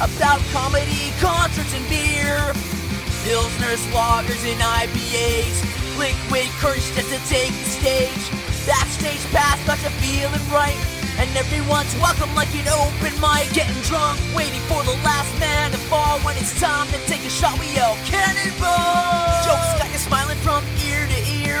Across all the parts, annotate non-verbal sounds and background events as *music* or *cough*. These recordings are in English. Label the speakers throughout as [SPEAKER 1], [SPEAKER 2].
[SPEAKER 1] about comedy, concerts, and beer. Pilsner loggers, and IPAs. Liquid courage just to take the stage. Backstage pass, got you feeling right. And everyone's welcome like an open mic. Getting drunk, waiting for the last man to fall. When it's time to take a shot, we yell cannonball. Jokes got you smiling from ear to ear.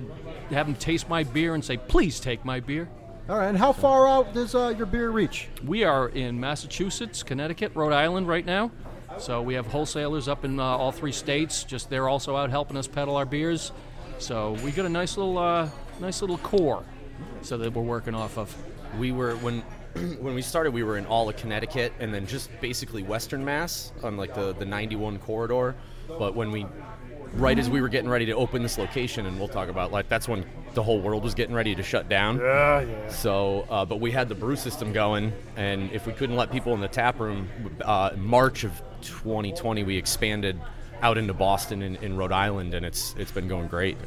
[SPEAKER 2] have them taste my beer and say, "Please take my beer."
[SPEAKER 3] all right? And how far out does uh, your beer reach?
[SPEAKER 2] We are in Massachusetts, Connecticut, Rhode Island right now. So we have wholesalers up in uh, all three states. Just they're also out helping us peddle our beers. So we got a nice little, uh, nice little core, so that we're working off of.
[SPEAKER 4] We were when *clears throat* when we started. We were in all of Connecticut and then just basically Western Mass on like the the 91 corridor. But when we right as we were getting ready to open this location, and we'll talk about like that's when the whole world was getting ready to shut down. Yeah, yeah. So, uh, but we had the brew system going, and if we couldn't let people in the tap room, uh, in March of 2020, we expanded out into Boston and in Rhode Island, and it's it's been going great.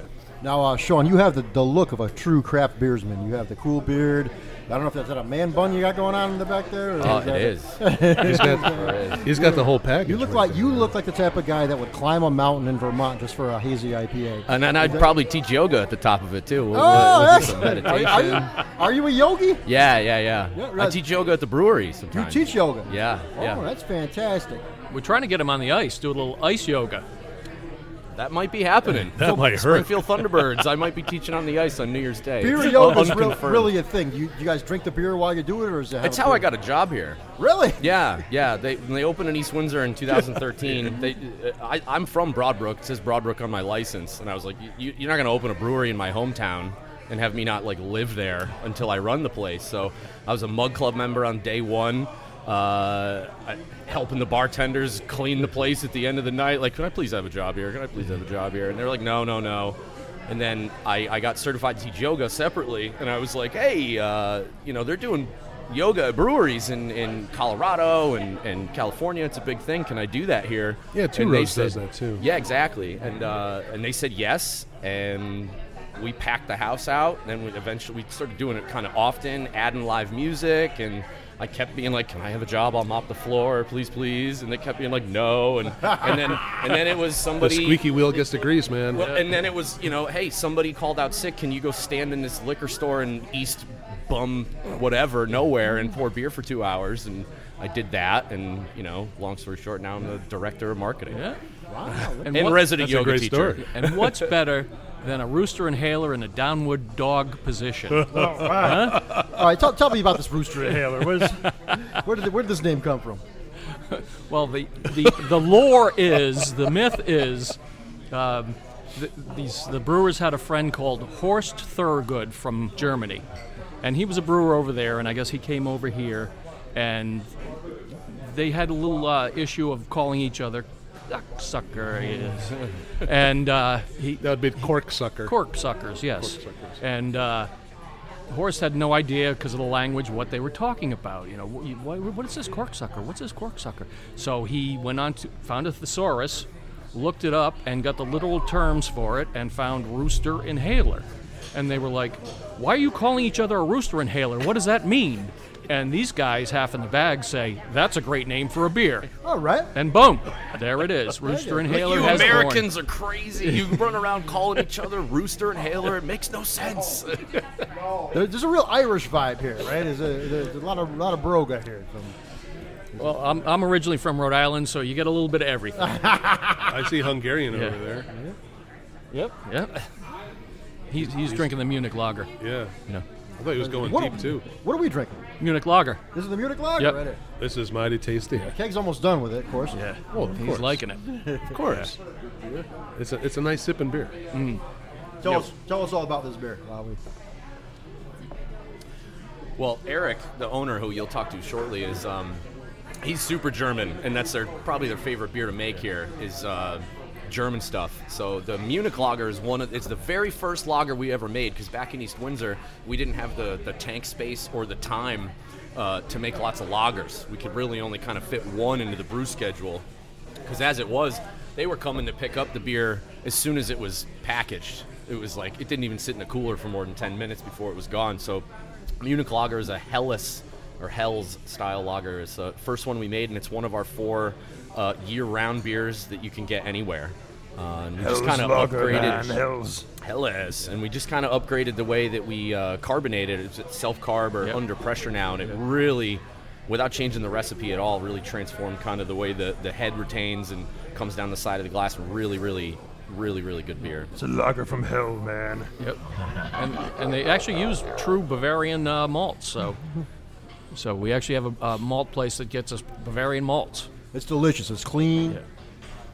[SPEAKER 3] Now, uh, Sean, you have the, the look of a true craft beersman. You have the cool beard. I don't know if that's that a man bun you got going on in the back there. or
[SPEAKER 4] Uh,
[SPEAKER 3] is
[SPEAKER 4] it
[SPEAKER 3] that-
[SPEAKER 4] is.
[SPEAKER 5] He's got, he's got the whole package.
[SPEAKER 3] You look
[SPEAKER 5] right
[SPEAKER 3] like
[SPEAKER 5] there.
[SPEAKER 3] you look like the type of guy that would climb a mountain in Vermont just for a hazy IPA.
[SPEAKER 4] And then I'd probably teach yoga at the top of it too. We'll-
[SPEAKER 3] Oh,
[SPEAKER 4] we'll do some
[SPEAKER 3] excellent. *laughs* Are, you-
[SPEAKER 4] meditation.
[SPEAKER 3] are you, are you a yogi?
[SPEAKER 4] Yeah, yeah, yeah.
[SPEAKER 3] Yeah, right.
[SPEAKER 4] I teach yoga at the brewery
[SPEAKER 3] You
[SPEAKER 4] sometimes.
[SPEAKER 3] teach yoga.
[SPEAKER 4] Yeah,
[SPEAKER 3] Oh,
[SPEAKER 4] yeah.
[SPEAKER 3] that's fantastic.
[SPEAKER 2] We're trying to get them on the ice, do a little ice yoga.
[SPEAKER 4] That might be
[SPEAKER 3] *laughs*
[SPEAKER 4] happening.
[SPEAKER 5] That might hurt.
[SPEAKER 4] Springfield Thunderbirds. I might be teaching on the ice on New Year's Day.
[SPEAKER 3] Beer
[SPEAKER 4] *laughs* It's
[SPEAKER 3] yoga is real,
[SPEAKER 4] unconfirmed.
[SPEAKER 3] really a thing. You, you guys drink the beer while you do it, or is it?
[SPEAKER 4] It's how I got a job here.
[SPEAKER 3] Really?
[SPEAKER 4] *laughs* Yeah, yeah. They when they opened in East Windsor in 2013. they, uh, I, I'm from Broadbrook. It says Broadbrook on my license, and I was like, you, "You're not going to open a brewery in my hometown and have me not like live there until I run the place." So I was a mug club member on day one, uh, I- helping the bartenders clean the place at the end of the night. Like, can I please have a job here? Can I please have a job here? And they're like, "No, no, no." And then I, I got certified to teach yoga separately, and I was like, hey, uh, you know, they're doing yoga at breweries in, in Colorado and, and California. It's a big thing. Can I do that here?
[SPEAKER 5] Yeah, Two
[SPEAKER 4] And they
[SPEAKER 5] Roads does
[SPEAKER 4] said-
[SPEAKER 5] that, too.
[SPEAKER 4] Yeah, exactly. And uh, and they said yes, and we packed the house out. Then we eventually we started doing it kind of often, adding live music, and I kept being like, "Can I have a job? I'll mop the floor, please, please." And they kept being like, "No," and and then and then it was
[SPEAKER 5] The
[SPEAKER 4] somebody.
[SPEAKER 5] squeaky wheel gets the grease, man.
[SPEAKER 4] Well, and then it was, you know, hey, somebody called out sick. Can you go stand in this liquor store in East Bum, whatever, nowhere, and pour beer for two hours? And I did that. And, you know, long story short, now I'm the director of marketing
[SPEAKER 2] Yeah.
[SPEAKER 3] Wow.
[SPEAKER 2] And,
[SPEAKER 4] and
[SPEAKER 2] what-
[SPEAKER 4] resident
[SPEAKER 5] that's a
[SPEAKER 4] yoga
[SPEAKER 5] great
[SPEAKER 4] teacher.
[SPEAKER 5] story.
[SPEAKER 2] and what's better than a rooster inhaler in a downward dog
[SPEAKER 4] *laughs*
[SPEAKER 2] position?
[SPEAKER 3] All right, tell, tell me about this rooster.
[SPEAKER 6] Taylor, what is,
[SPEAKER 3] Where did, where did this name come from?
[SPEAKER 2] Well, the the, the lore is the myth is. Um, th these the brewers had a friend called Horst Thurgood from Germany, and he was a brewer over there, and I guess he came over here, and they had a little uh, issue of calling each other "Duck sucker, yes." and uh, he
[SPEAKER 5] that would be cork sucker.
[SPEAKER 2] cork suckers, yes, and. Uh, Horace had no idea because of the language what they were talking about. You know, wh- you- why- what is this corksucker? What's this corksucker? So he went on to found a thesaurus, looked it up, and got the literal terms for it, and found rooster inhaler. And they were like, "Why are you calling each other a rooster inhaler? What does that mean?" And these guys, half in the bag, say, "That's a great name for a beer."
[SPEAKER 3] All right.
[SPEAKER 2] And boom, there it is. Rooster inhaler
[SPEAKER 4] you
[SPEAKER 2] has born.
[SPEAKER 4] Americans are crazy. You run around calling each other rooster and hailer. It makes no *laughs* sense.
[SPEAKER 3] There, there's a real Irish vibe here, right? There's a, there's a lot of lot of broga here. From,
[SPEAKER 2] Well, I'm, I'm originally from Rhode Island, so you get a little bit of everything.
[SPEAKER 5] I see Hungarian
[SPEAKER 2] Yeah.
[SPEAKER 5] over there.
[SPEAKER 2] Yep. Yep. He's, he's drinking the Munich Lager.
[SPEAKER 5] Yeah.
[SPEAKER 2] Yeah.
[SPEAKER 5] I thought he was going
[SPEAKER 3] what,
[SPEAKER 5] deep, too.
[SPEAKER 3] what are we drinking?
[SPEAKER 2] Munich Lager.
[SPEAKER 3] This is the Munich Lager,
[SPEAKER 2] Yep.
[SPEAKER 3] right here.
[SPEAKER 5] This is mighty tasty.
[SPEAKER 3] Keg's almost done with it, of course. Yeah.
[SPEAKER 5] Well, Oh, of
[SPEAKER 2] He's
[SPEAKER 5] course.
[SPEAKER 2] liking it.
[SPEAKER 5] Of course. It's a, it's a nice sipping beer.
[SPEAKER 3] Tell us tell us all about this beer. Wow, we-
[SPEAKER 4] Well, Eric, the owner who you'll talk to shortly, is um, he's super German, and that's their probably their favorite beer to make here is uh, German stuff. So the Munich Lager is one of it's the very first lager we ever made because back in East Windsor we didn't have the the tank space or the time uh, to make lots of lagers. We could really only kind of fit one into the brew schedule because as it was, they were coming to pick up the beer as soon as it was packaged. It was like it didn't even sit in a cooler for more than ten minutes before it was gone. So, Munich Lager is a Helles or Hell's style lager. It's the first one we made, and it's one of our four uh, year-round beers that you can get anywhere. Uh, and we just kind of upgraded. Helles, and we just kind of upgraded the way that we uh, carbonated. it. It's self carb or
[SPEAKER 2] Yep.
[SPEAKER 4] under pressure now, and it really, without changing the recipe at all, really transformed kind of the way the, the head retains and comes down the side of the glass. Really, really, really, really good beer.
[SPEAKER 6] It's a lager from hell, man.
[SPEAKER 2] Yep. And, and they actually use true Bavarian uh, malts. So, so we actually have a, a malt place that gets us Bavarian malts.
[SPEAKER 3] It's delicious. It's clean,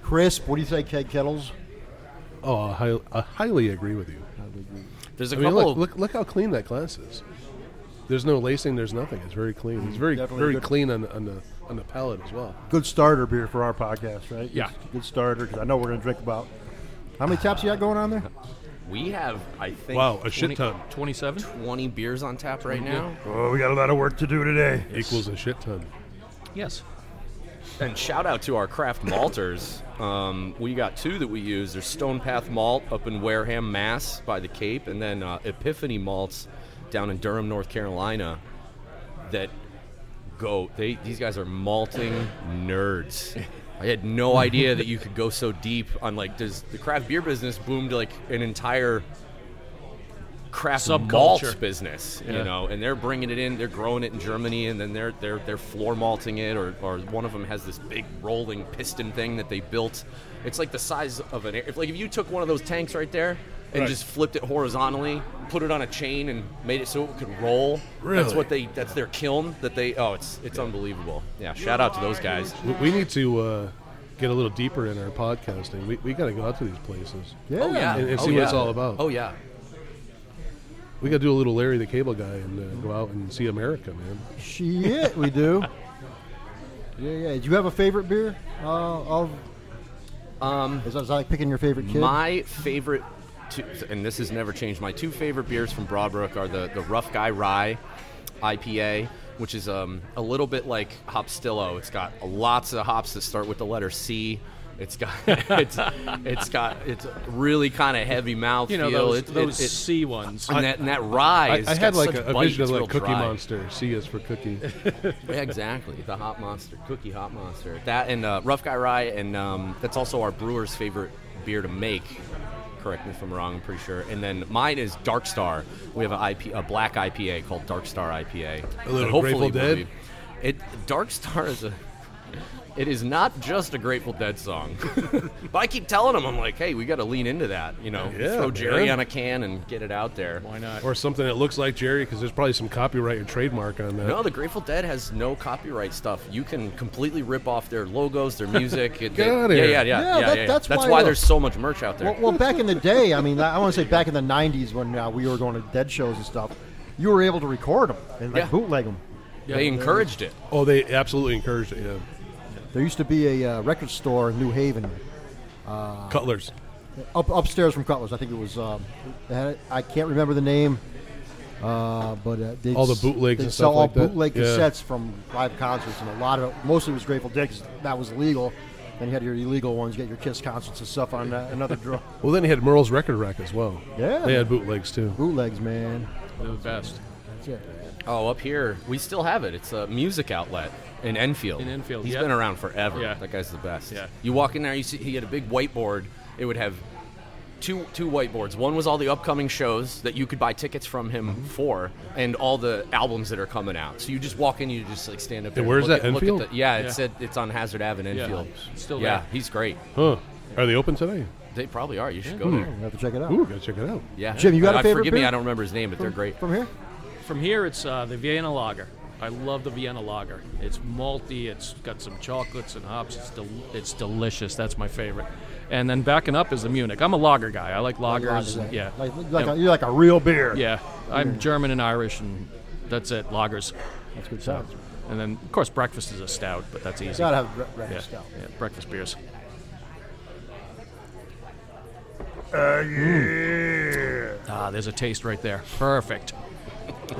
[SPEAKER 3] crisp. What do you say, Keg Kettles?
[SPEAKER 5] Oh, I, hi- I highly agree with you.
[SPEAKER 4] There's a
[SPEAKER 5] I mean,
[SPEAKER 2] Oh.
[SPEAKER 4] couple
[SPEAKER 5] look,
[SPEAKER 4] of
[SPEAKER 5] look, look how clean that glass is. There's no lacing. There's nothing. It's very clean. It's very
[SPEAKER 3] Definitely
[SPEAKER 5] very
[SPEAKER 3] good.
[SPEAKER 5] clean on, on the on the palate as well.
[SPEAKER 3] Good starter beer for our podcast, right?
[SPEAKER 2] Yeah.
[SPEAKER 3] Good, good starter because I know we're going to drink about. How many taps you got going on there?
[SPEAKER 4] we have, I think,
[SPEAKER 5] Wow, a shit
[SPEAKER 2] 20
[SPEAKER 5] ton
[SPEAKER 2] 27?
[SPEAKER 4] 20 beers on tap right now.
[SPEAKER 6] Oh, we got a lot of work to do today.
[SPEAKER 5] equals a shit ton.
[SPEAKER 2] Yes.
[SPEAKER 4] And shout out to our craft malters. Um, we got two that we use. There's Stone Path Malt up in Wareham, Mass, by the Cape, and then uh, Epiphany Malts down in Durham, North Carolina. That go. They these guys are malting nerds. I had no idea that you could go so deep on like. Does the craft beer business boomed like an entire craft malt
[SPEAKER 2] Subculture.
[SPEAKER 4] business,
[SPEAKER 2] Yeah.
[SPEAKER 4] you know, and they're bringing it in, they're growing it in Germany, and then they're they're they're floor malting it, or, or one of them has this big rolling piston thing that they built. It's like the size of an air. If like if you took one of those tanks right there and
[SPEAKER 5] Right.
[SPEAKER 4] just flipped it horizontally, put it on a chain, and made it so it could roll.
[SPEAKER 5] Really?
[SPEAKER 4] That's what they. That's their kiln that they. Oh, it's it's unbelievable. Yeah, shout out to those guys.
[SPEAKER 5] We, we need to uh, get a little deeper in our podcasting. We, we got to go out to these places.
[SPEAKER 3] Yeah.
[SPEAKER 5] And- and see what it's all about.
[SPEAKER 4] Oh yeah.
[SPEAKER 5] We got to do a little Larry the Cable Guy and uh, go out and see America, man.
[SPEAKER 3] Shit, we do. Yeah, yeah. Do you have a favorite beer? Uh, of um, is that is that like picking your favorite kid?
[SPEAKER 4] My favorite two, and this has never changed. My two favorite beers from Broadbrook are the the Rough Guy Rye IPA, which is um, a little bit like Hopstillo. It's got lots of hops that start with the letter C. It's got *laughs* it's it's got it's really kind of heavy mouth
[SPEAKER 2] You know
[SPEAKER 4] feel.
[SPEAKER 2] those,
[SPEAKER 4] It- it-
[SPEAKER 2] those
[SPEAKER 4] it-
[SPEAKER 2] C ones.
[SPEAKER 4] and that, and that rye.
[SPEAKER 5] I,
[SPEAKER 4] has
[SPEAKER 5] I
[SPEAKER 4] got
[SPEAKER 5] had like
[SPEAKER 4] such
[SPEAKER 5] a, a
[SPEAKER 4] bite,
[SPEAKER 5] vision of
[SPEAKER 4] it's real
[SPEAKER 5] like Cookie
[SPEAKER 4] dry.
[SPEAKER 5] Monster. C is for
[SPEAKER 4] *laughs*
[SPEAKER 5] Cookie.
[SPEAKER 4] Yeah, exactly. The hot monster, cookie hot monster. That and uh, rough guy rye, and um, that's also our brewer's favorite beer to make. Correct me if I'm wrong. I'm pretty sure. And then mine is Dark Star. We have a, IP, a black IPA called Dark Star IPA.
[SPEAKER 5] A little
[SPEAKER 4] That hopefully
[SPEAKER 5] Grateful
[SPEAKER 4] will
[SPEAKER 5] Dead?
[SPEAKER 4] be- It Dark Star is a. It is not just a Grateful Dead song, *laughs* but I keep telling them I'm like, hey, we got to lean into that. You know,
[SPEAKER 5] Yeah,
[SPEAKER 4] throw Jerry
[SPEAKER 5] man.
[SPEAKER 4] on a can and get it out there.
[SPEAKER 2] Why not?
[SPEAKER 5] or something that looks like Jerry, because there's probably some copyright or trademark on that.
[SPEAKER 4] No, the Grateful Dead has no copyright stuff. You can completely rip off their logos,
[SPEAKER 3] *laughs*
[SPEAKER 4] their music. it-
[SPEAKER 5] Get
[SPEAKER 4] it-
[SPEAKER 5] outta here.
[SPEAKER 4] Yeah, yeah, yeah.
[SPEAKER 3] Yeah,
[SPEAKER 4] yeah, yeah,
[SPEAKER 3] that-
[SPEAKER 4] yeah.
[SPEAKER 3] that's
[SPEAKER 4] That's,
[SPEAKER 3] why
[SPEAKER 4] why,
[SPEAKER 3] I-
[SPEAKER 4] there's so much merch out there.
[SPEAKER 3] Well, well, back in the day, I mean, I want to say back in the '90s when uh, we were going to dead shows and stuff, you were able to record them and like
[SPEAKER 4] Yeah.
[SPEAKER 3] bootleg them.
[SPEAKER 4] they encouraged it.
[SPEAKER 5] Oh, they absolutely encouraged uh, it. Yeah.
[SPEAKER 3] There used to be a uh, record store in New Haven,
[SPEAKER 5] Cutlers.
[SPEAKER 3] up upstairs from Cutler's. I think it was. Um, they had it- I can't remember the name, uh, but uh, they
[SPEAKER 5] All the
[SPEAKER 3] s-
[SPEAKER 5] bootlegs
[SPEAKER 3] They
[SPEAKER 5] and
[SPEAKER 3] sell
[SPEAKER 5] stuff like
[SPEAKER 3] all
[SPEAKER 5] that?
[SPEAKER 3] bootleg
[SPEAKER 5] Yeah.
[SPEAKER 3] cassettes from live concerts, and a lot of it, mostly was Grateful Dead 'cause that was legal. Then you had your illegal ones, you get your Kiss concerts and stuff on uh, another draw.
[SPEAKER 5] Well, then he had Merle's Record Rack as well.
[SPEAKER 3] Yeah.
[SPEAKER 5] They had bootlegs too.
[SPEAKER 3] *laughs* Bootlegs, man.
[SPEAKER 2] They're the best
[SPEAKER 3] That's it.
[SPEAKER 4] Oh, up here, we still have it. It's a music outlet in Enfield.
[SPEAKER 2] In Enfield,
[SPEAKER 4] he's
[SPEAKER 2] yeah.
[SPEAKER 4] been around forever.
[SPEAKER 2] Yeah.
[SPEAKER 4] That guy's the best.
[SPEAKER 2] Yeah.
[SPEAKER 4] You walk in there, you see he had a big whiteboard. It would have two two whiteboards. One was all the upcoming shows that you could buy tickets from him
[SPEAKER 2] Mm-hmm.
[SPEAKER 4] for, and all the albums that are coming out. So you just walk in, you just like stand up. there and
[SPEAKER 5] where's
[SPEAKER 4] look
[SPEAKER 5] that,
[SPEAKER 4] at- look at
[SPEAKER 5] Enfield?
[SPEAKER 4] the- yeah,
[SPEAKER 2] Yeah.
[SPEAKER 4] it's at, it's on Hazard Avenue,
[SPEAKER 2] Yeah.
[SPEAKER 4] Enfield.
[SPEAKER 2] It's still
[SPEAKER 4] yeah,
[SPEAKER 2] there.
[SPEAKER 4] he's great.
[SPEAKER 5] Huh. Are they open today?
[SPEAKER 4] They probably are. You should
[SPEAKER 2] Hmm.
[SPEAKER 4] go there.
[SPEAKER 3] We'll have to check it out.
[SPEAKER 5] Ooh, gotta check it out.
[SPEAKER 4] Yeah,
[SPEAKER 3] Jim, you got a
[SPEAKER 4] I-
[SPEAKER 3] favorite
[SPEAKER 4] Forgive me,
[SPEAKER 3] beer?
[SPEAKER 4] I don't remember his name, but they're great.
[SPEAKER 3] From here?
[SPEAKER 2] From here, it's uh, the Vienna Lager. I love the Vienna Lager. It's malty. It's got some chocolates and hops. It's del- it's delicious. That's my favorite. And then backing up is the Munich. I'm a lager guy. I like lagers.
[SPEAKER 3] Lager,
[SPEAKER 2] yeah,
[SPEAKER 3] Like, like
[SPEAKER 2] yeah.
[SPEAKER 3] a, you're like a real beer.
[SPEAKER 2] Yeah. I'm German and Irish, and that's it. Lagers.
[SPEAKER 3] That's good sounds.
[SPEAKER 2] And then, of course, breakfast is a stout, but that's easy.
[SPEAKER 3] Gotta have re- red
[SPEAKER 2] yeah.
[SPEAKER 3] stout.
[SPEAKER 2] yeah, breakfast beers.
[SPEAKER 4] Uh,
[SPEAKER 2] Ah, there's a taste right there. Perfect.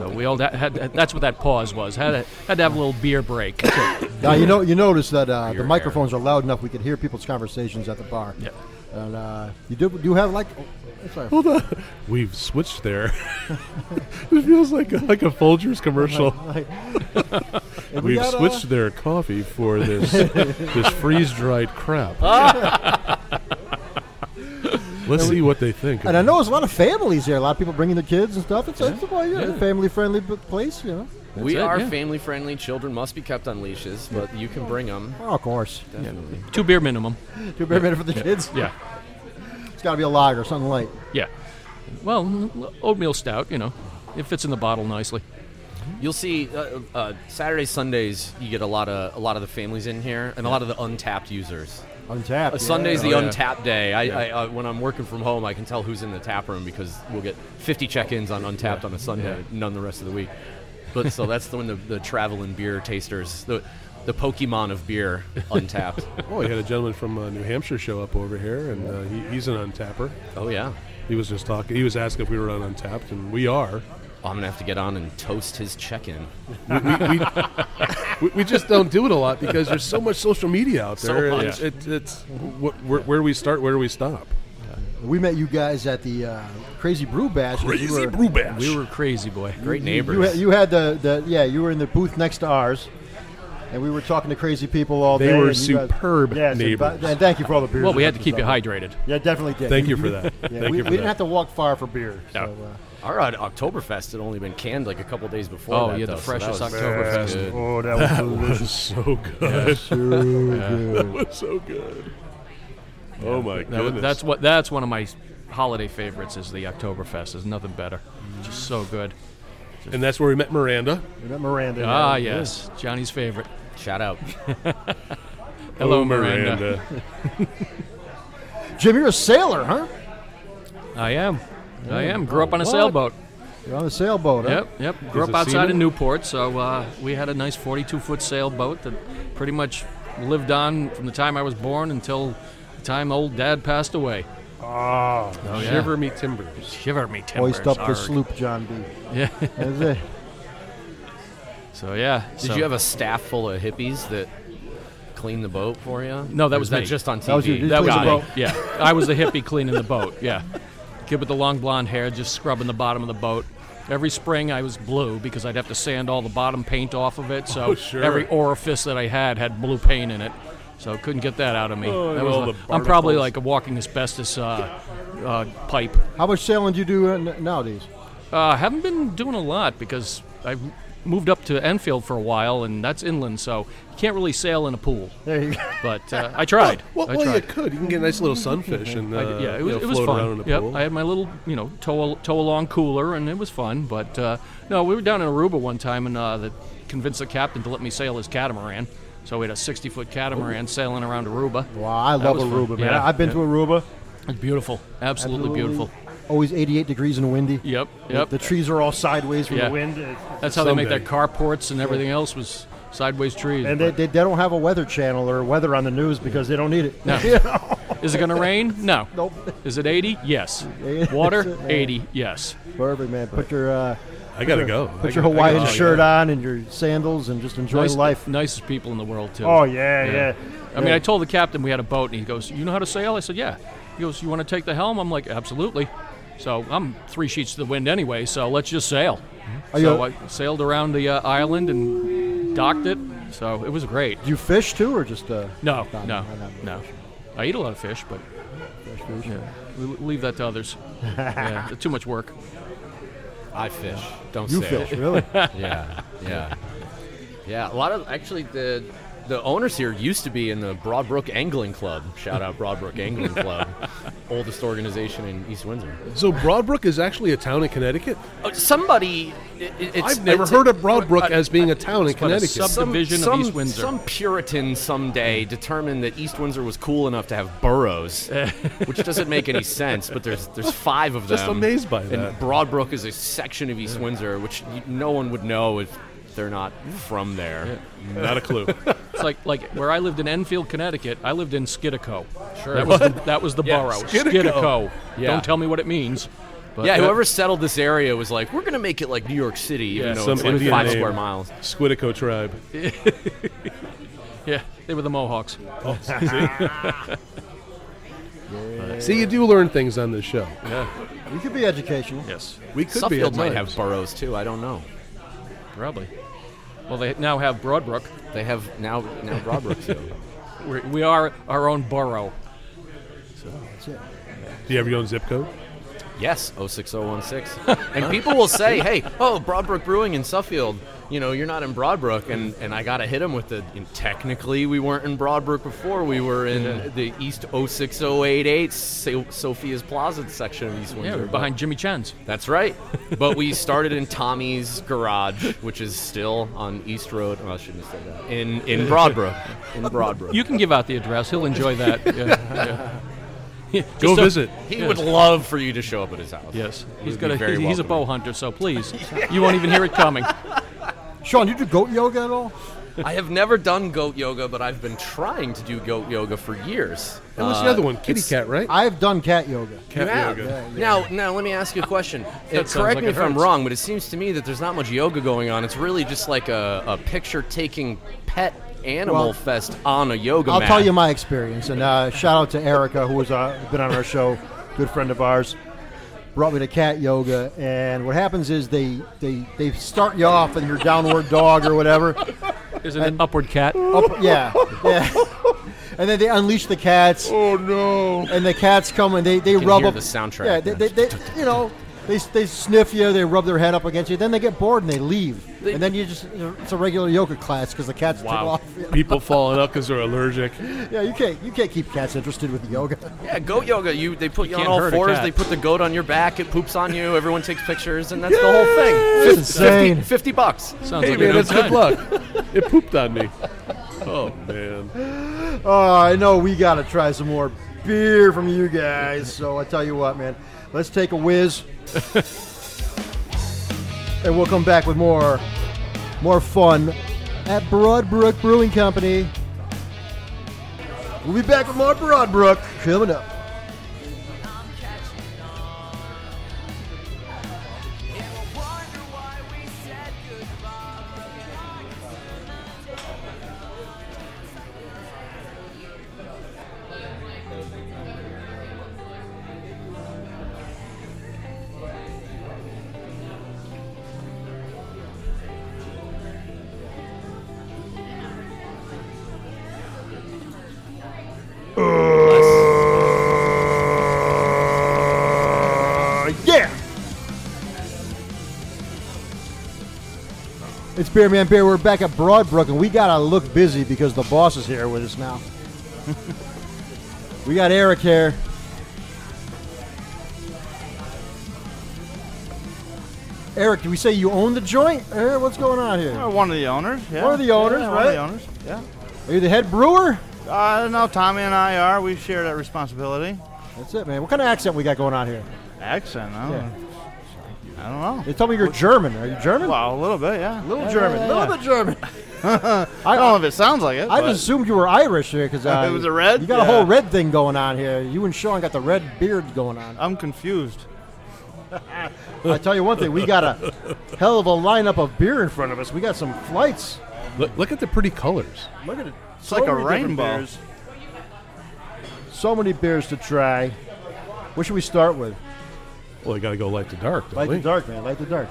[SPEAKER 2] Uh, we all that, had, that's what that pause was. Had to, had to have a little beer
[SPEAKER 4] *coughs*
[SPEAKER 2] break.
[SPEAKER 3] Now you know you notice that uh, the
[SPEAKER 4] Beer
[SPEAKER 3] microphones are loud enough we could hear people's conversations at the bar.
[SPEAKER 2] Yeah.
[SPEAKER 3] And uh, you do do you have like oh, that's all right.
[SPEAKER 5] We've switched there. *laughs* it feels like a, like a Folgers commercial.
[SPEAKER 3] Like- And we
[SPEAKER 5] We've
[SPEAKER 3] got, uh,
[SPEAKER 5] switched their coffee for this this freeze dried crap. Let's see what they think.
[SPEAKER 3] and I know there's a lot of families here. A lot of people bringing their kids and stuff. It's, it's well, yeah,
[SPEAKER 2] Yeah.
[SPEAKER 3] family friendly place, you know.
[SPEAKER 4] we
[SPEAKER 2] it,
[SPEAKER 4] are
[SPEAKER 2] yeah.
[SPEAKER 4] family friendly. Children must be kept on leashes, but you can bring them.
[SPEAKER 3] Oh, of course.
[SPEAKER 4] Definitely.
[SPEAKER 2] Two beer minimum.
[SPEAKER 3] Two beer minute for the kids.
[SPEAKER 2] Yeah.
[SPEAKER 3] It's got to be a lager, something light.
[SPEAKER 2] Yeah. Well, mm, oatmeal stout, you know, it fits in the bottle nicely.
[SPEAKER 4] You'll see uh, uh, Saturdays, Sundays. You get a lot of a lot of the families in here, and a lot of the untapped users.
[SPEAKER 3] Untapped.
[SPEAKER 4] Uh,
[SPEAKER 3] yeah.
[SPEAKER 4] Sunday's the
[SPEAKER 2] Oh, yeah.
[SPEAKER 4] untapped day. I, I, uh, when I'm working from home, I can tell who's in the tap room because we'll get 50 check-ins on untapped on a Sunday, none the rest of the week. But so that's the when the, the traveling beer tasters, the the Pokemon of beer,
[SPEAKER 2] *laughs*
[SPEAKER 4] untapped.
[SPEAKER 5] Oh, we had a gentleman from uh, New Hampshire show up over here, and uh, he, he's an untapper.
[SPEAKER 4] oh yeah,
[SPEAKER 5] He was just talking. He was asking if we were on Untapped, and we are.
[SPEAKER 4] I'm gonna have to get on and toast his check-in.
[SPEAKER 5] We, we, we, we, we just don't do it a lot because there's so much social media out there.
[SPEAKER 4] much.
[SPEAKER 5] It's, it's, it's wh- where, where do we start? Where do we stop?
[SPEAKER 3] We met you guys at the uh, Crazy Brew Bash. You were-
[SPEAKER 5] Bash.
[SPEAKER 2] We were crazy, boy.
[SPEAKER 4] Great
[SPEAKER 3] You- You,
[SPEAKER 4] neighbors.
[SPEAKER 3] had- you had the, the yeah. You were in the booth next to ours, and we were talking to crazy people all
[SPEAKER 5] They
[SPEAKER 3] day.
[SPEAKER 5] were
[SPEAKER 3] and you guys-
[SPEAKER 5] superb
[SPEAKER 3] Yeah, super-
[SPEAKER 5] neighbors.
[SPEAKER 3] and thank you for all the beers.
[SPEAKER 2] Well, we
[SPEAKER 3] and
[SPEAKER 2] had to keep you
[SPEAKER 3] stuff.
[SPEAKER 2] hydrated.
[SPEAKER 3] Yeah, definitely did.
[SPEAKER 5] Thank you for that.
[SPEAKER 3] Yeah,
[SPEAKER 5] Thank
[SPEAKER 3] we,
[SPEAKER 5] you for
[SPEAKER 3] we
[SPEAKER 5] that.
[SPEAKER 3] didn't have to walk far for beer.
[SPEAKER 2] No.
[SPEAKER 3] So, uh,
[SPEAKER 4] Our uh, Oktoberfest had only been canned like a couple days before.
[SPEAKER 2] Oh,
[SPEAKER 4] that,
[SPEAKER 2] yeah, the
[SPEAKER 4] though, so
[SPEAKER 2] freshest
[SPEAKER 4] that was-
[SPEAKER 2] Oktoberfest.
[SPEAKER 4] good.
[SPEAKER 3] oh, *laughs* that was
[SPEAKER 5] That was so good. *laughs* that was so good. Oh my
[SPEAKER 2] That was-
[SPEAKER 5] goodness!
[SPEAKER 2] that's what. That's one of my holiday favorites. Is the Oktoberfest. There's nothing better.
[SPEAKER 4] Mm.
[SPEAKER 2] Just so good.
[SPEAKER 5] and that's where we met Miranda.
[SPEAKER 3] we met Miranda.
[SPEAKER 2] Ah,
[SPEAKER 3] Yeah.
[SPEAKER 2] yes, Johnny's favorite.
[SPEAKER 4] Shout out.
[SPEAKER 2] Hello,
[SPEAKER 5] Oh,
[SPEAKER 2] Miranda.
[SPEAKER 3] Jim, you're a sailor, huh?
[SPEAKER 2] I am. I am. Grew up on a
[SPEAKER 3] What?
[SPEAKER 2] sailboat.
[SPEAKER 3] You're on the sailboat. Huh?
[SPEAKER 2] Yep, yep. Grew
[SPEAKER 5] He's
[SPEAKER 2] up
[SPEAKER 5] a
[SPEAKER 2] outside of
[SPEAKER 5] seaman?
[SPEAKER 2] Newport, so uh, we had a nice 42 foot sailboat that pretty much lived on from the time I was born until the time old dad passed away.
[SPEAKER 6] Ah,
[SPEAKER 2] Oh, yeah.
[SPEAKER 5] Shiver me timbers.
[SPEAKER 2] Shiver me timbers.
[SPEAKER 3] Hoist up the
[SPEAKER 2] arg.
[SPEAKER 3] sloop, John B.
[SPEAKER 2] Yeah.
[SPEAKER 3] That's it.
[SPEAKER 2] so yeah.
[SPEAKER 4] Did
[SPEAKER 2] so-
[SPEAKER 4] you have a staff full of hippies that cleaned the boat for you?
[SPEAKER 2] No, that
[SPEAKER 4] Or
[SPEAKER 2] was
[SPEAKER 4] that
[SPEAKER 2] me.
[SPEAKER 4] just on TV.
[SPEAKER 3] was you.
[SPEAKER 2] That was
[SPEAKER 3] Got
[SPEAKER 2] the
[SPEAKER 3] it.
[SPEAKER 2] boat. Yeah, I was the hippie cleaning the boat. Yeah, kid with the long blonde hair, just scrubbing the bottom of the boat. Every spring, I was blue because I'd have to sand all the bottom paint off of it. So
[SPEAKER 6] Oh, sure.
[SPEAKER 2] every orifice that I had had blue paint in it. So couldn't get that out of me.
[SPEAKER 6] Oh, and
[SPEAKER 2] That was
[SPEAKER 6] all
[SPEAKER 2] like-
[SPEAKER 6] the
[SPEAKER 2] I'm probably
[SPEAKER 6] barnacles.
[SPEAKER 2] like a walking asbestos uh, uh, pipe.
[SPEAKER 3] How much sailing do you do uh, n- nowadays?
[SPEAKER 2] Uh, haven't been doing a lot because I've moved up to Enfield for a while, and that's inland, so you can't really sail in a pool.
[SPEAKER 3] There you go.
[SPEAKER 2] But uh, I tried.
[SPEAKER 5] Well,
[SPEAKER 2] I
[SPEAKER 5] well, you
[SPEAKER 2] tried.
[SPEAKER 5] could. You can get a nice little sunfish and uh,
[SPEAKER 2] I did- yeah, it
[SPEAKER 5] you
[SPEAKER 2] was,
[SPEAKER 5] know,
[SPEAKER 2] it was
[SPEAKER 5] float
[SPEAKER 2] fun.
[SPEAKER 5] around in the
[SPEAKER 2] Yep,
[SPEAKER 5] pool.
[SPEAKER 2] I had my little, you know, tow, tow along cooler, and it was fun. But uh, no, we were down in Aruba one time, and uh, the, convinced the captain to let me sail his catamaran. So we had a 60 foot catamaran sailing around Aruba.
[SPEAKER 3] Wow, I love
[SPEAKER 2] was
[SPEAKER 3] Aruba,
[SPEAKER 2] fun.
[SPEAKER 3] man.
[SPEAKER 2] Yeah.
[SPEAKER 3] I've been to Aruba.
[SPEAKER 2] It's beautiful, absolutely, beautiful.
[SPEAKER 3] Always 88 degrees and windy.
[SPEAKER 2] Yep, yep.
[SPEAKER 3] The trees are all sideways from
[SPEAKER 2] Yeah.
[SPEAKER 3] the wind. It's-
[SPEAKER 2] That's how they make their
[SPEAKER 5] someday.
[SPEAKER 2] carports and everything else was sideways trees.
[SPEAKER 3] And they, they, they don't have a weather channel or weather on the news because they don't need it.
[SPEAKER 2] No.
[SPEAKER 3] *laughs* You know?
[SPEAKER 2] Is it going to rain? No.
[SPEAKER 3] Nope.
[SPEAKER 2] Is it 80? Yes.
[SPEAKER 3] That's
[SPEAKER 2] Water?
[SPEAKER 3] it, man.
[SPEAKER 2] 80? Yes.
[SPEAKER 3] Perfect, man. Put your uh,
[SPEAKER 5] I gotta go. I
[SPEAKER 3] put your
[SPEAKER 5] gotta- I
[SPEAKER 3] Hawaiian
[SPEAKER 5] gotta-
[SPEAKER 3] shirt on and your sandals and just enjoy
[SPEAKER 2] Nice-
[SPEAKER 3] life.
[SPEAKER 2] Nicest people in the world, too.
[SPEAKER 3] Oh yeah, yeah.
[SPEAKER 2] I mean, I told the captain we had a boat, and he goes, "You know how to sail?" I said, "Yeah." He goes, "You want to take the helm?" I'm like, "Absolutely." So I'm three sheets to the wind anyway, so let's just sail.
[SPEAKER 3] Mm-hmm. Are you-
[SPEAKER 2] so I sailed around the uh, island and docked it. So it was great.
[SPEAKER 3] Do you fish too, or just uh,
[SPEAKER 2] No,
[SPEAKER 3] not-
[SPEAKER 2] no,
[SPEAKER 3] not- not
[SPEAKER 2] no. I eat a lot of fish, but
[SPEAKER 3] fish, fish?
[SPEAKER 2] we l- leave that to
[SPEAKER 3] *laughs*
[SPEAKER 2] others. yeah, too much work.
[SPEAKER 4] I fish. Don't
[SPEAKER 3] You
[SPEAKER 4] say
[SPEAKER 3] fish,
[SPEAKER 4] it.
[SPEAKER 3] really?
[SPEAKER 4] *laughs* Yeah, yeah, yeah. A lot of actually the the owners here used to be in the Broadbrook Angling Club. Shout out Broadbrook Angling Club, oldest organization in East Windsor.
[SPEAKER 5] So Broadbrook is actually a town in Connecticut.
[SPEAKER 4] Uh, somebody, i- i- it's,
[SPEAKER 5] I've never
[SPEAKER 4] it's-
[SPEAKER 5] heard of Broadbrook as being a town in
[SPEAKER 2] but a
[SPEAKER 5] Connecticut.
[SPEAKER 2] sub- Subdivision of East Windsor.
[SPEAKER 4] Some Puritan someday determined that East Windsor was cool enough to have
[SPEAKER 2] *laughs*
[SPEAKER 4] boroughs, which doesn't make any sense. But there's there's five of them.
[SPEAKER 5] Just amazed by
[SPEAKER 4] And
[SPEAKER 5] that.
[SPEAKER 4] Broadbrook is a section of East Windsor, which y- no one would know if they're not from there.
[SPEAKER 5] Not a clue.
[SPEAKER 2] It's like like where I lived in Enfield, Connecticut. I lived in Skiddaco.
[SPEAKER 4] Sure.
[SPEAKER 2] That
[SPEAKER 3] *laughs*
[SPEAKER 2] was the, that was the
[SPEAKER 4] Yeah,
[SPEAKER 2] borough.
[SPEAKER 4] Skiddaco. Yeah.
[SPEAKER 2] Don't tell me what it means. But
[SPEAKER 4] Yeah,
[SPEAKER 2] that-
[SPEAKER 4] whoever settled this area was like, we're gonna make it like New York City, even
[SPEAKER 2] Yeah,
[SPEAKER 4] though
[SPEAKER 2] some
[SPEAKER 4] it's like
[SPEAKER 5] Indian
[SPEAKER 4] five
[SPEAKER 5] name.
[SPEAKER 4] square miles.
[SPEAKER 5] Squidico tribe.
[SPEAKER 2] Yeah, they were the Mohawks.
[SPEAKER 5] *laughs* See, you do learn things on this show.
[SPEAKER 3] You could be educational.
[SPEAKER 2] Yes,
[SPEAKER 5] We could be.
[SPEAKER 4] Suffield
[SPEAKER 5] at
[SPEAKER 4] might
[SPEAKER 5] times.
[SPEAKER 4] have boroughs too. I don't know.
[SPEAKER 2] probably. Well, they now have Broadbrook.
[SPEAKER 4] They have now now Broadbrook too.
[SPEAKER 2] We're, we are our own borough.
[SPEAKER 3] That's it.
[SPEAKER 5] Do you have your own zip code?
[SPEAKER 4] Yes, 06016. and people will
[SPEAKER 2] *laughs*
[SPEAKER 4] say, hey, oh, Broadbrook Brewing in Suffield. You know, you're not in Broadbrook. And, and I got to hit them with the, you know, technically, we weren't in Broadbrook before. We were in the East 06088 so- Sophia's Plaza section of East
[SPEAKER 2] Yeah,
[SPEAKER 4] Windsor.
[SPEAKER 2] we're
[SPEAKER 4] but-
[SPEAKER 2] behind Jimmy Chan's.
[SPEAKER 4] That's right. But we started in Tommy's Garage, which is still on East Road. Oh, I shouldn't have said that. In, in Broadbrook. In Broadbrook.
[SPEAKER 2] *laughs* You can give out the address. He'll enjoy that. Yeah, yeah. Yeah, *laughs* just
[SPEAKER 5] Go
[SPEAKER 2] so-
[SPEAKER 5] visit.
[SPEAKER 4] he
[SPEAKER 2] Yes.
[SPEAKER 4] would love for you to show up at his house.
[SPEAKER 2] Yes,
[SPEAKER 4] He
[SPEAKER 2] he's
[SPEAKER 4] would be
[SPEAKER 2] gonna.
[SPEAKER 4] very
[SPEAKER 2] He's, he's a bow
[SPEAKER 4] welcoming.
[SPEAKER 2] hunter, so please, *laughs* you won't even hear it coming.
[SPEAKER 3] Sean, you do goat yoga at all?
[SPEAKER 4] I have never done goat yoga, but I've been trying to do goat yoga for years.
[SPEAKER 5] And what's the
[SPEAKER 4] Uh,
[SPEAKER 5] other one? Kitty
[SPEAKER 4] it's-
[SPEAKER 5] cat, right?
[SPEAKER 3] I've done cat yoga.
[SPEAKER 4] You
[SPEAKER 5] cat
[SPEAKER 4] have.
[SPEAKER 5] yoga.
[SPEAKER 4] Now, now let me ask you a question. Uh,
[SPEAKER 2] sounds
[SPEAKER 4] correct
[SPEAKER 2] like
[SPEAKER 4] me
[SPEAKER 2] it
[SPEAKER 4] if I'm
[SPEAKER 2] hurts.
[SPEAKER 4] wrong, but it seems to me that there's not much yoga going on. It's really just like a, a picture-taking pet animal
[SPEAKER 3] Well,
[SPEAKER 4] fest on a yoga
[SPEAKER 3] I'll
[SPEAKER 4] mat.
[SPEAKER 3] tell you my experience, and uh, shout out to Erica, who was uh, been on our show, good friend of ours. Brought me to cat yoga, and what happens is they they they start you off in your downward dog or whatever.
[SPEAKER 2] There's an upward cat.
[SPEAKER 3] Up, yeah, yeah. And then they unleash the cats,
[SPEAKER 5] Oh no!
[SPEAKER 3] and the cats come and they they
[SPEAKER 4] can
[SPEAKER 3] rub
[SPEAKER 4] hear
[SPEAKER 3] up
[SPEAKER 4] the soundtrack.
[SPEAKER 3] Yeah, they, they, they you know. They, they sniff you, they rub their head up against you, then they get bored and they leave. and then you just, it's a regular yoga class because the cats
[SPEAKER 2] Wow.
[SPEAKER 3] took off.
[SPEAKER 5] People falling up because they're allergic.
[SPEAKER 3] Yeah, you can't, you can't keep cats interested with yoga.
[SPEAKER 4] yeah, goat yoga. You they put you, on
[SPEAKER 2] can't
[SPEAKER 4] all
[SPEAKER 2] hurt a
[SPEAKER 4] fours.
[SPEAKER 2] cat.
[SPEAKER 4] They put the goat on your back. It poops on you. Everyone takes pictures, and that's the whole thing.
[SPEAKER 3] That's
[SPEAKER 4] Fifty,
[SPEAKER 3] insane.
[SPEAKER 4] 50 bucks.
[SPEAKER 2] Sounds
[SPEAKER 5] Hey
[SPEAKER 2] like a
[SPEAKER 5] man, that's
[SPEAKER 2] good
[SPEAKER 5] good
[SPEAKER 2] time.
[SPEAKER 5] luck. *laughs* It pooped on me. Oh man!
[SPEAKER 3] Oh, I know we got to try some more beer from you guys. So I tell you what, man, let's take a whiz, and we'll come back with more, more fun at Broadbrook Brewing Company. We'll be back with more Broadbrook coming up. It's Beer Man Beer. We're back at Broadbrook, and we gotta look busy because the boss is here with us now. *laughs* we got Eric here. Eric, do we say you own the joint? Eh, what's going on here?
[SPEAKER 7] Uh, One of the owners. Yeah.
[SPEAKER 3] One of the owners,
[SPEAKER 7] yeah, One of
[SPEAKER 3] right?
[SPEAKER 7] the owners. Yeah.
[SPEAKER 3] Are you the head brewer?
[SPEAKER 7] Uh, no, Tommy and I are. We share that responsibility.
[SPEAKER 3] That's it, man. What kind of accent we got going on here?
[SPEAKER 7] Accent. I
[SPEAKER 3] Yeah.
[SPEAKER 7] don't, I don't know.
[SPEAKER 3] They told me you're German. Are you German?
[SPEAKER 7] Well, a little bit, yeah. A little
[SPEAKER 3] German. A little bit German.
[SPEAKER 7] *laughs* I don't know if it sounds like it.
[SPEAKER 3] I
[SPEAKER 7] but-
[SPEAKER 3] just assumed you were Irish here because uh,
[SPEAKER 7] *laughs* It was a red?
[SPEAKER 3] You got a
[SPEAKER 7] Yeah.
[SPEAKER 3] whole red thing going on here. You and Sean got the red beard going on.
[SPEAKER 7] I'm confused.
[SPEAKER 3] I tell you one thing, we got a
[SPEAKER 7] *laughs*
[SPEAKER 3] hell of a lineup of beer in front of us. We got some flights.
[SPEAKER 5] Look, look at the pretty colors.
[SPEAKER 3] Look at it.
[SPEAKER 7] It's like a rainbow.
[SPEAKER 3] So many beers to try. What should we start with?
[SPEAKER 5] Well, you got to go light to dark. Don't
[SPEAKER 3] Light
[SPEAKER 5] we?
[SPEAKER 3] the dark, man. Light the dark.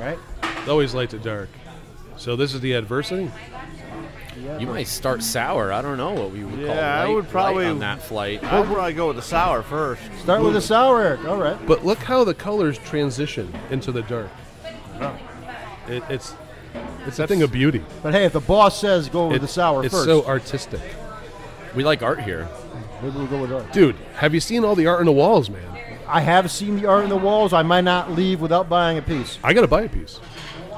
[SPEAKER 3] Right?
[SPEAKER 5] It's Always light to dark. So this is the adversity.
[SPEAKER 4] You might start sour. I don't know what we would call
[SPEAKER 7] Yeah, I
[SPEAKER 4] light-
[SPEAKER 7] would probably-
[SPEAKER 4] light on that flight.
[SPEAKER 7] I'd probably go with the sour first.
[SPEAKER 3] Start with a sour, Eric. All right.
[SPEAKER 5] But look how the colors transition into the dark. It, it's it's that thing of beauty.
[SPEAKER 3] But hey, if the boss says go with
[SPEAKER 5] It-
[SPEAKER 3] the sour
[SPEAKER 5] it's
[SPEAKER 3] first,
[SPEAKER 5] so artistic,
[SPEAKER 4] we like art here.
[SPEAKER 3] maybe we'll go with dark.
[SPEAKER 5] dude. Have you seen all the art in the walls, man?
[SPEAKER 3] I have seen the art in the walls. I might not leave without buying a piece.
[SPEAKER 5] I gotta buy a piece.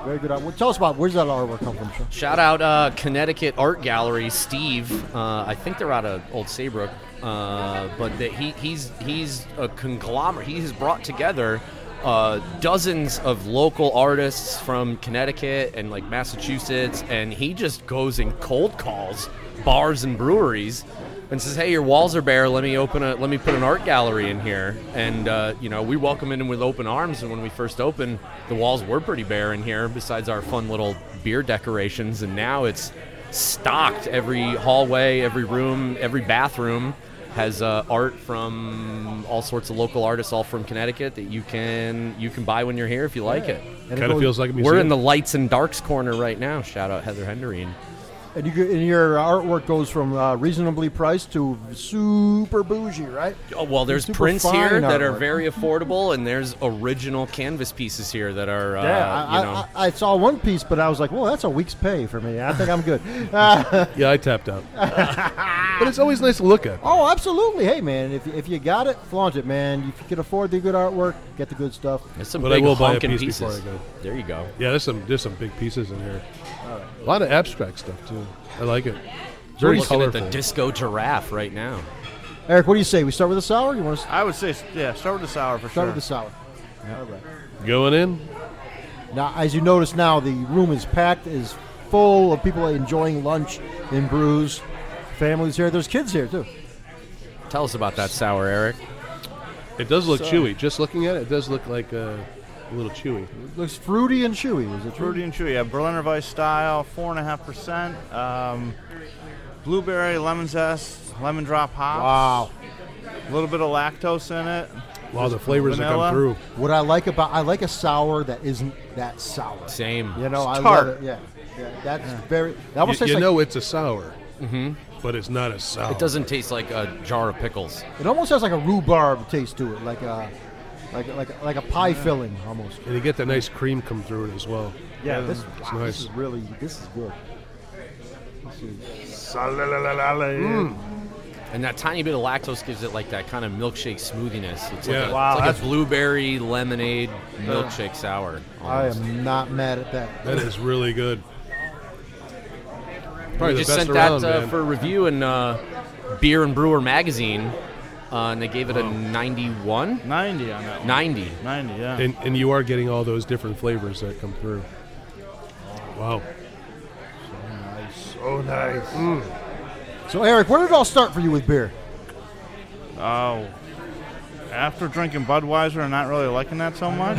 [SPEAKER 3] Very good. artwork. Tell us about where's that artwork come from? Sean?
[SPEAKER 4] Shout out uh, Connecticut Art Gallery, Steve. Uh, I think they're out of Old Saybrook, uh, but that he, he's he's a conglomerate. He has brought together uh, dozens of local artists from Connecticut and like Massachusetts, and he just goes and cold calls bars and breweries and says, "Hey, your walls are bare. Let me open a let me put an art gallery in here." And uh, you know, we welcome him with open arms. And when we first opened, the walls were pretty bare in here, besides our fun little beer decorations. And now it's stocked. Every hallway, every room, every bathroom has uh, art from all sorts of local artists, all from Connecticut, that you can you can buy when you're here if you like it.
[SPEAKER 3] And it
[SPEAKER 5] Kind of
[SPEAKER 3] goes-
[SPEAKER 5] feels like a museum.
[SPEAKER 4] We're in the lights and darks corner right now. Shout out Heather Henderine.
[SPEAKER 3] And, you, go- and your artwork goes from uh, reasonably priced to super bougie, right?
[SPEAKER 4] Oh, well, there's
[SPEAKER 3] Super
[SPEAKER 4] prints
[SPEAKER 3] fine
[SPEAKER 4] here that are
[SPEAKER 3] artwork.
[SPEAKER 4] very affordable, and there's original canvas pieces here that are, uh,
[SPEAKER 3] I,
[SPEAKER 4] you know.
[SPEAKER 3] I, I, I saw one piece, but I was like, well, that's a week's pay for me. I think I'm good. Uh,
[SPEAKER 5] Yeah, I
[SPEAKER 3] *laughs*
[SPEAKER 5] tapped out. but it's always nice to look at.
[SPEAKER 3] Oh, absolutely. Hey, man, if, if you got it, flaunt it, man. If you can afford the good artwork, get the good stuff.
[SPEAKER 4] There's some
[SPEAKER 5] But I
[SPEAKER 4] big
[SPEAKER 5] will buy a
[SPEAKER 4] honking
[SPEAKER 5] piece before
[SPEAKER 4] pieces.
[SPEAKER 5] I go.
[SPEAKER 4] There you go.
[SPEAKER 5] Yeah, there's some there's some big pieces in here. A lot of abstract stuff too. I like it.
[SPEAKER 4] We're
[SPEAKER 5] Very
[SPEAKER 4] looking at
[SPEAKER 5] colorful.
[SPEAKER 4] the disco giraffe right now.
[SPEAKER 3] Eric, what do you say? We start with the sour? You want to
[SPEAKER 7] I would say, yeah, start with the sour for
[SPEAKER 3] start
[SPEAKER 7] sure.
[SPEAKER 3] with the sour? All right.
[SPEAKER 5] Going in.
[SPEAKER 3] Now, as you notice now, the room is packed, is full of people enjoying lunch and brews. Families here. There's kids here, too.
[SPEAKER 4] Tell us about that sour, Eric.
[SPEAKER 5] It does look chewy. Just looking at it, it does look like uh, a little chewy.
[SPEAKER 3] looks fruity and chewy. Is it true?
[SPEAKER 7] Fruity and chewy. Yeah, Berliner Weiss style, four and a half percent. Um, blueberry, lemon zest, lemon drop hops. Wow. A little bit of lactose in it.
[SPEAKER 5] Wow, the flavors that
[SPEAKER 7] Vanilla.
[SPEAKER 5] come through.
[SPEAKER 3] What I like about I like a sour that isn't that sour.
[SPEAKER 4] Same.
[SPEAKER 3] You know, I
[SPEAKER 7] tart.
[SPEAKER 3] love it. Yeah, yeah that's very. That almost
[SPEAKER 5] You,
[SPEAKER 3] tastes
[SPEAKER 5] you
[SPEAKER 3] like
[SPEAKER 5] know it's a sour, mm-hmm. but it's not a sour.
[SPEAKER 4] It doesn't taste like a jar of pickles.
[SPEAKER 3] it almost has like a rhubarb taste to it, like a like like like a pie filling almost.
[SPEAKER 5] And you get that nice cream come through it as well.
[SPEAKER 3] Yeah, this,
[SPEAKER 5] it's
[SPEAKER 3] wow, this
[SPEAKER 5] nice.
[SPEAKER 3] is really this is good.
[SPEAKER 4] And that tiny bit of lactose gives it like that kind of milkshake smoothiness. It's
[SPEAKER 5] Yeah.
[SPEAKER 4] like, a,
[SPEAKER 5] Wow,
[SPEAKER 4] it's like a
[SPEAKER 7] that's-
[SPEAKER 4] blueberry lemonade milkshake sour.
[SPEAKER 3] I
[SPEAKER 4] almost.
[SPEAKER 3] am not mad at that.
[SPEAKER 5] That is really good. Probably
[SPEAKER 4] We
[SPEAKER 5] the
[SPEAKER 4] just
[SPEAKER 5] best
[SPEAKER 4] sent
[SPEAKER 5] around,
[SPEAKER 4] that uh,
[SPEAKER 5] man.
[SPEAKER 4] for review in uh, Beer and Brewer magazine, uh, and they gave it a 91,
[SPEAKER 7] 90 on that one.
[SPEAKER 4] 90.
[SPEAKER 7] 90, yeah.
[SPEAKER 5] and, and you are getting all those different flavors that come through. Wow.
[SPEAKER 3] Mm. So Eric, where did it all start for you with beer?
[SPEAKER 7] Oh. After drinking Budweiser and not really liking that
[SPEAKER 3] *laughs*
[SPEAKER 7] so much.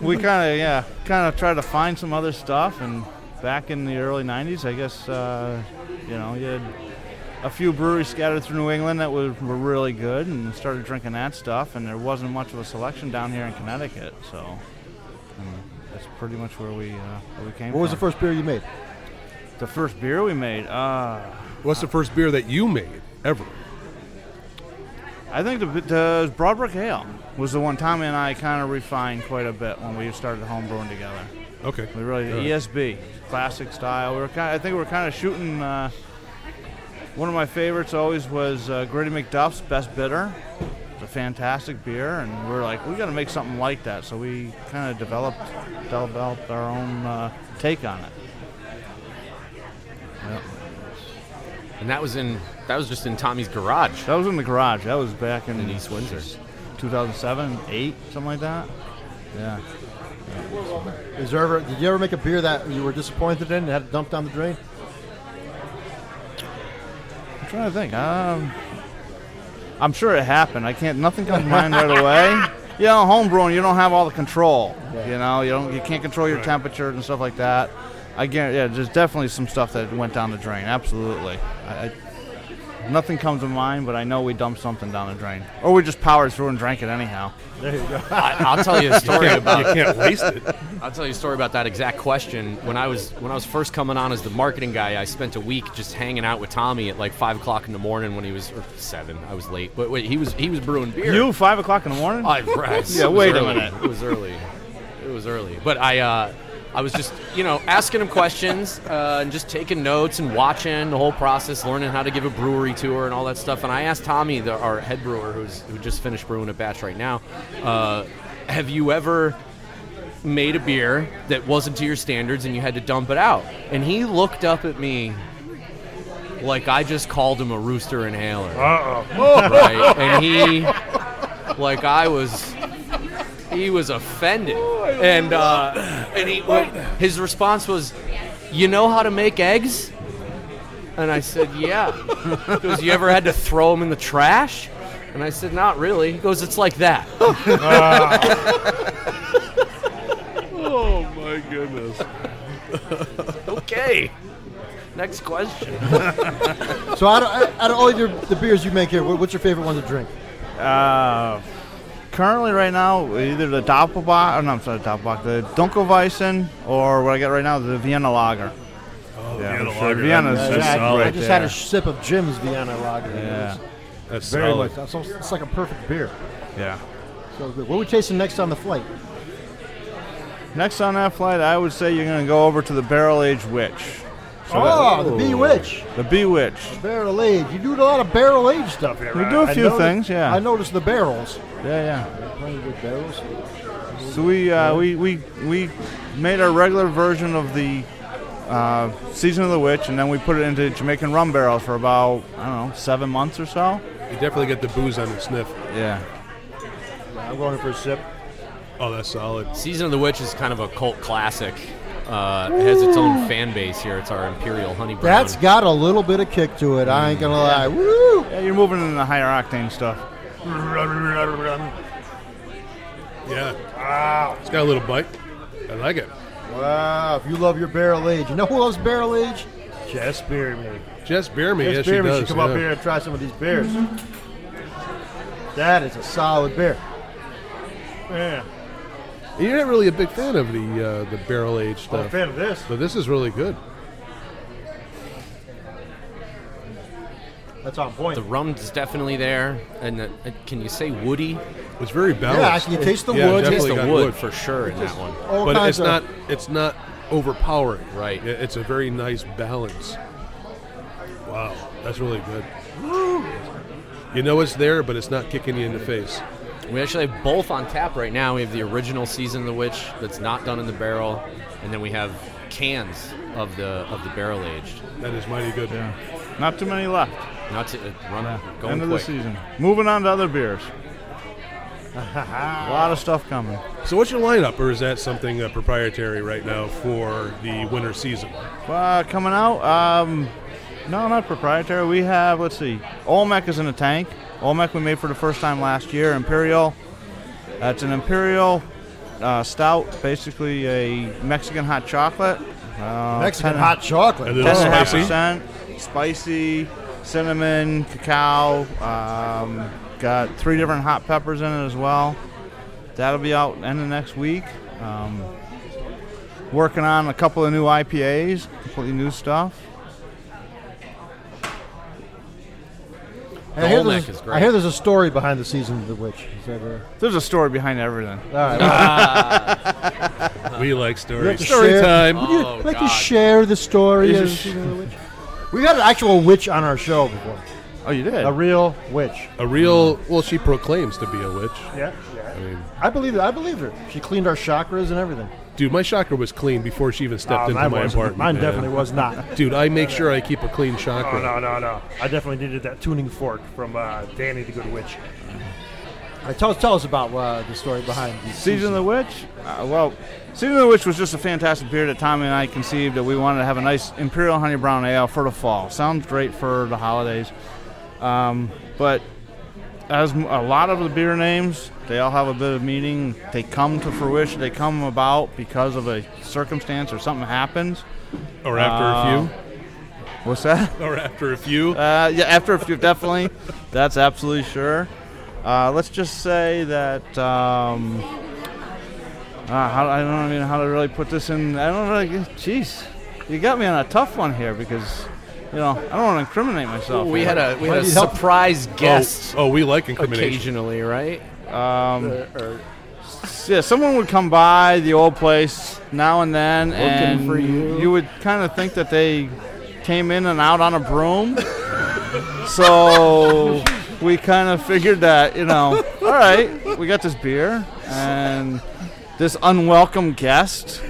[SPEAKER 7] *laughs* we kind of, yeah, kind of tried to find some other stuff. And back in the early 90s, I guess, uh, you know, you had a few breweries scattered through New England that was, were really good and started drinking that stuff. And there wasn't much of a selection down here in Connecticut. So um, that's pretty much where we, uh, where we came
[SPEAKER 3] What was the
[SPEAKER 7] from.
[SPEAKER 3] first beer you made?
[SPEAKER 7] the first beer we made? Uh,
[SPEAKER 5] What's the first beer that you made ever?
[SPEAKER 7] I think the, the Broadbrook Ale was the one Tommy and I kind of refined quite a bit when we started homebrewing together.
[SPEAKER 5] Okay.
[SPEAKER 7] We really
[SPEAKER 5] All right.
[SPEAKER 7] ESB classic style. We were kind. I think we were kind of shooting. Uh, one of my favorites always was uh, Gritty McDuff's Best Bitter. It's a fantastic beer, and we are like, we got to make something like that. So we kind of developed developed our own uh, take on it.
[SPEAKER 4] And that was in that was just in Tommy's garage
[SPEAKER 7] That was in the garage. That was back in,
[SPEAKER 4] in East Windsor.
[SPEAKER 7] 2007, eight, something like that. Yeah.
[SPEAKER 3] Is there ever, did you ever make a beer that you were disappointed in and had to dump down the drain?
[SPEAKER 7] I'm trying to think. Um, I'm sure it happened. I can't. Nothing comes to mind right *laughs* away. You know, homebrewing, you don't have all the control. You know, you don't. You can't control your temperature and stuff like that. I guarantee. Yeah, there's definitely some stuff that went down the drain. Absolutely. I, I, nothing comes to mind, but I know we dumped something down the drain, or we just powered through and drank it anyhow.
[SPEAKER 4] I, I'll tell *laughs* you a story about
[SPEAKER 6] You can't waste it.
[SPEAKER 4] I'll tell you a story about that exact question. When I was when I was first coming on as the marketing guy, I spent a week just hanging out with Tommy at like five o'clock in the morning when he was or seven. I was late, but wait, he was he was brewing beer.
[SPEAKER 7] You five o'clock in the
[SPEAKER 4] *laughs*
[SPEAKER 7] morning?
[SPEAKER 4] I press.
[SPEAKER 7] Yeah,
[SPEAKER 4] It was
[SPEAKER 7] wait a
[SPEAKER 4] early.
[SPEAKER 7] minute.
[SPEAKER 4] It was early. It was early. But I, uh, I was just, you know, asking him questions uh, and just taking notes and watching the whole process, learning how to give a brewery tour and all that stuff. And I asked Tommy, the, our head brewer, who's who just finished brewing a batch right now, uh, have you ever made a beer that wasn't to your standards and you had to dump it out? And he looked up at me. Like I just called him a rooster inhaler
[SPEAKER 6] Uh oh.
[SPEAKER 4] right? And he, like I was, he was offended, and uh, and he, his response was, "You know how to make eggs?" And I said, "Yeah." He goes, "You ever had to throw them in the trash?" And I said, "Not really." He goes, "It's like that."
[SPEAKER 6] Oh my goodness.
[SPEAKER 4] okay. Next question.
[SPEAKER 3] So out of, out of all your, the beers you make here, what- what's your favorite one to drink?
[SPEAKER 7] Uh, currently, right now, either the Doppelbock, or no, I'm sorry, Doppelbock, the Dunkelweizen, or what I got right now, the Vienna Lager.
[SPEAKER 6] Oh,
[SPEAKER 7] Yeah,
[SPEAKER 6] Vienna
[SPEAKER 7] for sure.
[SPEAKER 6] lager.
[SPEAKER 7] Vienna's
[SPEAKER 6] That's,
[SPEAKER 7] just
[SPEAKER 3] I, I
[SPEAKER 6] solid.
[SPEAKER 3] just had a
[SPEAKER 7] there.
[SPEAKER 3] sip of Jim's Vienna Lager.
[SPEAKER 7] Yeah.
[SPEAKER 6] That's
[SPEAKER 3] Very
[SPEAKER 5] Oh.
[SPEAKER 6] solid.
[SPEAKER 3] much. That's almost, it's like a perfect beer.
[SPEAKER 7] Yeah.
[SPEAKER 3] So good. What are we tasting next on the flight?
[SPEAKER 7] Next on that flight, I would say you're going to go over to the Barrel Age Witch.
[SPEAKER 3] oh, the Bee Witch.
[SPEAKER 7] The Bee Witch.
[SPEAKER 3] Barrel age. You do a lot of barrel age stuff here.
[SPEAKER 7] We do a
[SPEAKER 3] a
[SPEAKER 7] few things, yeah.
[SPEAKER 3] I noticed the barrels.
[SPEAKER 7] Yeah,
[SPEAKER 3] Plenty of good barrels.
[SPEAKER 7] yeah. So we, uh, we, we, we made our regular version of the uh, Season of the Witch, and then we put it into Jamaican rum barrels for about, I don't know, seven months or so.
[SPEAKER 5] You definitely get the booze on the sniff.
[SPEAKER 7] Yeah.
[SPEAKER 3] I'm going for a sip.
[SPEAKER 5] Oh, that's solid.
[SPEAKER 4] Season of the Witch is kind of a cult classic. Uh, it has its own fan base here. It's our Imperial Honey Brown.
[SPEAKER 3] That's got a little bit of kick to it. I ain't gonna lie. Woo!
[SPEAKER 7] Yeah, you're moving into the higher octane stuff.
[SPEAKER 8] Ah,
[SPEAKER 5] Yeah. It's got a little bite. I like it.
[SPEAKER 3] Wow! If you love your barrel age, you know who loves barrel age? Jess Beerman.
[SPEAKER 5] Jess beer me.
[SPEAKER 3] Jess
[SPEAKER 5] yes,
[SPEAKER 3] Beerman
[SPEAKER 5] she
[SPEAKER 3] should
[SPEAKER 5] does.
[SPEAKER 3] come
[SPEAKER 5] yeah.
[SPEAKER 3] up here and try some of these beers. That is a solid beer. Yeah,
[SPEAKER 5] You're not really a big fan of the uh, the barrel aged
[SPEAKER 3] I'm a
[SPEAKER 5] stuff,
[SPEAKER 3] fan of this.
[SPEAKER 5] but this is really good.
[SPEAKER 3] That's on point.
[SPEAKER 4] The rum is definitely there, and the, uh, can you say woody?
[SPEAKER 5] It's very
[SPEAKER 3] Yeah,
[SPEAKER 5] balanced.
[SPEAKER 3] actually, you taste the
[SPEAKER 5] Yeah,
[SPEAKER 3] wood.
[SPEAKER 5] definitely
[SPEAKER 4] Taste the
[SPEAKER 5] got
[SPEAKER 4] wood,
[SPEAKER 5] wood.
[SPEAKER 4] for sure in that one.
[SPEAKER 3] All
[SPEAKER 5] but
[SPEAKER 3] kinds
[SPEAKER 5] it's
[SPEAKER 3] of,
[SPEAKER 5] not it's not overpowering.
[SPEAKER 4] Right.
[SPEAKER 5] I- It's a very nice balance. Wow, that's really good. You know it's there, but it's not kicking you in the face.
[SPEAKER 4] We actually have both on tap right now. We have the original season of the witch that's not done in the barrel, and then we have cans of the of the barrel aged.
[SPEAKER 5] That is mighty good.
[SPEAKER 7] Not too many left.
[SPEAKER 4] Not to uh, run going
[SPEAKER 7] End of the
[SPEAKER 4] quick.
[SPEAKER 7] season. Moving on to other beers.
[SPEAKER 4] *laughs*
[SPEAKER 7] A lot of stuff coming.
[SPEAKER 5] So, what's your lineup, or is that something uh, proprietary right now for the winter season?
[SPEAKER 7] Uh, coming out. Um, no, not proprietary. We have let's see. Olmec is in a tank. Olmec we made for the first time last year. Imperial. That's an imperial uh, stout, basically a Mexican hot chocolate. Uh,
[SPEAKER 3] Mexican
[SPEAKER 7] 10
[SPEAKER 3] hot chocolate.
[SPEAKER 5] And then-
[SPEAKER 7] Ten and a half
[SPEAKER 5] Spicy.
[SPEAKER 7] percent, spicy, cinnamon, cacao. Um, got three different hot peppers in it as well. That'll be out end of next week. Um, working on a couple of new IPAs, completely new stuff.
[SPEAKER 3] I hear
[SPEAKER 4] Olmec
[SPEAKER 3] there's-
[SPEAKER 4] is great.
[SPEAKER 3] I hear there's a story behind the season of the witch. Is that uh,
[SPEAKER 7] There's a story behind everything.
[SPEAKER 3] all right?
[SPEAKER 5] We like
[SPEAKER 3] we have
[SPEAKER 5] stories.
[SPEAKER 3] to
[SPEAKER 5] Story
[SPEAKER 3] share-
[SPEAKER 5] time.
[SPEAKER 3] Would you
[SPEAKER 4] Oh,
[SPEAKER 3] like to
[SPEAKER 4] God.
[SPEAKER 3] share the story
[SPEAKER 7] Is
[SPEAKER 3] of
[SPEAKER 7] it
[SPEAKER 3] the
[SPEAKER 7] sh-
[SPEAKER 3] season of the witch? We've had an actual witch on our show before.
[SPEAKER 7] Oh, you did.
[SPEAKER 3] A real witch.
[SPEAKER 5] A real, well, she proclaims to be a witch.
[SPEAKER 3] Yeah,
[SPEAKER 5] I mean,
[SPEAKER 3] I believe it. I believe her. She cleaned our chakras and everything.
[SPEAKER 5] dude, my chakra was clean before she even
[SPEAKER 8] Ah,
[SPEAKER 5] stepped
[SPEAKER 3] Oh,
[SPEAKER 5] into
[SPEAKER 3] mine
[SPEAKER 5] my
[SPEAKER 3] wasn't.
[SPEAKER 5] apartment.
[SPEAKER 3] Mine
[SPEAKER 5] man.
[SPEAKER 3] definitely was not.
[SPEAKER 5] Dude, I make sure I keep a clean chakra.
[SPEAKER 8] Oh no no no! I definitely needed that tuning fork from uh, Danny the Good Witch.
[SPEAKER 3] All right, tell, tell us about uh, the story behind the
[SPEAKER 7] Season of the Witch? Uh, well, Season of the Witch was just a fantastic beer that Tommy and I conceived that we wanted to have a nice Imperial Honey Brown Ale for the fall. Sounds great for the holidays. Um, but as m- a lot of the beer names, they all have a bit of meaning. They come to fruition, they come about because of a circumstance or something happens.
[SPEAKER 5] Or after
[SPEAKER 4] Uh,
[SPEAKER 5] a
[SPEAKER 7] What's that?
[SPEAKER 5] few. Or after a few.
[SPEAKER 7] Uh, yeah, after a few, definitely. That's absolutely sure. Uh, let's just say that. Um, uh, how, I don't even know how to really put this in. I don't really. Jeez, you got me on a tough one here because, you know, I don't want to incriminate myself.
[SPEAKER 4] We had a we had
[SPEAKER 3] Why
[SPEAKER 4] a
[SPEAKER 3] do you help?
[SPEAKER 4] surprise guest
[SPEAKER 5] Oh, oh, we like incrimination.
[SPEAKER 4] occasionally, right?
[SPEAKER 7] yeah. Someone would come by the old place now and then, and
[SPEAKER 4] for you.
[SPEAKER 7] would kind of think that they came in and out on a broom. so we kind of figured that, you know, all right, we got this beer, and this unwelcome guest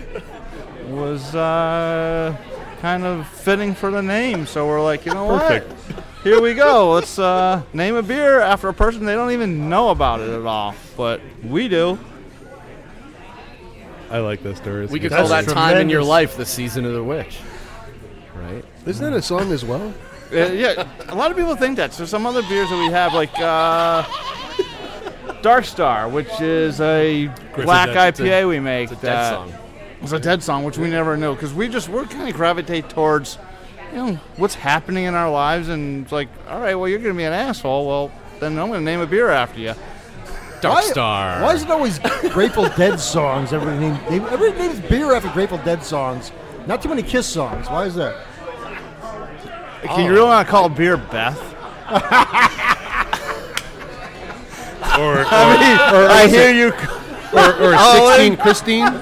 [SPEAKER 7] was uh, kind of fitting for the name. So we're like, you know
[SPEAKER 5] Perfect.
[SPEAKER 7] what? Here we go. Let's uh, name a beer after a person they don't even know about it at all, but we do.
[SPEAKER 5] I like that story. It's
[SPEAKER 4] We could
[SPEAKER 5] good.
[SPEAKER 4] call that
[SPEAKER 8] That's
[SPEAKER 4] time in your
[SPEAKER 8] tremendous.
[SPEAKER 4] life the season of the witch, right?
[SPEAKER 5] Isn't that a song as well?
[SPEAKER 7] Uh, yeah, a lot of people think that. So some other beers that we have, like uh, Dark Star, which is a black
[SPEAKER 5] that's- it's a-
[SPEAKER 7] IPA we make.
[SPEAKER 4] It's a dead
[SPEAKER 7] that-
[SPEAKER 4] song.
[SPEAKER 7] It's a dead song, which we never knew because we just we're kind of gravitate towards, you know, what's happening in our lives, and it's like, all right, well, you're gonna be an asshole. Well, then I'm gonna name a beer after you.
[SPEAKER 4] Dark Star.
[SPEAKER 3] Why is it always Grateful Dead songs? Everybody named, they, everybody names beer after Grateful Dead songs. Not too many Kiss songs. Why is that?
[SPEAKER 7] Do you really want to call a beer Beth?
[SPEAKER 5] Or,
[SPEAKER 7] *laughs*
[SPEAKER 5] or,
[SPEAKER 7] I hear you.
[SPEAKER 5] or, or
[SPEAKER 7] Oh,
[SPEAKER 5] 16 Christine?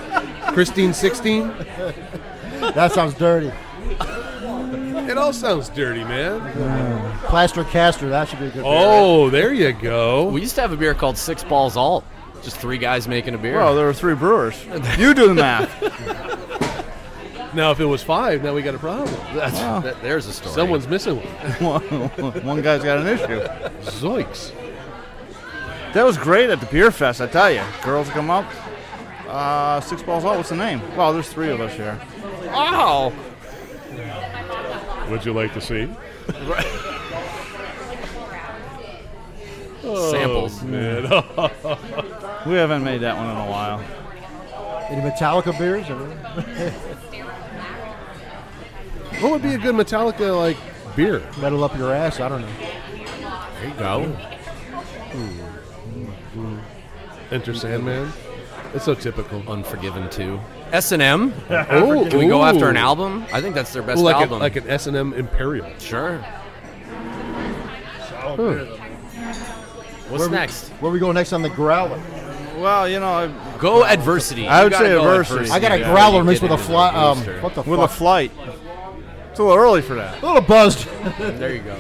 [SPEAKER 5] Christine 16?
[SPEAKER 3] That sounds dirty.
[SPEAKER 5] It all sounds dirty, man.
[SPEAKER 3] Plaster Caster. That should be a good.
[SPEAKER 5] Oh, there you go.
[SPEAKER 4] We used to have a beer called Six Balls Alt. Just three guys making a beer.
[SPEAKER 7] Well, there were three brewers. You do the math.
[SPEAKER 5] Now, if it was five, now we got a problem.
[SPEAKER 4] That's, that, there's a story.
[SPEAKER 5] Someone's missing one.
[SPEAKER 7] one, one guy's got an issue.
[SPEAKER 5] Zoinks.
[SPEAKER 7] That was great at the beer fest, I tell you. Girls come up. Uh, six balls out. What's the name? Wow, there's three of us here. Oh,
[SPEAKER 6] Would you like to see?
[SPEAKER 4] samples.
[SPEAKER 7] we haven't made that one in a while.
[SPEAKER 3] beer. Any Metallica beers? Or,
[SPEAKER 5] What would be a good Metallica like beer?
[SPEAKER 3] metal up your ass. I don't know.
[SPEAKER 4] There you go. Hmm.
[SPEAKER 5] Enter Sandman. It's so typical.
[SPEAKER 4] Unforgiven too. S and M.
[SPEAKER 5] Oh,
[SPEAKER 4] *laughs* Can we go after an
[SPEAKER 5] ooh.
[SPEAKER 4] album? I think that's their best
[SPEAKER 5] Well, like, a,
[SPEAKER 4] album.
[SPEAKER 5] like an S and M Imperial.
[SPEAKER 4] sure.
[SPEAKER 8] Solid
[SPEAKER 5] Huh.
[SPEAKER 8] beer, though.
[SPEAKER 4] What's next?
[SPEAKER 3] Where we going next on the growler?
[SPEAKER 7] Well, you know, I-
[SPEAKER 4] Go adversity.
[SPEAKER 7] I
[SPEAKER 4] You
[SPEAKER 7] would
[SPEAKER 4] gotta
[SPEAKER 7] say
[SPEAKER 4] go
[SPEAKER 7] adversity.
[SPEAKER 3] I got a
[SPEAKER 4] Yeah,
[SPEAKER 3] growler
[SPEAKER 4] you
[SPEAKER 3] mixed
[SPEAKER 4] get
[SPEAKER 3] with a
[SPEAKER 4] into
[SPEAKER 3] fly.
[SPEAKER 4] the
[SPEAKER 3] Um,
[SPEAKER 4] booster.
[SPEAKER 3] what the
[SPEAKER 7] with a
[SPEAKER 3] fuck?
[SPEAKER 7] flight. It's a little early for that.
[SPEAKER 3] a little *laughs* buzzed.
[SPEAKER 4] There you go.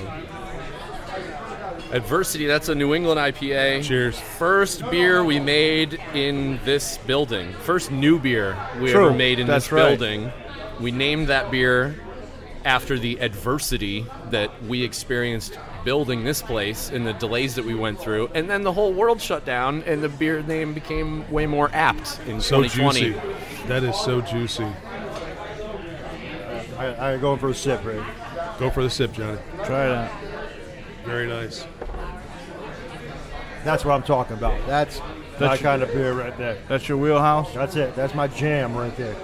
[SPEAKER 4] Adversity. That's a New England IPA.
[SPEAKER 5] Cheers.
[SPEAKER 4] First beer we made in this building. First new beer we
[SPEAKER 7] True.
[SPEAKER 4] ever made in
[SPEAKER 7] That's
[SPEAKER 4] this
[SPEAKER 7] right.
[SPEAKER 4] building. We named that beer after the adversity that we experienced building this place and the delays that we went through and then the whole world shut down and the beer name became way more apt in
[SPEAKER 5] So
[SPEAKER 4] 2020
[SPEAKER 5] juicy. That is so juicy.
[SPEAKER 3] I, I going for a sip, right?
[SPEAKER 5] Go for the sip, Johnny.
[SPEAKER 7] Try that.
[SPEAKER 5] Very nice.
[SPEAKER 3] That's what I'm talking about. That's
[SPEAKER 8] My
[SPEAKER 7] That's, your,
[SPEAKER 8] kind of beer right there.
[SPEAKER 7] that's your wheelhouse.
[SPEAKER 3] that's it. That's my jam right there.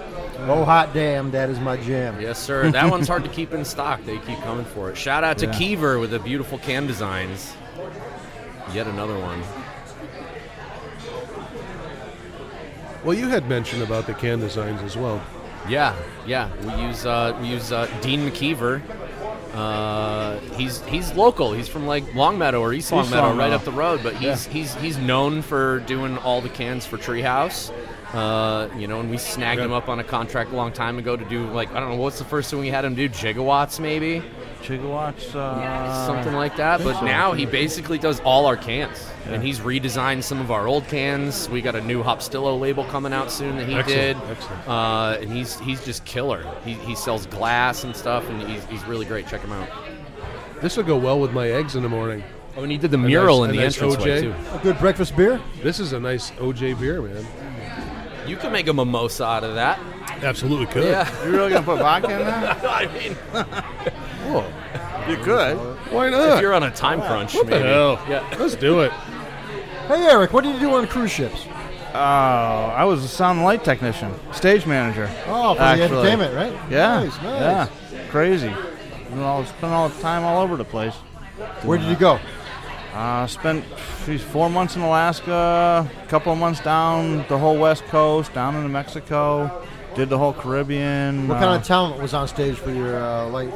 [SPEAKER 3] Oh hot damn, that is my jam.
[SPEAKER 4] yes sir that one's
[SPEAKER 7] *laughs*
[SPEAKER 4] hard to keep in stock they keep coming for it shout out to
[SPEAKER 7] Yeah.
[SPEAKER 4] Kiever with the beautiful can designs yet another one
[SPEAKER 5] Well, you had mentioned about the can designs as well.
[SPEAKER 4] Yeah, yeah. We use uh, we use uh, Dean McKeever Uh, he's he's local. He's from like Longmeadow or East Longmeadow, right
[SPEAKER 3] Longmeadow.
[SPEAKER 4] up the road. But he's he's he's known for doing all the cans for Treehouse. Uh, you know, and we snagged
[SPEAKER 5] Yeah.
[SPEAKER 4] him up on a contract a long time ago to do like I don't know what's the first thing we had him do gigawatts maybe
[SPEAKER 7] Chigawatts, uh,
[SPEAKER 4] something like that. But now he basically does all our cans, and he's redesigned some of our old cans. We got a new Hopstillo label coming out soon that he
[SPEAKER 5] Excellent,
[SPEAKER 4] did,
[SPEAKER 5] excellent.
[SPEAKER 4] Uh, and he's he's just killer. He, he sells glass and stuff, and he's, he's really great. Check him out.
[SPEAKER 5] This will go well with my eggs in the morning.
[SPEAKER 4] Oh, and he did the mural
[SPEAKER 5] nice-
[SPEAKER 4] in
[SPEAKER 5] a
[SPEAKER 4] the
[SPEAKER 5] nice
[SPEAKER 4] entrance
[SPEAKER 5] OJ.
[SPEAKER 4] too.
[SPEAKER 3] A good breakfast beer.
[SPEAKER 5] This is a nice OJ beer, man.
[SPEAKER 4] You can make a mimosa out of that. *laughs*
[SPEAKER 5] Absolutely could.
[SPEAKER 7] You really gonna put vodka in there?
[SPEAKER 4] I mean,
[SPEAKER 5] Whoa.
[SPEAKER 7] You could.
[SPEAKER 5] Why
[SPEAKER 4] if
[SPEAKER 5] not?
[SPEAKER 4] you're on a time crunch,
[SPEAKER 5] what the
[SPEAKER 4] maybe.
[SPEAKER 5] hell?
[SPEAKER 4] Yeah.
[SPEAKER 5] Let's do it.
[SPEAKER 3] Hey, Eric, what do you do on cruise ships?
[SPEAKER 7] Oh, I was a sound and light technician, stage manager.
[SPEAKER 3] Oh, for
[SPEAKER 7] Actually.
[SPEAKER 3] the entertainment, right?
[SPEAKER 7] Yeah.
[SPEAKER 3] Nice, nice.
[SPEAKER 7] Yeah. Crazy. Spent all, spent all the time all over the place.
[SPEAKER 3] Where did you go?
[SPEAKER 7] Uh, spent geez, four months in Alaska, a couple of months down the whole West Coast, down into Mexico, did the whole Caribbean.
[SPEAKER 3] What
[SPEAKER 7] uh,
[SPEAKER 3] kind of talent was on stage for your uh, light?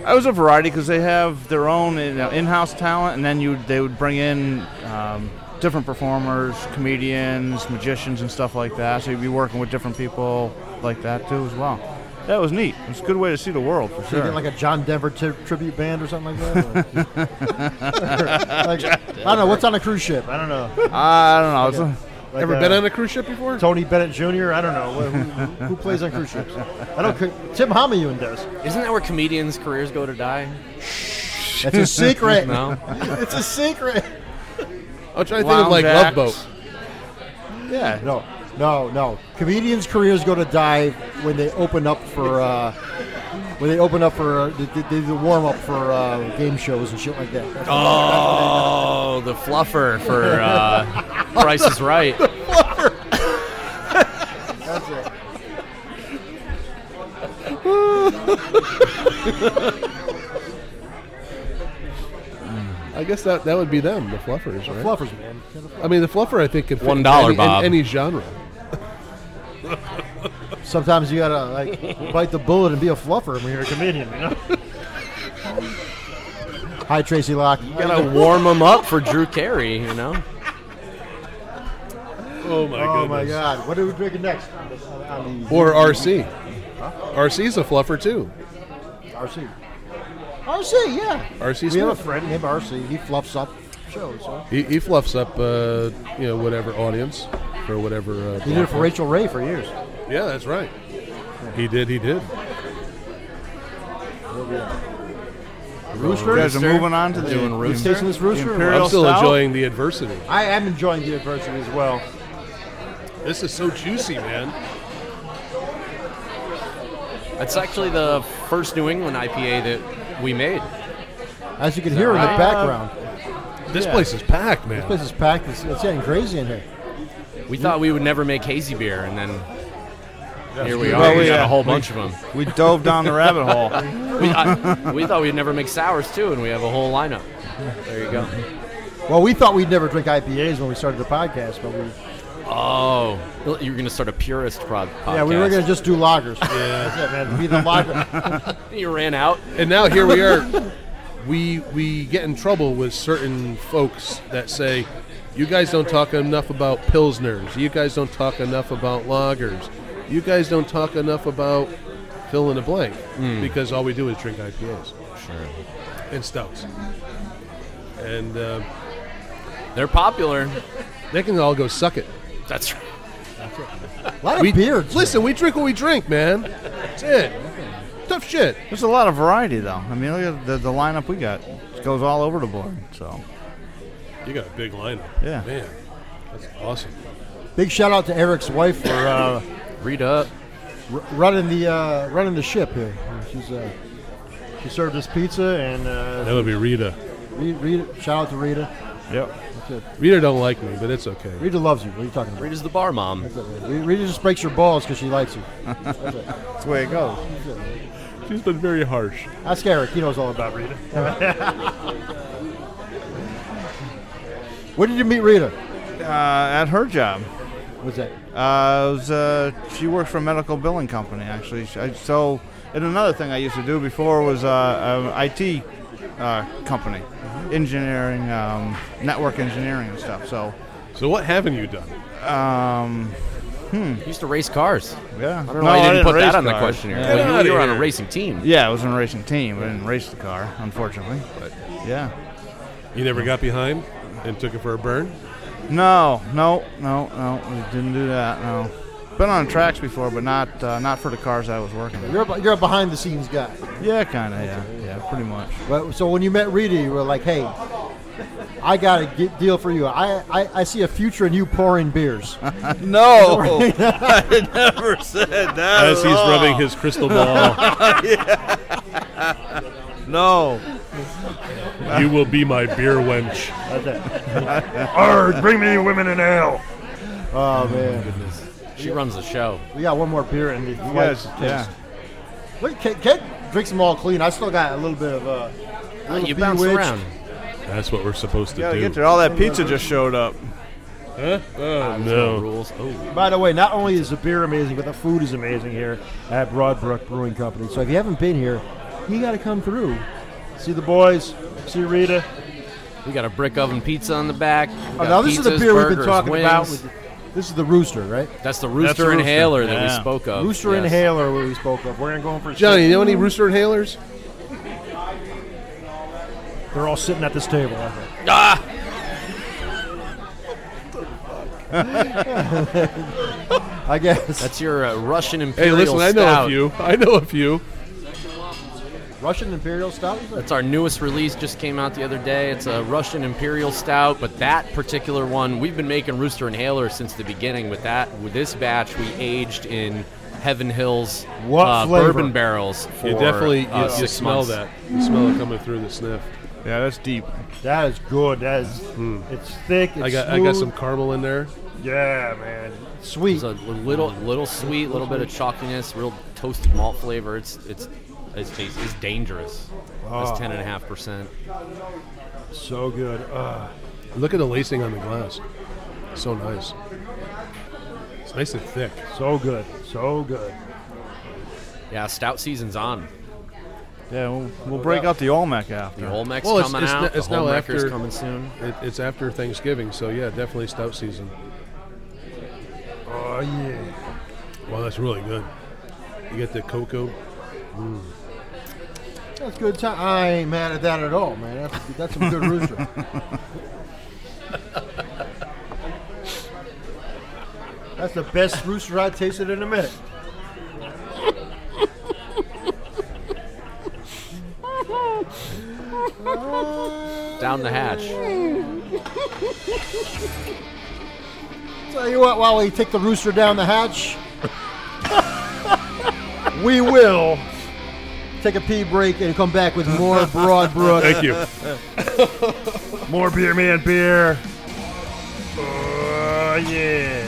[SPEAKER 7] It was a variety because they have their own you know, in-house talent, and then you they would bring in um, different performers, comedians, magicians, and stuff like that. So you'd be working with different people like that too as well. That was neat. It was a good way to see the world for
[SPEAKER 3] So you
[SPEAKER 7] sure.
[SPEAKER 3] get like a John Denver tri- tribute band or something like *laughs* that? Or- *laughs* like, I don't know. What's on a cruise ship? I don't know.
[SPEAKER 7] I don't know. It's a-
[SPEAKER 3] Like,
[SPEAKER 5] Ever
[SPEAKER 3] uh,
[SPEAKER 5] been on a cruise ship before?
[SPEAKER 3] Tony Bennett Jr.? I don't know. Who, who, who plays on cruise ships? *laughs* I don't. cou- Tim Hamayun does.
[SPEAKER 4] Isn't that where comedians' careers go to die?
[SPEAKER 3] That's a secret. *laughs*
[SPEAKER 5] *laughs*
[SPEAKER 4] No.
[SPEAKER 3] It's a secret.
[SPEAKER 5] I'm trying to think of like Love
[SPEAKER 7] Lounge
[SPEAKER 5] Boat.
[SPEAKER 7] acts. yeah.
[SPEAKER 3] No, no, no. Comedians' careers go to die when they open up for uh, when they open up for uh, the, the, the warm up for uh, game shows and shit like that. That's-
[SPEAKER 4] Oh, the fluffer for uh, Price is Right.
[SPEAKER 5] *laughs*
[SPEAKER 3] That's it.
[SPEAKER 5] I guess that, that would be them, the Fluffers, right?
[SPEAKER 3] Fluffers, man.
[SPEAKER 5] I mean, the Fluffer I think could fit
[SPEAKER 4] One
[SPEAKER 5] into
[SPEAKER 4] dollar,
[SPEAKER 5] any, in
[SPEAKER 4] Bob.
[SPEAKER 5] any genre.
[SPEAKER 3] Sometimes you gotta *laughs* like bite the bullet and be a fluffer. I mean,
[SPEAKER 8] You're a comedian, you know?
[SPEAKER 3] hi, Tracy Locke.
[SPEAKER 4] Gotta warm him up for Drew Carey, you know?
[SPEAKER 5] Oh my
[SPEAKER 3] Oh my God! What are we drinking next? On the- on the
[SPEAKER 5] Or RC. RC's a fluffer too.
[SPEAKER 3] RC. RC, yeah.
[SPEAKER 5] RC
[SPEAKER 3] We have a
[SPEAKER 5] Smith.
[SPEAKER 3] friend named RC. He fluffs up shows. Huh?
[SPEAKER 5] He, he fluffs up, uh, you know, whatever audience or whatever. Uh,
[SPEAKER 3] He did it
[SPEAKER 5] block.
[SPEAKER 3] for Rachel Ray for years.
[SPEAKER 5] Yeah, that's right. He did. He did.
[SPEAKER 7] You guys are
[SPEAKER 4] Rooster.
[SPEAKER 7] moving on to the
[SPEAKER 4] Doing Rooster.
[SPEAKER 3] Tasting this rooster.
[SPEAKER 7] Imperial-
[SPEAKER 5] I'm still
[SPEAKER 7] Stout?
[SPEAKER 5] enjoying the adversity.
[SPEAKER 3] I am enjoying the adversity as well.
[SPEAKER 5] This is so juicy, man.
[SPEAKER 4] That's actually the first New England IPA that we made.
[SPEAKER 3] As you can hear in the background,
[SPEAKER 5] This place is packed, man.
[SPEAKER 3] this is packed. It's, it's getting crazy in here.
[SPEAKER 4] We thought we would never make hazy beer, and then here we are.
[SPEAKER 7] Well,
[SPEAKER 4] we
[SPEAKER 7] we,
[SPEAKER 4] got
[SPEAKER 7] uh,
[SPEAKER 4] a whole bunch of them.
[SPEAKER 7] We dove down the
[SPEAKER 3] *laughs*
[SPEAKER 7] rabbit hole.
[SPEAKER 4] We, I, we thought we'd never make sours too, and we have a whole lineup. There you go.
[SPEAKER 3] Well, we thought we'd never drink IPAs when we started the podcast, but we
[SPEAKER 4] Oh, you were gonna start a purist prod podcast.
[SPEAKER 3] yeah we were going to just do lagers. Yeah, *laughs* that's it, man. Be the lager.
[SPEAKER 4] You ran out.
[SPEAKER 5] and now here we
[SPEAKER 4] *laughs*
[SPEAKER 5] are. we we get in trouble with certain folks that say, "You guys don't talk enough about pilsners. You guys don't talk enough about lagers. You guys don't talk enough about fill in the blank because all we do is drink IPAs
[SPEAKER 4] Hmm. Sure.
[SPEAKER 5] and stouts." And uh,
[SPEAKER 4] They're popular.
[SPEAKER 5] they can all go suck it.
[SPEAKER 4] That's right.
[SPEAKER 3] A lot of
[SPEAKER 5] We-
[SPEAKER 3] beards.
[SPEAKER 5] Listen, we drink what we drink, man. That's it. Tough shit.
[SPEAKER 7] There's a lot of variety though. I mean, look at the, the lineup we got. It goes all over the board. So
[SPEAKER 5] You got a big lineup.
[SPEAKER 7] Yeah.
[SPEAKER 5] man, that's awesome.
[SPEAKER 3] Big shout out to Eric's wife for uh,
[SPEAKER 4] Read up.
[SPEAKER 3] r- running the uh, running the ship here. She's uh,
[SPEAKER 8] She served us pizza and uh,
[SPEAKER 5] That would be Rita.
[SPEAKER 3] Rita, Rita, shout out to Rita.
[SPEAKER 7] yep.
[SPEAKER 3] That's it.
[SPEAKER 5] Rita don't like me, but it's okay.
[SPEAKER 3] Rita loves you. What are you talking about?
[SPEAKER 4] Read is the bar mom.
[SPEAKER 3] That's it, man. Rita, Rita just breaks your balls because she likes you.
[SPEAKER 7] That's the way it goes.
[SPEAKER 5] She's been very harsh.
[SPEAKER 3] Ask Eric. He knows all about Rita. Where did you meet Rita?
[SPEAKER 7] Uh, at her job.
[SPEAKER 3] What's that?
[SPEAKER 7] Uh, it was, uh, she works for a medical billing company, actually. She, I, so And another thing I used to do before was uh, an IT uh, company, engineering, um, network engineering and stuff. So,
[SPEAKER 5] So what haven't you done?
[SPEAKER 7] um,
[SPEAKER 4] You used to race cars.
[SPEAKER 7] yeah.
[SPEAKER 4] I don't know why you didn't, put that
[SPEAKER 7] race
[SPEAKER 4] on the
[SPEAKER 7] cars.
[SPEAKER 4] questionnaire.
[SPEAKER 7] Yeah.
[SPEAKER 4] But you-
[SPEAKER 5] outta
[SPEAKER 4] you were on a
[SPEAKER 5] here.
[SPEAKER 4] racing team.
[SPEAKER 7] Yeah, I was on a racing team. I didn't race the car, unfortunately. But yeah.
[SPEAKER 5] You never got behind and took it for a burn.
[SPEAKER 7] No, no, no, no. We didn't do that. No. Been on tracks before, but not uh, not for the cars I was working. With.
[SPEAKER 3] You're a, you're a behind the scenes guy.
[SPEAKER 7] Yeah, kind of. Yeah, yeah, pretty much.
[SPEAKER 3] Well, so when you met Rita, you were like, "Hey, I got a ge- deal for you. I, I, I see a future in you pouring
[SPEAKER 7] *laughs*
[SPEAKER 3] beers."
[SPEAKER 7] No, I never said that.
[SPEAKER 6] As he's rubbing his crystal ball,
[SPEAKER 7] No.
[SPEAKER 6] you will be my beer wench.
[SPEAKER 8] Arg, bring me women in ale.
[SPEAKER 3] Oh man,
[SPEAKER 4] She runs the show.
[SPEAKER 3] we got one more beer in the
[SPEAKER 7] You
[SPEAKER 3] flight
[SPEAKER 7] guys,
[SPEAKER 3] test.
[SPEAKER 7] yeah.
[SPEAKER 3] Wait, Kate, Kate drinks them all clean. I still got a little bit of uh, a. little
[SPEAKER 4] You bounce
[SPEAKER 3] bewitched.
[SPEAKER 4] around.
[SPEAKER 6] That's what we're supposed to
[SPEAKER 7] Gotta
[SPEAKER 6] do.
[SPEAKER 7] get there. All that pizza just showed up.
[SPEAKER 6] Huh? Oh
[SPEAKER 4] No
[SPEAKER 6] no!
[SPEAKER 4] rules. Oh,
[SPEAKER 3] By the way, not only is
[SPEAKER 8] The beer amazing, but the food is amazing here
[SPEAKER 3] at Broadbrook Brewing Company. So if you haven't been here, you got to come through. See the boys.
[SPEAKER 8] See Rita.
[SPEAKER 4] we got a brick oven pizza on the back. We
[SPEAKER 3] Oh,
[SPEAKER 4] got
[SPEAKER 3] now this is the
[SPEAKER 4] pizzas,
[SPEAKER 3] beer we've been
[SPEAKER 4] burgers,
[SPEAKER 3] talking about.
[SPEAKER 4] wings.
[SPEAKER 3] With, this is the Rooster, right?
[SPEAKER 4] That's the
[SPEAKER 6] That's
[SPEAKER 4] rooster
[SPEAKER 6] the Rooster.
[SPEAKER 4] inhaler that we
[SPEAKER 7] Yeah.
[SPEAKER 4] spoke of.
[SPEAKER 3] Rooster
[SPEAKER 4] Yes.
[SPEAKER 3] Inhaler, what we spoke of. We're gonna go in for a
[SPEAKER 5] Oh, Johnny, you know any rooster inhalers?
[SPEAKER 8] They're all sitting at this table. I think.
[SPEAKER 3] sip, I guess. *laughs*
[SPEAKER 4] That's your uh, Russian
[SPEAKER 5] Hey,
[SPEAKER 4] imperial
[SPEAKER 5] listen, I know a
[SPEAKER 4] stout.
[SPEAKER 5] few. I know a few.
[SPEAKER 3] Russian Imperial Stout. is it?
[SPEAKER 4] It's our newest release, just came out the other day. It's a Russian Imperial Stout, but that particular one, we've been making Rooster Inhaler since the beginning. With that, with this batch, we aged in Heaven Hills
[SPEAKER 3] What
[SPEAKER 4] uh,
[SPEAKER 3] flavor?
[SPEAKER 4] bourbon barrels for
[SPEAKER 5] You definitely you,
[SPEAKER 4] uh,
[SPEAKER 5] you
[SPEAKER 4] six
[SPEAKER 5] smell
[SPEAKER 4] months.
[SPEAKER 5] that. You smell it coming through the sniff.
[SPEAKER 7] Yeah, that's deep.
[SPEAKER 3] That is good. That is. It's thick. It's
[SPEAKER 5] Hmm. I got I
[SPEAKER 3] smooth.
[SPEAKER 5] got some caramel in there.
[SPEAKER 8] Yeah, man.
[SPEAKER 3] sweet.
[SPEAKER 4] It's a little, little sweet, little bit of chalkiness, real toasted malt flavor. It's it's it's, it's, it's dangerous.
[SPEAKER 5] Ah.
[SPEAKER 4] That's ten and a half percent.
[SPEAKER 3] So good. Uh,
[SPEAKER 5] Look at the lacing on the glass. So nice. It's nice and thick.
[SPEAKER 8] So good. So good.
[SPEAKER 4] Yeah, stout season's on.
[SPEAKER 7] Yeah, we'll, we'll break out the Olmec after.
[SPEAKER 4] The Olmec's
[SPEAKER 5] Well, it's-
[SPEAKER 4] coming
[SPEAKER 5] it's
[SPEAKER 4] out.
[SPEAKER 5] no- it's
[SPEAKER 4] the
[SPEAKER 5] now
[SPEAKER 4] Olmecker's
[SPEAKER 5] after-
[SPEAKER 4] coming soon.
[SPEAKER 5] It, it's after Thanksgiving, so yeah, definitely stout season.
[SPEAKER 8] Oh yeah.
[SPEAKER 5] Wow, that's really good. You get the cocoa.
[SPEAKER 3] that's good time. I ain't mad at that at all, man. That's, that's some good rooster. that's the best rooster I tasted in a minute.
[SPEAKER 4] Down the hatch.
[SPEAKER 3] Tell you what, while we take the rooster down the hatch, we will take a pee break and come back with more Broadbrook.
[SPEAKER 6] Thank
[SPEAKER 5] *laughs*
[SPEAKER 6] you.
[SPEAKER 8] More beer, man. Beer. Oh yeah.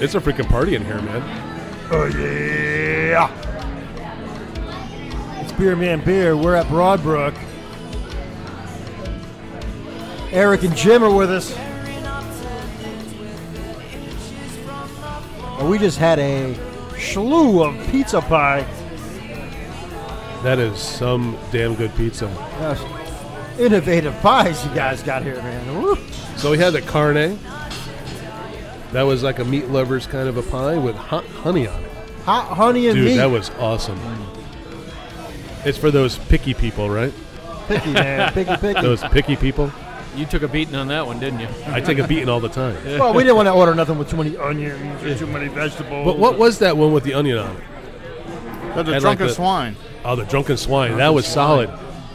[SPEAKER 6] It's a freaking party in here, man.
[SPEAKER 8] Oh yeah.
[SPEAKER 3] It's Beer Man Beer. We're at Broadbrook. Eric and Jim are with us. And we just had a slew of pizza pie.
[SPEAKER 5] That is some damn good pizza.
[SPEAKER 3] Gosh, innovative pies you guys got here, man. Woo.
[SPEAKER 5] So we had the carne. That was like a meat lover's kind of a pie with hot honey on it.
[SPEAKER 3] Hot honey and
[SPEAKER 5] Dude,
[SPEAKER 3] meat.
[SPEAKER 5] that was awesome. It's for those picky people, right?
[SPEAKER 3] picky,
[SPEAKER 5] *laughs*
[SPEAKER 3] man. Picky, picky.
[SPEAKER 5] Those picky people.
[SPEAKER 2] You took a beating on that one, didn't you?
[SPEAKER 5] I take a beating all the time.
[SPEAKER 3] well, we didn't want to order nothing with too many uh,
[SPEAKER 8] Oh, Onions. Too many vegetables.
[SPEAKER 5] But what was that one with the onion on it?
[SPEAKER 7] That's
[SPEAKER 5] I
[SPEAKER 7] a
[SPEAKER 5] like
[SPEAKER 7] drunken
[SPEAKER 5] the-
[SPEAKER 7] swine.
[SPEAKER 5] Oh, the drunken swine. that was solid.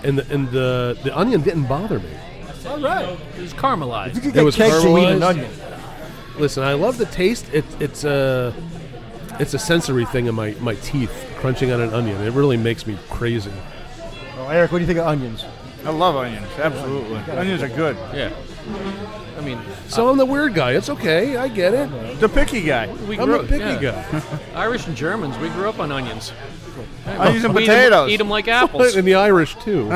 [SPEAKER 5] And the and the the onion didn't bother me.
[SPEAKER 3] All right.
[SPEAKER 2] It was caramelized.
[SPEAKER 3] You could
[SPEAKER 5] It
[SPEAKER 3] get
[SPEAKER 5] was
[SPEAKER 3] cake to eat an
[SPEAKER 5] caramelized.
[SPEAKER 3] onion.
[SPEAKER 5] Listen, I love the taste. It, it's a it's a sensory thing in my my teeth crunching on an onion. It really makes me crazy.
[SPEAKER 3] Oh, Eric, what do you think of onions?
[SPEAKER 7] I love onions. Absolutely, onions are good.
[SPEAKER 2] Yeah.
[SPEAKER 7] I
[SPEAKER 2] mean,
[SPEAKER 5] So I'm the weird guy. It's okay. I get it.
[SPEAKER 7] The picky guy.
[SPEAKER 2] we
[SPEAKER 5] I'm
[SPEAKER 2] grew
[SPEAKER 5] a
[SPEAKER 2] up,
[SPEAKER 5] picky
[SPEAKER 2] yeah.
[SPEAKER 5] guy.
[SPEAKER 2] Irish and Germans, we grew up on onions.
[SPEAKER 7] I'm using
[SPEAKER 2] We eat 'em-
[SPEAKER 7] potatoes.
[SPEAKER 2] Eat
[SPEAKER 3] *laughs*
[SPEAKER 2] them like
[SPEAKER 5] *laughs*
[SPEAKER 2] apples.
[SPEAKER 5] And the Irish
[SPEAKER 2] *laughs*
[SPEAKER 5] too.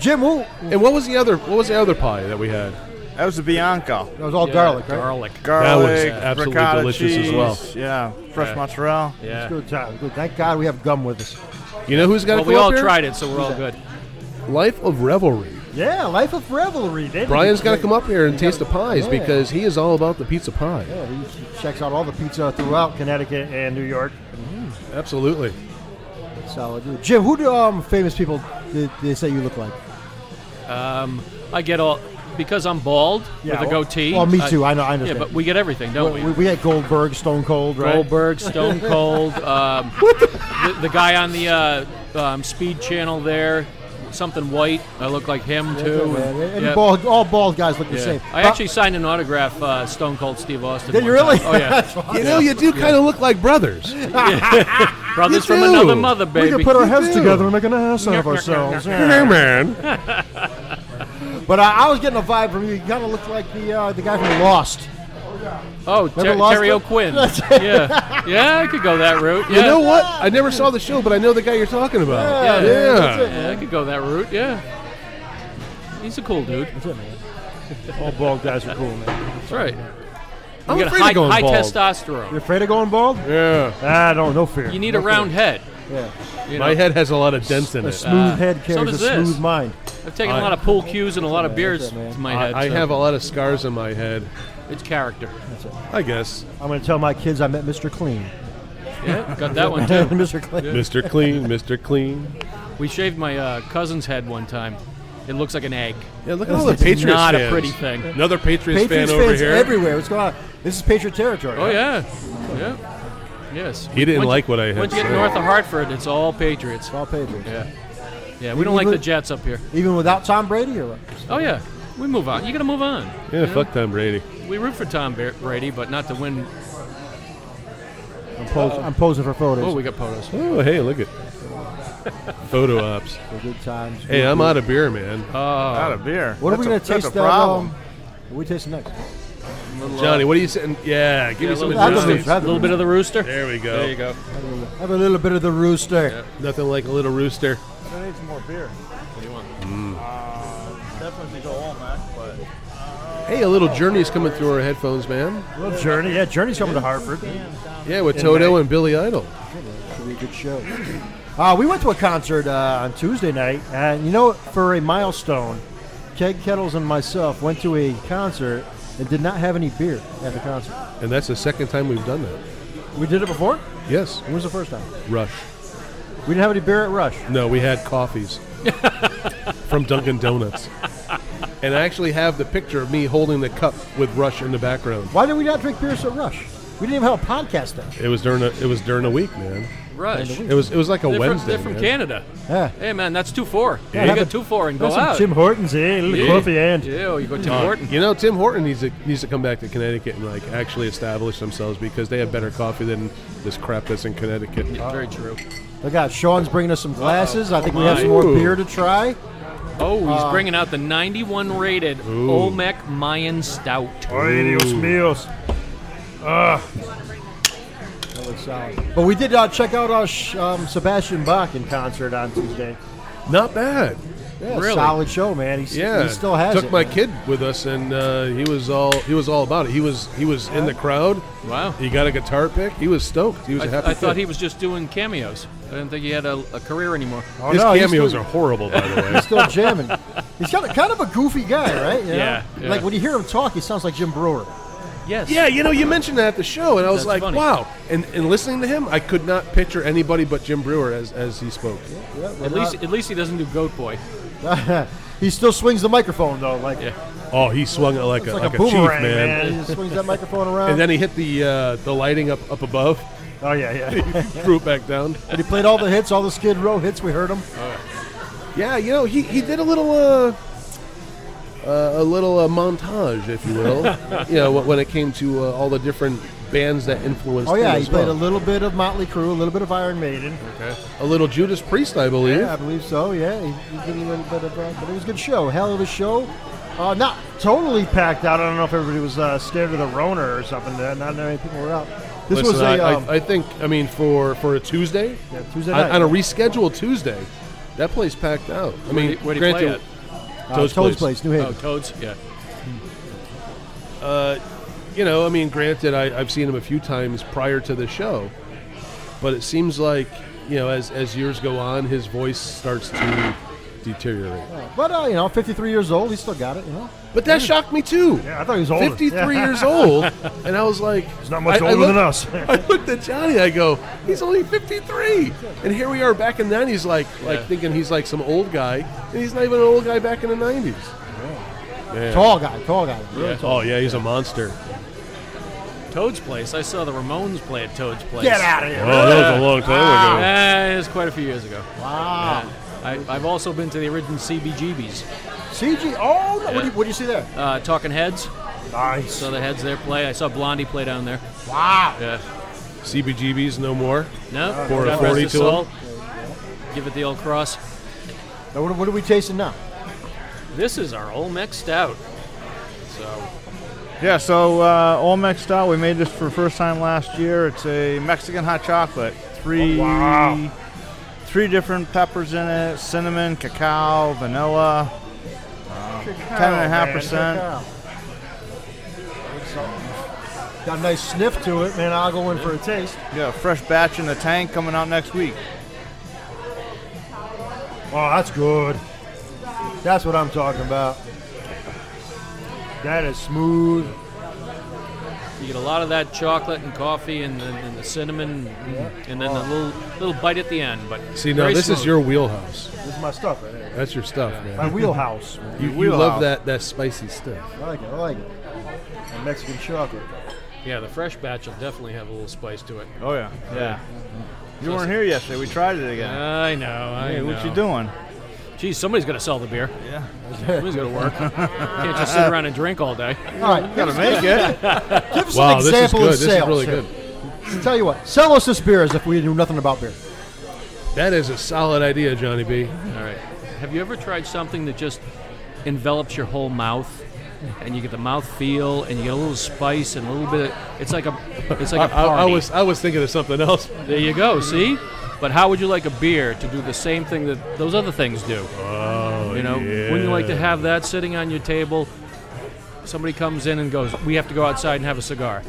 [SPEAKER 3] Jim, who? That
[SPEAKER 5] and what was the other? What was the other pie that we had?
[SPEAKER 7] That was the Bianco.
[SPEAKER 3] was all
[SPEAKER 2] Yeah,
[SPEAKER 3] garlic, right?
[SPEAKER 2] Garlic.
[SPEAKER 7] Garlic,
[SPEAKER 5] was absolutely
[SPEAKER 7] ricotta
[SPEAKER 5] delicious as well.
[SPEAKER 7] cheese, Yeah, fresh
[SPEAKER 2] Yeah.
[SPEAKER 7] mozzarella.
[SPEAKER 2] Yeah.
[SPEAKER 3] Good time. Good. Thank God we have gum with us.
[SPEAKER 5] You know who's got
[SPEAKER 2] Well,
[SPEAKER 5] to
[SPEAKER 2] we
[SPEAKER 5] come
[SPEAKER 2] all
[SPEAKER 5] up here?
[SPEAKER 2] tried it, so we're all good.
[SPEAKER 5] Life of Revelry.
[SPEAKER 3] Yeah, life of revelry. They-
[SPEAKER 5] Brian's got to come up here and taste the pies
[SPEAKER 2] Oh,
[SPEAKER 3] Yeah.
[SPEAKER 5] because he is all about the pizza pie.
[SPEAKER 3] Yeah, he checks out all the pizza throughout
[SPEAKER 8] Connecticut and New York.
[SPEAKER 5] Absolutely.
[SPEAKER 3] Solid dude. Jim, who do um, famous people did they say you look like?
[SPEAKER 2] I get all because I'm bald
[SPEAKER 3] Yeah,
[SPEAKER 2] with a
[SPEAKER 3] well-
[SPEAKER 2] goatee.
[SPEAKER 3] well, me too. I know- I understand.
[SPEAKER 2] Yeah, but we get everything, don't
[SPEAKER 3] We,
[SPEAKER 2] we?
[SPEAKER 3] we had Goldberg, Stone Cold, right? *laughs*
[SPEAKER 2] Goldberg, Stone Cold, um, the, the guy on the uh, um, Speed Channel there, something white. I look like him too.
[SPEAKER 3] Yeah, man. And
[SPEAKER 2] yeah,
[SPEAKER 3] bald, all bald guys look the
[SPEAKER 2] yeah.
[SPEAKER 3] same.
[SPEAKER 2] I
[SPEAKER 3] Uh,
[SPEAKER 2] actually signed an autograph, uh, Stone Cold Steve Austin.
[SPEAKER 3] Did you
[SPEAKER 2] one
[SPEAKER 3] really?
[SPEAKER 2] time.
[SPEAKER 3] *laughs*
[SPEAKER 2] Oh yeah,
[SPEAKER 5] You know, you do kind of look like brothers.
[SPEAKER 2] brothers
[SPEAKER 5] You
[SPEAKER 2] from
[SPEAKER 5] do.
[SPEAKER 2] another mother,
[SPEAKER 3] we
[SPEAKER 2] baby.
[SPEAKER 3] could put our heads
[SPEAKER 5] do.
[SPEAKER 3] together and make an ass out of ourselves.
[SPEAKER 5] *laughs* Hey, man.
[SPEAKER 3] But I, I was getting a vibe from you. You kind of look like the uh, the guy from Lost.
[SPEAKER 2] oh, Ter-
[SPEAKER 3] Remember Lost
[SPEAKER 2] Terry
[SPEAKER 3] it?
[SPEAKER 5] *laughs*
[SPEAKER 2] O'Quinn. yeah, yeah, I could go that route. Yeah.
[SPEAKER 5] You know what? I never saw the show, but I know the guy you're talking about.
[SPEAKER 2] Yeah,
[SPEAKER 5] Yeah.
[SPEAKER 2] yeah, I could go that route. Yeah, he's a cool dude.
[SPEAKER 8] All bald guys are cool, man.
[SPEAKER 2] That's right.
[SPEAKER 5] I'm
[SPEAKER 2] You got
[SPEAKER 5] afraid
[SPEAKER 2] high,
[SPEAKER 5] of going
[SPEAKER 2] high
[SPEAKER 5] bald.
[SPEAKER 2] testosterone.
[SPEAKER 3] You're afraid of going bald?
[SPEAKER 5] Yeah.
[SPEAKER 8] Ah, no, no fear.
[SPEAKER 2] You need a round head.
[SPEAKER 3] Yeah.
[SPEAKER 2] You
[SPEAKER 5] My
[SPEAKER 2] know?
[SPEAKER 5] head has a lot of dents in
[SPEAKER 3] A
[SPEAKER 5] it.
[SPEAKER 3] smooth head carries
[SPEAKER 2] does
[SPEAKER 3] a
[SPEAKER 2] this.
[SPEAKER 3] smooth mind.
[SPEAKER 2] I've taken a
[SPEAKER 5] I-
[SPEAKER 2] lot of pool cues and a lot of beers
[SPEAKER 3] that's it, man.
[SPEAKER 2] to my head.
[SPEAKER 5] I, I
[SPEAKER 2] so
[SPEAKER 5] have a lot of scars on my head. *laughs*
[SPEAKER 2] It's character.
[SPEAKER 5] I guess.
[SPEAKER 3] I'm going to tell my kids I met Mr. Clean. *laughs*
[SPEAKER 2] Yeah, got that one too.
[SPEAKER 3] Mr. Clean.
[SPEAKER 5] Mr. Clean, Mr. Clean.
[SPEAKER 2] We shaved my uh, cousin's head one time. It looks like an egg.
[SPEAKER 5] Yeah, look at all the Patriots
[SPEAKER 2] not a
[SPEAKER 5] fans.
[SPEAKER 2] pretty thing.
[SPEAKER 5] Another Patriots,
[SPEAKER 3] Patriots
[SPEAKER 5] fan over
[SPEAKER 3] fans
[SPEAKER 5] here.
[SPEAKER 3] everywhere. What's going on? This is Patriot territory.
[SPEAKER 2] Oh yeah, yeah, yes.
[SPEAKER 5] He didn't
[SPEAKER 2] Once you-
[SPEAKER 5] like what I had
[SPEAKER 2] Once you get
[SPEAKER 5] said.
[SPEAKER 2] north of Hartford, it's all Patriots.
[SPEAKER 3] It's all Patriots.
[SPEAKER 2] Yeah, yeah. We don't like the Jets up here.
[SPEAKER 3] Even without Tom Brady or what?
[SPEAKER 2] Oh yeah, we move on. You gotta move on.
[SPEAKER 5] yeah, fuck Tom Brady.
[SPEAKER 2] We root for Tom Bar- Brady, but not to win.
[SPEAKER 3] I'm, pos- I'm posing for photos.
[SPEAKER 2] Oh, we got potos.
[SPEAKER 5] Oh, hey, look at *laughs* photo ops.
[SPEAKER 3] For good times.
[SPEAKER 5] Hey, uh, I'm out of beer, man.
[SPEAKER 7] Out of beer.
[SPEAKER 3] What are
[SPEAKER 7] That's
[SPEAKER 3] we
[SPEAKER 7] a-
[SPEAKER 3] going to
[SPEAKER 7] that's a
[SPEAKER 3] taste that?
[SPEAKER 7] problem.
[SPEAKER 3] Um, what we tasting next?
[SPEAKER 5] Johnny, what are you saying? Yeah, give
[SPEAKER 2] Yeah, a
[SPEAKER 5] me some
[SPEAKER 2] little,
[SPEAKER 5] of
[SPEAKER 3] Johnny's.
[SPEAKER 2] bit of the-
[SPEAKER 3] Rather-
[SPEAKER 2] little bit of the rooster.
[SPEAKER 5] There we go.
[SPEAKER 2] There you go.
[SPEAKER 3] Have a little bit of the rooster.
[SPEAKER 5] Nothing like a little rooster. Mm.
[SPEAKER 7] I need some more beer. Uh,
[SPEAKER 2] What do you want?
[SPEAKER 7] Definitely go home, man. But
[SPEAKER 5] Hey, a little journey's coming through our headphones, man.
[SPEAKER 8] Well, Journey. Yeah, Journey's coming to Hartford.
[SPEAKER 5] Yeah, with Toto and Billy Idol.
[SPEAKER 3] Should be a good show. Uh, we went to a concert uh, on Tuesday night, and you know, for a milestone, Keg Kettles and myself went to a concert and did not have any beer at the concert.
[SPEAKER 5] And that's the second time we've done that.
[SPEAKER 3] We did it before.
[SPEAKER 5] Yes,
[SPEAKER 3] When was the first time?
[SPEAKER 5] Rush.
[SPEAKER 3] We didn't have any beer at Rush.
[SPEAKER 5] No, we had coffees from Dunkin' Donuts. And I actually have the picture of me holding the cup with Rush in the background.
[SPEAKER 3] Why did we not drink beers at Rush? We didn't even have a podcast then.
[SPEAKER 5] It was during a it was during a week, man.
[SPEAKER 2] Rush.
[SPEAKER 5] It was it was like a
[SPEAKER 2] They're from,
[SPEAKER 5] Wednesday.
[SPEAKER 2] they're from
[SPEAKER 5] man.
[SPEAKER 2] Canada.
[SPEAKER 3] Yeah.
[SPEAKER 2] Hey man, that's two four.
[SPEAKER 3] Yeah,
[SPEAKER 2] you
[SPEAKER 3] have
[SPEAKER 2] got
[SPEAKER 3] a-
[SPEAKER 2] two four and go
[SPEAKER 8] That's some
[SPEAKER 2] out.
[SPEAKER 8] Tim Hortons, eh? A little coffee and.
[SPEAKER 2] Yeah, or you go Tim
[SPEAKER 5] Uh,
[SPEAKER 2] Horton.
[SPEAKER 5] You know, Tim Horton needs to needs to come back to Connecticut and like actually establish themselves because they have better coffee than this crap that's in Connecticut.
[SPEAKER 2] Very true.
[SPEAKER 3] Look out, Sean's bringing us some glasses. I think we have
[SPEAKER 2] my.
[SPEAKER 3] some more
[SPEAKER 5] Ooh.
[SPEAKER 3] beer to try.
[SPEAKER 2] Oh, he's bringing out the 91 rated Olmec Mayan Stout.
[SPEAKER 8] Ay, Dios míos.
[SPEAKER 3] But we did uh, check out our sh- um, Sebastian Bach in concert on Tuesday.
[SPEAKER 5] Not bad.
[SPEAKER 3] Yeah,
[SPEAKER 2] Really?
[SPEAKER 3] solid show, man. He's,
[SPEAKER 5] Yeah,
[SPEAKER 3] he still has
[SPEAKER 5] took
[SPEAKER 3] it.
[SPEAKER 5] my
[SPEAKER 3] man.
[SPEAKER 5] kid with us, and uh, he was all he was all about it. He was he was in the crowd.
[SPEAKER 2] Wow.
[SPEAKER 5] He got a guitar pick. He was stoked. He was
[SPEAKER 2] I,
[SPEAKER 5] a happy.
[SPEAKER 2] I thought
[SPEAKER 5] kid.
[SPEAKER 2] he was just doing cameos. I didn't think he had a, a career anymore.
[SPEAKER 3] Oh,
[SPEAKER 5] His
[SPEAKER 3] no, he's
[SPEAKER 5] cameos
[SPEAKER 3] still,
[SPEAKER 5] are horrible, by
[SPEAKER 3] *laughs*
[SPEAKER 5] the way.
[SPEAKER 3] he's still jamming. He's kind of kind of a goofy guy, right? You know?
[SPEAKER 2] Yeah, yeah.
[SPEAKER 3] Like when you hear him talk, he sounds like Jim Brewer.
[SPEAKER 2] Yes.
[SPEAKER 5] yeah, you know, you mentioned that at the show, and I was like,
[SPEAKER 2] That's funny.
[SPEAKER 5] wow. And and listening to him, I could not picture anybody but Jim Brewer as as he spoke.
[SPEAKER 3] Yeah, *laughs*
[SPEAKER 2] At least, at least he doesn't do Goat Boy.
[SPEAKER 3] he still swings the microphone though, like
[SPEAKER 2] Yeah.
[SPEAKER 5] Oh, he swung it like
[SPEAKER 3] it's
[SPEAKER 5] a
[SPEAKER 3] like,
[SPEAKER 5] like,
[SPEAKER 3] a,
[SPEAKER 5] chief,
[SPEAKER 8] boomerang,
[SPEAKER 5] man.
[SPEAKER 8] man.
[SPEAKER 3] he swings that microphone around.
[SPEAKER 5] *laughs* And then he hit the uh, the lighting up up above. *laughs*
[SPEAKER 8] Oh, yeah, yeah.
[SPEAKER 5] threw it back down.
[SPEAKER 3] But he played all the hits, all the Skid Row hits. We heard him.
[SPEAKER 5] Yeah, you know, he, he did a little uh, uh, a little uh, montage, if you
[SPEAKER 2] *laughs*
[SPEAKER 5] will. you know, wh- when it came to uh, all the different bands that influenced.
[SPEAKER 3] Oh
[SPEAKER 5] him
[SPEAKER 3] yeah, he
[SPEAKER 5] as
[SPEAKER 3] played a
[SPEAKER 5] well.
[SPEAKER 3] little bit of Motley Crue, a little bit of Iron Maiden.
[SPEAKER 5] a little Judas Priest, I believe.
[SPEAKER 3] Yeah, I believe so. Yeah, he, he did a little bit of, uh, but it was a good show. Hell of a show. Uh, not totally packed
[SPEAKER 8] I
[SPEAKER 3] out.
[SPEAKER 8] don't know if everybody was uh, scared of the Rona or something. Not that many people were out.
[SPEAKER 3] This
[SPEAKER 5] Listen,
[SPEAKER 3] was a
[SPEAKER 5] I- I-
[SPEAKER 3] um,
[SPEAKER 5] I think, I mean, for, for a Tuesday,
[SPEAKER 8] Yeah, Tuesday
[SPEAKER 5] on,
[SPEAKER 8] night.
[SPEAKER 5] on a rescheduled Tuesday, that place packed out. I mean,
[SPEAKER 2] Where'd he- where'd he
[SPEAKER 5] granted,
[SPEAKER 2] play at?
[SPEAKER 3] uh,
[SPEAKER 5] Toad's
[SPEAKER 3] Toad's
[SPEAKER 5] Place.
[SPEAKER 3] place, New Haven.
[SPEAKER 2] Oh, Toads. Yeah.
[SPEAKER 5] Uh, you know, I mean, granted, I, I've seen him a few times prior to the show, but it seems like you know, as as years go on, his voice starts to deteriorate.
[SPEAKER 3] But uh, you know, 53 years old, he still got it. You know,
[SPEAKER 5] But that shocked me too.
[SPEAKER 8] Yeah, I thought he was older.
[SPEAKER 5] Fifty-three years
[SPEAKER 8] *laughs*
[SPEAKER 5] old, and I was like,
[SPEAKER 8] He's not much
[SPEAKER 5] I- I
[SPEAKER 8] older than
[SPEAKER 5] looked-
[SPEAKER 8] us.
[SPEAKER 5] *laughs* I looked at Johnny. I go, he's only fifty-three, and here we are back in the nineties, like like
[SPEAKER 2] Yeah.
[SPEAKER 5] thinking he's like some old guy, and he's not even an old guy back in the nineties.
[SPEAKER 3] tall guy, tall guy.
[SPEAKER 5] Oh yeah, he's a monster.
[SPEAKER 2] Toad's Place. I saw the Ramones play at Toad's Place.
[SPEAKER 8] Get out of here.
[SPEAKER 6] Oh, that was a long time ago.
[SPEAKER 2] Ah, it was quite a few years ago.
[SPEAKER 3] Wow.
[SPEAKER 2] I, I've also been to the original CBGBs.
[SPEAKER 3] CG. Oh, no. What, do
[SPEAKER 2] Yeah.
[SPEAKER 3] you, what do you see there?
[SPEAKER 2] Uh, Talking Heads.
[SPEAKER 8] Nice.
[SPEAKER 2] Saw the Heads there play. I saw Blondie play down there.
[SPEAKER 3] Wow.
[SPEAKER 2] Yeah.
[SPEAKER 5] CBGB's no more.
[SPEAKER 2] No.
[SPEAKER 5] For a
[SPEAKER 2] God rest
[SPEAKER 5] 40
[SPEAKER 2] his
[SPEAKER 5] to
[SPEAKER 2] soul. Give it the old cross.
[SPEAKER 3] Now, what, what are we tasting now?
[SPEAKER 2] This is our Olmec Stout. So
[SPEAKER 7] Yeah, so uh, Olmec style. We made this for the first time last year. It's a Mexican hot chocolate. Three,
[SPEAKER 8] Oh, wow.
[SPEAKER 7] three different peppers in it: cinnamon, cacao, vanilla.
[SPEAKER 3] Ten
[SPEAKER 7] and a half percent.
[SPEAKER 3] Got a nice sniff to it, man. I'll go in for a taste.
[SPEAKER 7] Yeah, fresh batch in the tank coming out next week.
[SPEAKER 8] Oh, that's good. That's what I'm talking about. That is smooth.
[SPEAKER 2] you get a lot of that chocolate and coffee and the, and the cinnamon and then the little little bite at the end. But
[SPEAKER 5] See, now
[SPEAKER 2] very
[SPEAKER 5] this is
[SPEAKER 2] smooth.
[SPEAKER 5] your wheelhouse.
[SPEAKER 8] This is my stuff right here.
[SPEAKER 5] That's your stuff, man.
[SPEAKER 8] My wheelhouse.
[SPEAKER 5] You, you love that that spicy stuff.
[SPEAKER 3] I like it. I like it.
[SPEAKER 8] My Mexican chocolate.
[SPEAKER 2] yeah. The fresh batch will definitely have a little spice to it.
[SPEAKER 7] Oh yeah, yeah. You weren't here yesterday. We tried it again.
[SPEAKER 2] I know. I
[SPEAKER 7] hey,
[SPEAKER 2] know.
[SPEAKER 7] what you doing?
[SPEAKER 2] Geez, somebody's gonna sell the beer.
[SPEAKER 7] Yeah,
[SPEAKER 2] Somebody's gonna work. Can't just sit around and drink all day.
[SPEAKER 3] All right,
[SPEAKER 7] gotta make it.
[SPEAKER 3] give us an
[SPEAKER 5] Wow, this is
[SPEAKER 3] example
[SPEAKER 5] good.
[SPEAKER 3] of
[SPEAKER 5] This
[SPEAKER 3] sales.
[SPEAKER 5] is really good.
[SPEAKER 3] good. Tell you what, sell us this beer as if we knew nothing about beer.
[SPEAKER 5] That is a solid idea, Johnny B.
[SPEAKER 2] All right. Have you ever tried something that just envelops your whole mouth? And you get the mouth feel, and you get a little spice, and a little bit. Of, it's like a, it's
[SPEAKER 5] I,
[SPEAKER 2] like a
[SPEAKER 5] I-
[SPEAKER 2] party.
[SPEAKER 5] I was I was thinking of something else.
[SPEAKER 2] There you go. See, but how would you like a beer to do the same thing that those other things do?
[SPEAKER 5] Oh,
[SPEAKER 2] You know, wouldn't you like to have that sitting on your table? Somebody comes in and goes, "We have to go outside and have a cigar."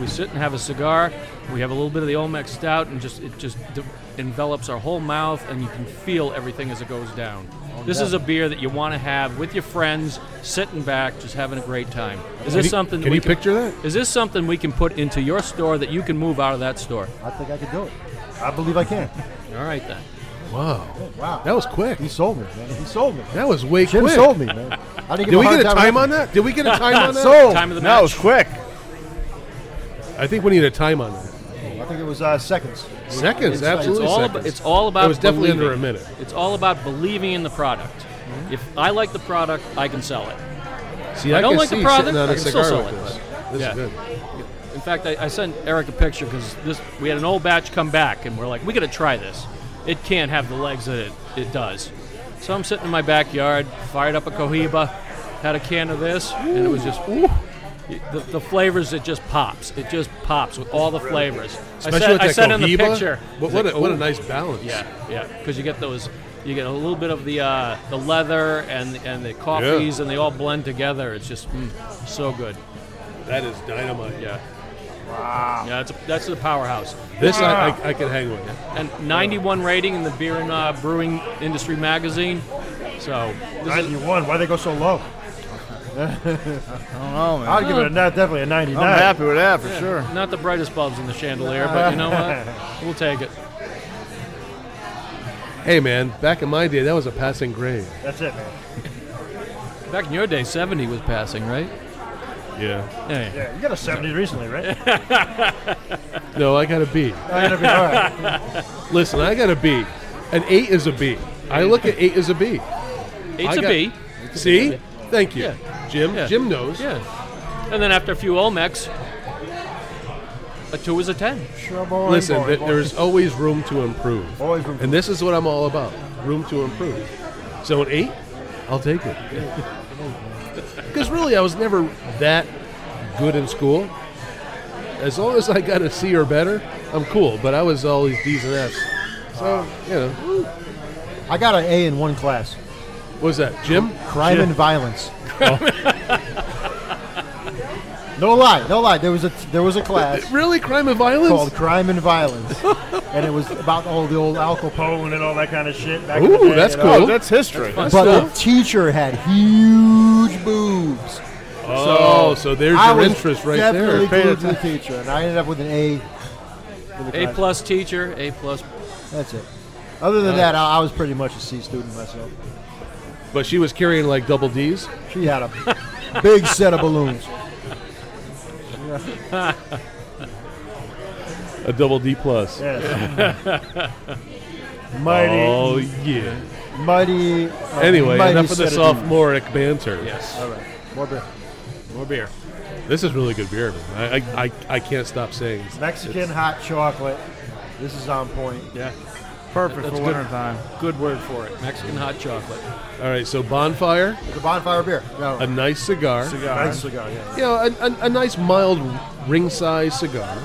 [SPEAKER 2] We sit and have a cigar. We have a little bit of the Olmec stout, and just it just d- envelops our whole mouth, and you can feel everything as it goes down.
[SPEAKER 5] Oh,
[SPEAKER 2] this is a beer that you want to have with your friends, sitting back, just having a great time. Is this something?
[SPEAKER 5] Can
[SPEAKER 2] we
[SPEAKER 5] you picture that?
[SPEAKER 2] Is this something we can put into your store that you can move out of that store?
[SPEAKER 3] I think I could do it. I believe I can.
[SPEAKER 2] All right then.
[SPEAKER 5] Wow,
[SPEAKER 3] Wow.
[SPEAKER 5] that was quick.
[SPEAKER 3] He sold me, man. He sold me.
[SPEAKER 5] That was way
[SPEAKER 3] Jim
[SPEAKER 5] quick.
[SPEAKER 3] sold me, man. I didn't give
[SPEAKER 5] Did
[SPEAKER 3] him
[SPEAKER 5] we
[SPEAKER 3] hard
[SPEAKER 5] get a time
[SPEAKER 3] with
[SPEAKER 5] on
[SPEAKER 3] it.
[SPEAKER 5] that? Did we
[SPEAKER 2] *laughs*
[SPEAKER 5] get a time on that?
[SPEAKER 3] Sold.
[SPEAKER 2] Time of the
[SPEAKER 7] No, it
[SPEAKER 2] match.
[SPEAKER 7] was quick.
[SPEAKER 5] I think we need a time on that.
[SPEAKER 3] I think it was uh, seconds.
[SPEAKER 5] Seconds,
[SPEAKER 3] It's-
[SPEAKER 5] absolutely.
[SPEAKER 2] it's all
[SPEAKER 5] seconds.
[SPEAKER 2] about, it's all about
[SPEAKER 5] It was definitely
[SPEAKER 2] believing.
[SPEAKER 5] under a minute. Mm-hmm.
[SPEAKER 2] It's all about believing in the product. If I like the product, I can sell it.
[SPEAKER 5] See,
[SPEAKER 2] I
[SPEAKER 5] I,
[SPEAKER 2] don't
[SPEAKER 5] can
[SPEAKER 2] like the
[SPEAKER 5] see
[SPEAKER 2] product,
[SPEAKER 5] sitting on
[SPEAKER 2] I
[SPEAKER 5] a
[SPEAKER 2] can
[SPEAKER 5] cigar
[SPEAKER 2] still sell
[SPEAKER 5] with
[SPEAKER 2] it,
[SPEAKER 5] this.
[SPEAKER 2] but-
[SPEAKER 5] This
[SPEAKER 2] yeah.
[SPEAKER 5] is good.
[SPEAKER 2] In fact, I, I sent Eric a picture because this we had an old batch come back, and we're like, we got to try this. It can't have the legs that it, it does. So I'm sitting in my backyard, fired up a Cohiba, had a can of this, and it was just ooh, the, the flavors. It just pops. It just pops with all the flavors. I
[SPEAKER 5] Especially
[SPEAKER 2] sent,
[SPEAKER 5] with
[SPEAKER 2] I
[SPEAKER 5] that
[SPEAKER 2] sent in the
[SPEAKER 5] Cohiba.
[SPEAKER 2] picture. oh.
[SPEAKER 5] What, what, a, what a nice balance.
[SPEAKER 2] Yeah, yeah, because you get those, you get a little bit of the uh, the leather and and the coffees, and they all blend together. It's just mm, so good.
[SPEAKER 5] That is dynamite.
[SPEAKER 2] Yeah. Wow. Yeah, that's a, that's the powerhouse.
[SPEAKER 5] This I, I, I could hang with.
[SPEAKER 2] And 91 rating in the beer and uh, brewing industry magazine. So this is,
[SPEAKER 8] 91. Why they go so low?
[SPEAKER 7] I don't know, man.
[SPEAKER 8] I'd give it a, ni- definitely a 99.
[SPEAKER 7] I'm happy with that for sure.
[SPEAKER 2] not the brightest bulbs in the chandelier, but you know what? We'll take it.
[SPEAKER 5] Hey, man, back in my day, that was a passing grade.
[SPEAKER 8] That's it, man.
[SPEAKER 2] Back in your day, 70 was passing, right?
[SPEAKER 5] Yeah.
[SPEAKER 2] Hey.
[SPEAKER 8] Yeah, you got a 70 recently,
[SPEAKER 7] *laughs*
[SPEAKER 8] right?
[SPEAKER 5] No, I got a B.
[SPEAKER 8] I gotta be- all right.
[SPEAKER 5] Listen, I got a B. An eight is a B. I look at eight as a B.
[SPEAKER 2] Eight's
[SPEAKER 5] I
[SPEAKER 2] a
[SPEAKER 5] got-
[SPEAKER 2] B.
[SPEAKER 5] See? Thank you,
[SPEAKER 2] Yeah.
[SPEAKER 5] Jim.
[SPEAKER 2] Yeah.
[SPEAKER 5] Jim knows.
[SPEAKER 2] Yeah. And then after a few Olmecs, a 2 is a 10.
[SPEAKER 8] Sure, boy,
[SPEAKER 5] Listen,
[SPEAKER 8] boy,
[SPEAKER 5] th-
[SPEAKER 8] boy.
[SPEAKER 5] there's always room to improve,
[SPEAKER 8] always room.
[SPEAKER 5] and this is what I'm *laughs* all about: room to improve. So an eight, I'll take it. because really I was never that good in school. As long as I got a C or better, I'm cool. But I was always D's and F's. So you know,
[SPEAKER 3] I got an A in one class.
[SPEAKER 5] what was that Jim?
[SPEAKER 3] Crime and
[SPEAKER 8] *laughs*
[SPEAKER 3] violence. no lie, no lie. There was a there was a
[SPEAKER 7] *laughs*
[SPEAKER 3] class
[SPEAKER 5] Really, crime and violence?
[SPEAKER 3] called Crime and Violence, and it was about all the old alcohol.
[SPEAKER 8] Poland and all that kind of shit. Back in the
[SPEAKER 5] Ooh,
[SPEAKER 8] day, Oh,
[SPEAKER 5] that's
[SPEAKER 8] you know?
[SPEAKER 5] cool.
[SPEAKER 7] that's history.
[SPEAKER 3] But the teacher had huge boobs.
[SPEAKER 5] oh, so there's
[SPEAKER 3] I
[SPEAKER 5] your
[SPEAKER 3] was
[SPEAKER 5] interest right
[SPEAKER 3] definitely
[SPEAKER 5] there.
[SPEAKER 3] glued to the teacher, and I ended up with an A. for the
[SPEAKER 2] A
[SPEAKER 3] class.
[SPEAKER 2] plus teacher, A plus.
[SPEAKER 3] That's it. Other than that, I, I was pretty much a C student myself.
[SPEAKER 5] But she was carrying like double D's.
[SPEAKER 3] She had a big set of balloons.
[SPEAKER 6] A double D plus.
[SPEAKER 5] *laughs*
[SPEAKER 8] Yes. Mighty.
[SPEAKER 6] Oh yeah.
[SPEAKER 3] Mighty. uh,
[SPEAKER 5] Anyway,
[SPEAKER 3] mighty
[SPEAKER 5] enough of the
[SPEAKER 3] set of dudes.
[SPEAKER 5] sophomoric banter.
[SPEAKER 2] Yes.
[SPEAKER 3] More beer.
[SPEAKER 2] More beer.
[SPEAKER 5] This is really good beer. Man. I, I, I, I can't stop saying this.
[SPEAKER 3] Mexican hot chocolate. This is on point.
[SPEAKER 2] Yeah.
[SPEAKER 7] Perfect
[SPEAKER 2] That's
[SPEAKER 7] for
[SPEAKER 2] good.
[SPEAKER 7] winter time.
[SPEAKER 2] Good word for it. Mexican hot chocolate.
[SPEAKER 5] All right, so bonfire,
[SPEAKER 3] It's a bonfire beer. No,
[SPEAKER 5] a nice cigar,
[SPEAKER 3] nice cigar. Yeah.
[SPEAKER 5] you know, a, a, a nice mild ring size cigar,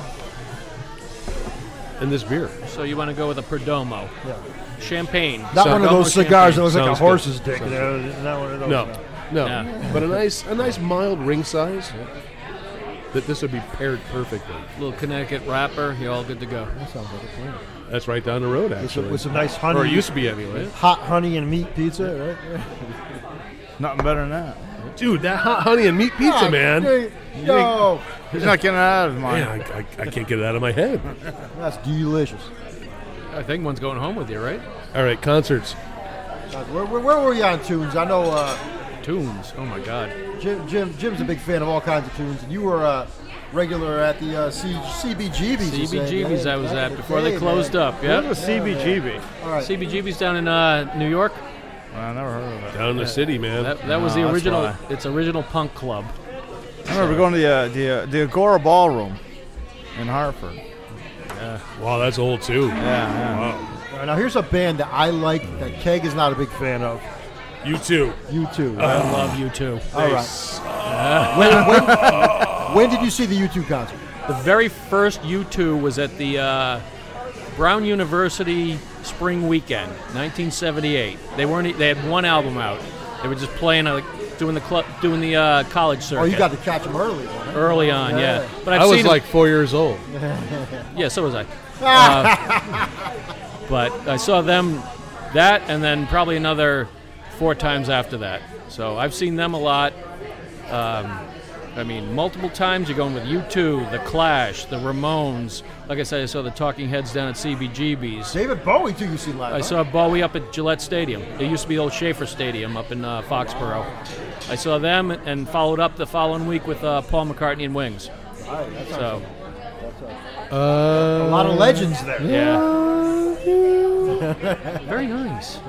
[SPEAKER 5] and this beer.
[SPEAKER 2] So you want to go with a Perdomo.
[SPEAKER 3] Yeah.
[SPEAKER 2] Champagne.
[SPEAKER 3] Not
[SPEAKER 5] So-
[SPEAKER 3] one of
[SPEAKER 2] Perdomo
[SPEAKER 3] those cigars that
[SPEAKER 2] champagne.
[SPEAKER 3] looks like a
[SPEAKER 5] Sounds good.
[SPEAKER 3] horse's dick.
[SPEAKER 8] You know, it's not one of those.
[SPEAKER 5] No, no,
[SPEAKER 2] Yeah.
[SPEAKER 5] but a nice, a nice mild ring size. That this would be paired perfectly.
[SPEAKER 2] Little Connecticut wrapper. You're all good to go.
[SPEAKER 3] That sounds like a plan.
[SPEAKER 5] That's right down the road,
[SPEAKER 3] With some,
[SPEAKER 5] actually.
[SPEAKER 3] with some nice
[SPEAKER 8] Nice
[SPEAKER 5] or it
[SPEAKER 8] honey.
[SPEAKER 5] used to be anyway.
[SPEAKER 3] hot honey and meat pizza, right?
[SPEAKER 7] Nothing better than that.
[SPEAKER 5] Dude, that hot honey and meat pizza,
[SPEAKER 3] Ah,
[SPEAKER 5] man.
[SPEAKER 3] great. Yo,
[SPEAKER 7] He's not getting it out of his
[SPEAKER 5] Man,
[SPEAKER 7] mind.
[SPEAKER 5] I, I, I can't get it out of my head.
[SPEAKER 3] that's delicious.
[SPEAKER 2] I think one's going home with you, right?
[SPEAKER 5] All right, concerts.
[SPEAKER 3] Uh, Where, where, where were you on tunes? I know uh,
[SPEAKER 2] Tunes. Oh my God.
[SPEAKER 3] Jim, Jim Jim's a big fan of all kinds of tunes, and you were uh, regular at the uh, C, CBGBs. you said.
[SPEAKER 2] CBGB's
[SPEAKER 3] Yeah,
[SPEAKER 2] I was
[SPEAKER 3] back in
[SPEAKER 2] at
[SPEAKER 3] the
[SPEAKER 2] before
[SPEAKER 3] day,
[SPEAKER 2] they closed
[SPEAKER 3] man.
[SPEAKER 2] up. Yep.
[SPEAKER 7] Where's the CBGB?
[SPEAKER 3] All right.
[SPEAKER 2] CBGB's down in uh, New York.
[SPEAKER 7] I never heard of it.
[SPEAKER 5] Down in the city, man.
[SPEAKER 2] That, that was
[SPEAKER 7] No,
[SPEAKER 2] the
[SPEAKER 7] that's
[SPEAKER 2] original.
[SPEAKER 7] why.
[SPEAKER 2] Its original punk club.
[SPEAKER 7] I remember going to the uh, the, uh, the Agora Ballroom in Hartford.
[SPEAKER 5] wow, that's old too.
[SPEAKER 7] Yeah,
[SPEAKER 5] Wow.
[SPEAKER 3] All right, now here's a band that I like that Keg is not a big fan of.
[SPEAKER 5] You too.
[SPEAKER 3] You too.
[SPEAKER 2] I love you too.
[SPEAKER 3] all right. When, when, when did you see the U2 concert?
[SPEAKER 2] The very first U2 was at the uh, Brown University Spring Weekend, 1978. They weren't. e, They had one album out. They were just playing, uh, doing the club, doing the uh, college circuit.
[SPEAKER 3] Oh, you got to catch them early. though, right?
[SPEAKER 2] early on, yeah.
[SPEAKER 3] Yeah.
[SPEAKER 2] But I've
[SPEAKER 5] i was
[SPEAKER 2] seen 'em-
[SPEAKER 5] like four years old.
[SPEAKER 2] Yeah, so was
[SPEAKER 3] *laughs*
[SPEAKER 2] I. Uh, but I saw them that, and then probably another four times after that. So I've seen them a lot. Um, I mean, multiple times. You're going with U2, The Clash, The Ramones. Like I said, I saw the Talking Heads down at CBGB's.
[SPEAKER 3] David Bowie too. You see live?
[SPEAKER 2] I
[SPEAKER 3] huh?
[SPEAKER 2] saw Bowie up at Gillette Stadium. It used to be the old Schaefer Stadium up in uh, Foxborough. I saw them and followed up the following week with uh, Paul McCartney and Wings.
[SPEAKER 3] All right, that sounds
[SPEAKER 2] So, Uh,
[SPEAKER 3] A lot of legends there.
[SPEAKER 2] yeah. Very nice.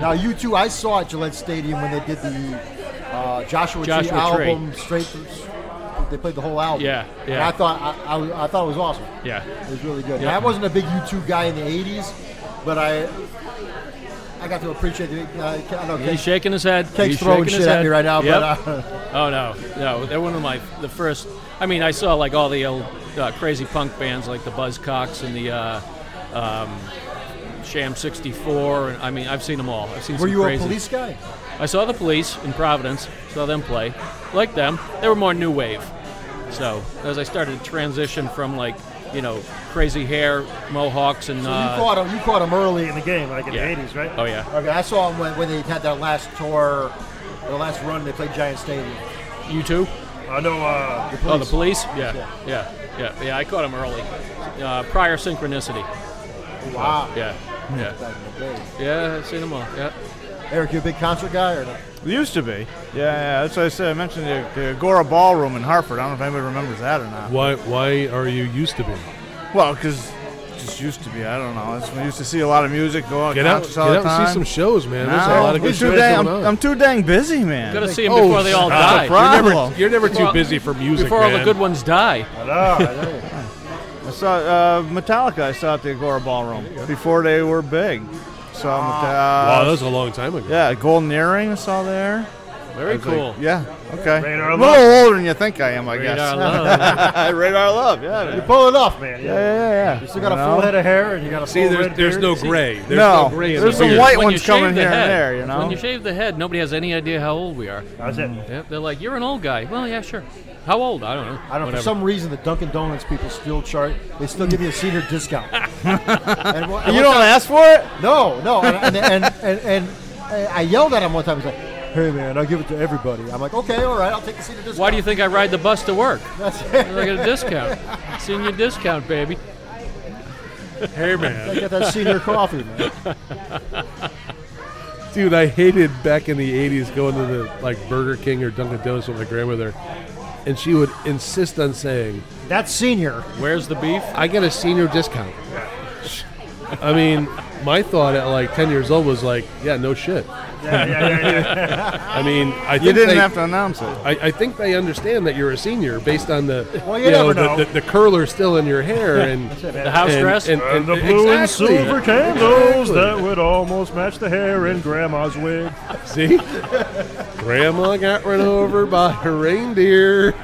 [SPEAKER 3] Now, you two, I saw at Gillette Stadium when they did the uh, Joshua, Tree
[SPEAKER 2] Joshua Tree.
[SPEAKER 3] album straight through. They played the whole album.
[SPEAKER 2] Yeah,
[SPEAKER 3] And
[SPEAKER 2] yeah.
[SPEAKER 3] I thought I, I, I thought it was awesome.
[SPEAKER 2] Yeah.
[SPEAKER 3] It was really good.
[SPEAKER 2] Yeah.
[SPEAKER 3] I wasn't a big U2 guy in the '80s, but I I got to appreciate it. Uh, I know
[SPEAKER 2] He's
[SPEAKER 3] Cake,
[SPEAKER 2] shaking his head.
[SPEAKER 3] Cake's
[SPEAKER 2] He's
[SPEAKER 3] throwing
[SPEAKER 2] shaking
[SPEAKER 3] shit
[SPEAKER 2] his
[SPEAKER 3] at
[SPEAKER 2] head.
[SPEAKER 3] me right now,
[SPEAKER 2] Yep.
[SPEAKER 3] but uh,
[SPEAKER 2] oh no, no, they're one of my the first. I mean, I saw like all the old uh, crazy punk bands like the Buzzcocks and the uh, um, Sham 64. And, I mean, I've seen them all. I've seen
[SPEAKER 3] were
[SPEAKER 2] some
[SPEAKER 3] you
[SPEAKER 2] crazy.
[SPEAKER 3] a police guy?
[SPEAKER 2] I saw the Police in Providence. Saw them play. Like them, they were more new wave. So as I started to transition from like you know crazy hair, mohawks, and uh,
[SPEAKER 3] you caught him. You caught him early.
[SPEAKER 8] Early in the game, like in
[SPEAKER 2] yeah.
[SPEAKER 8] the 80s, right?
[SPEAKER 2] oh yeah,
[SPEAKER 3] Okay, I saw him when, when they had their last tour, their last run. They played Giant Stadium.
[SPEAKER 2] you too.
[SPEAKER 8] I know. Uh,
[SPEAKER 2] Oh, the police? Yeah, yeah, yeah, yeah. I caught him early. Uh, prior synchronicity.
[SPEAKER 3] Wow.
[SPEAKER 2] Yeah, yeah,
[SPEAKER 3] Back in the day.
[SPEAKER 2] yeah. I've seen them all. Yeah.
[SPEAKER 3] Eric, you a big concert guy or no?
[SPEAKER 7] yeah. It used to be. Yeah, yeah. That's what I said. I mentioned the, the Agora Ballroom in Hartford. I don't know if anybody remembers that or not.
[SPEAKER 5] Why? Why are you used to be?
[SPEAKER 7] Well, because just used to be. I don't know. It's, we used to see a lot of music, go out
[SPEAKER 5] Get out,
[SPEAKER 7] concerts
[SPEAKER 5] get
[SPEAKER 7] all
[SPEAKER 5] out
[SPEAKER 7] the
[SPEAKER 5] and see
[SPEAKER 7] time.
[SPEAKER 5] some shows, man. There's a
[SPEAKER 7] No,
[SPEAKER 5] lot of good
[SPEAKER 7] we're too
[SPEAKER 5] shows
[SPEAKER 7] dang,
[SPEAKER 5] going
[SPEAKER 7] I'm,
[SPEAKER 5] on.
[SPEAKER 7] I'm too dang busy, man.
[SPEAKER 2] Gotta see them before they all
[SPEAKER 5] stop.
[SPEAKER 2] die.
[SPEAKER 7] You're never-
[SPEAKER 5] You're never, you're never too
[SPEAKER 2] Well,
[SPEAKER 5] busy for music,
[SPEAKER 2] Before all
[SPEAKER 5] man.
[SPEAKER 2] the good ones die.
[SPEAKER 8] I know. I know.
[SPEAKER 7] I saw uh, Metallica. I saw at the Agora Ballroom before they
[SPEAKER 5] Ah.
[SPEAKER 7] were big. Saw Metallica.
[SPEAKER 5] Wow, that was a long time ago.
[SPEAKER 7] yeah, Golden Earring. I saw there.
[SPEAKER 2] Very
[SPEAKER 7] I was like,
[SPEAKER 2] cool.
[SPEAKER 7] yeah. Okay.
[SPEAKER 8] Radar
[SPEAKER 7] I'm a
[SPEAKER 8] love.
[SPEAKER 7] little older than you think I am, I *laughs*
[SPEAKER 2] Radar *laughs*
[SPEAKER 7] guess. Radar love. Yeah. man.
[SPEAKER 8] You pull it off, man.
[SPEAKER 7] Yeah, yeah, yeah.
[SPEAKER 3] You still got a
[SPEAKER 7] You know?
[SPEAKER 3] full head of hair, and you got a
[SPEAKER 6] See,
[SPEAKER 3] full
[SPEAKER 6] there's
[SPEAKER 3] red
[SPEAKER 6] there's
[SPEAKER 3] beard.
[SPEAKER 6] no gray. There's
[SPEAKER 7] No,
[SPEAKER 6] no, gray in
[SPEAKER 7] there's
[SPEAKER 6] the
[SPEAKER 7] some
[SPEAKER 6] beard.
[SPEAKER 7] white
[SPEAKER 2] When you
[SPEAKER 7] ones coming
[SPEAKER 2] shave the
[SPEAKER 7] here
[SPEAKER 2] head-
[SPEAKER 7] and there, you know.
[SPEAKER 2] When you shave the head, nobody has any idea how old we are.
[SPEAKER 8] That's it.
[SPEAKER 2] Yep, they're like, "You're an old guy." Well, yeah, sure. How old? I don't know.
[SPEAKER 3] I don't know. For
[SPEAKER 2] Whatever.
[SPEAKER 3] some reason, the Dunkin' Donuts people still chart. They still give you a senior
[SPEAKER 2] *laughs*
[SPEAKER 3] discount. and, wha- and
[SPEAKER 7] you
[SPEAKER 3] one
[SPEAKER 7] don't ask for it?
[SPEAKER 3] time- No, no. And and, and, and and I yelled at him one time. He's like, "Hey, man, I give it to everybody." I'm like, "Okay, all right, I'll take the senior discount."
[SPEAKER 2] Why do you think I ride the bus to work?
[SPEAKER 3] That's it.
[SPEAKER 2] I get a discount. Senior discount, baby.
[SPEAKER 6] Hey man,
[SPEAKER 3] Get that senior coffee, man.
[SPEAKER 5] Dude, I hated back in the '80s going to the like Burger King or Dunkin' Donuts with my grandmother, and she would insist on saying,
[SPEAKER 3] That's senior.
[SPEAKER 2] Where's the beef?
[SPEAKER 5] "I get a senior discount." I mean, my thought at like 10 years old was like, "Yeah, no shit."
[SPEAKER 8] Yeah, yeah, yeah, yeah.
[SPEAKER 5] *laughs* I mean, I think
[SPEAKER 7] You didn't
[SPEAKER 5] they,
[SPEAKER 7] have to announce it.
[SPEAKER 5] I, I think they understand that you're a senior based on the
[SPEAKER 3] Well, you
[SPEAKER 5] you know,
[SPEAKER 3] never
[SPEAKER 5] the,
[SPEAKER 3] know.
[SPEAKER 5] The, the curler still in your hair and
[SPEAKER 2] The house
[SPEAKER 5] and,
[SPEAKER 2] dress?
[SPEAKER 5] and,
[SPEAKER 8] And the
[SPEAKER 5] and-
[SPEAKER 8] blue and
[SPEAKER 5] exactly.
[SPEAKER 8] silver candles
[SPEAKER 5] Exactly.
[SPEAKER 8] that would almost match the hair in Grandma's wig.
[SPEAKER 5] See, grandma got run over by a reindeer.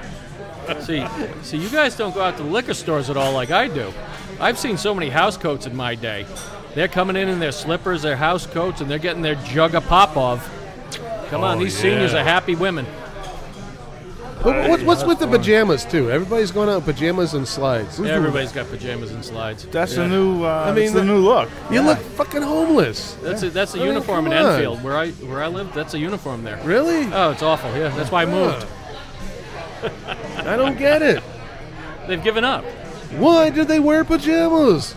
[SPEAKER 2] See, see, you guys don't go out to liquor stores at all like I do. I've seen so many housecoats in my day. They're coming in in their slippers, their housecoats, and they're getting their jug of Popov. Come on,
[SPEAKER 6] Oh,
[SPEAKER 2] these seniors
[SPEAKER 6] yeah.
[SPEAKER 2] are happy women.
[SPEAKER 5] But what's, what's with the pajamas too? Everybody's going out in pajamas and slides.
[SPEAKER 2] Everybody's got pajamas and slides.
[SPEAKER 7] That's the new. Uh, I
[SPEAKER 5] mean,
[SPEAKER 7] mean, the
[SPEAKER 5] the-
[SPEAKER 7] new look.
[SPEAKER 5] You look fucking homeless.
[SPEAKER 2] That's a, that's a
[SPEAKER 5] I mean,
[SPEAKER 2] uniform in
[SPEAKER 5] come on.
[SPEAKER 2] Enfield where I where I live. That's a uniform there.
[SPEAKER 5] Really?
[SPEAKER 2] Oh, it's awful. Yeah, that's why I moved.
[SPEAKER 5] I don't get it.
[SPEAKER 2] They've given up.
[SPEAKER 5] Why do they wear pajamas?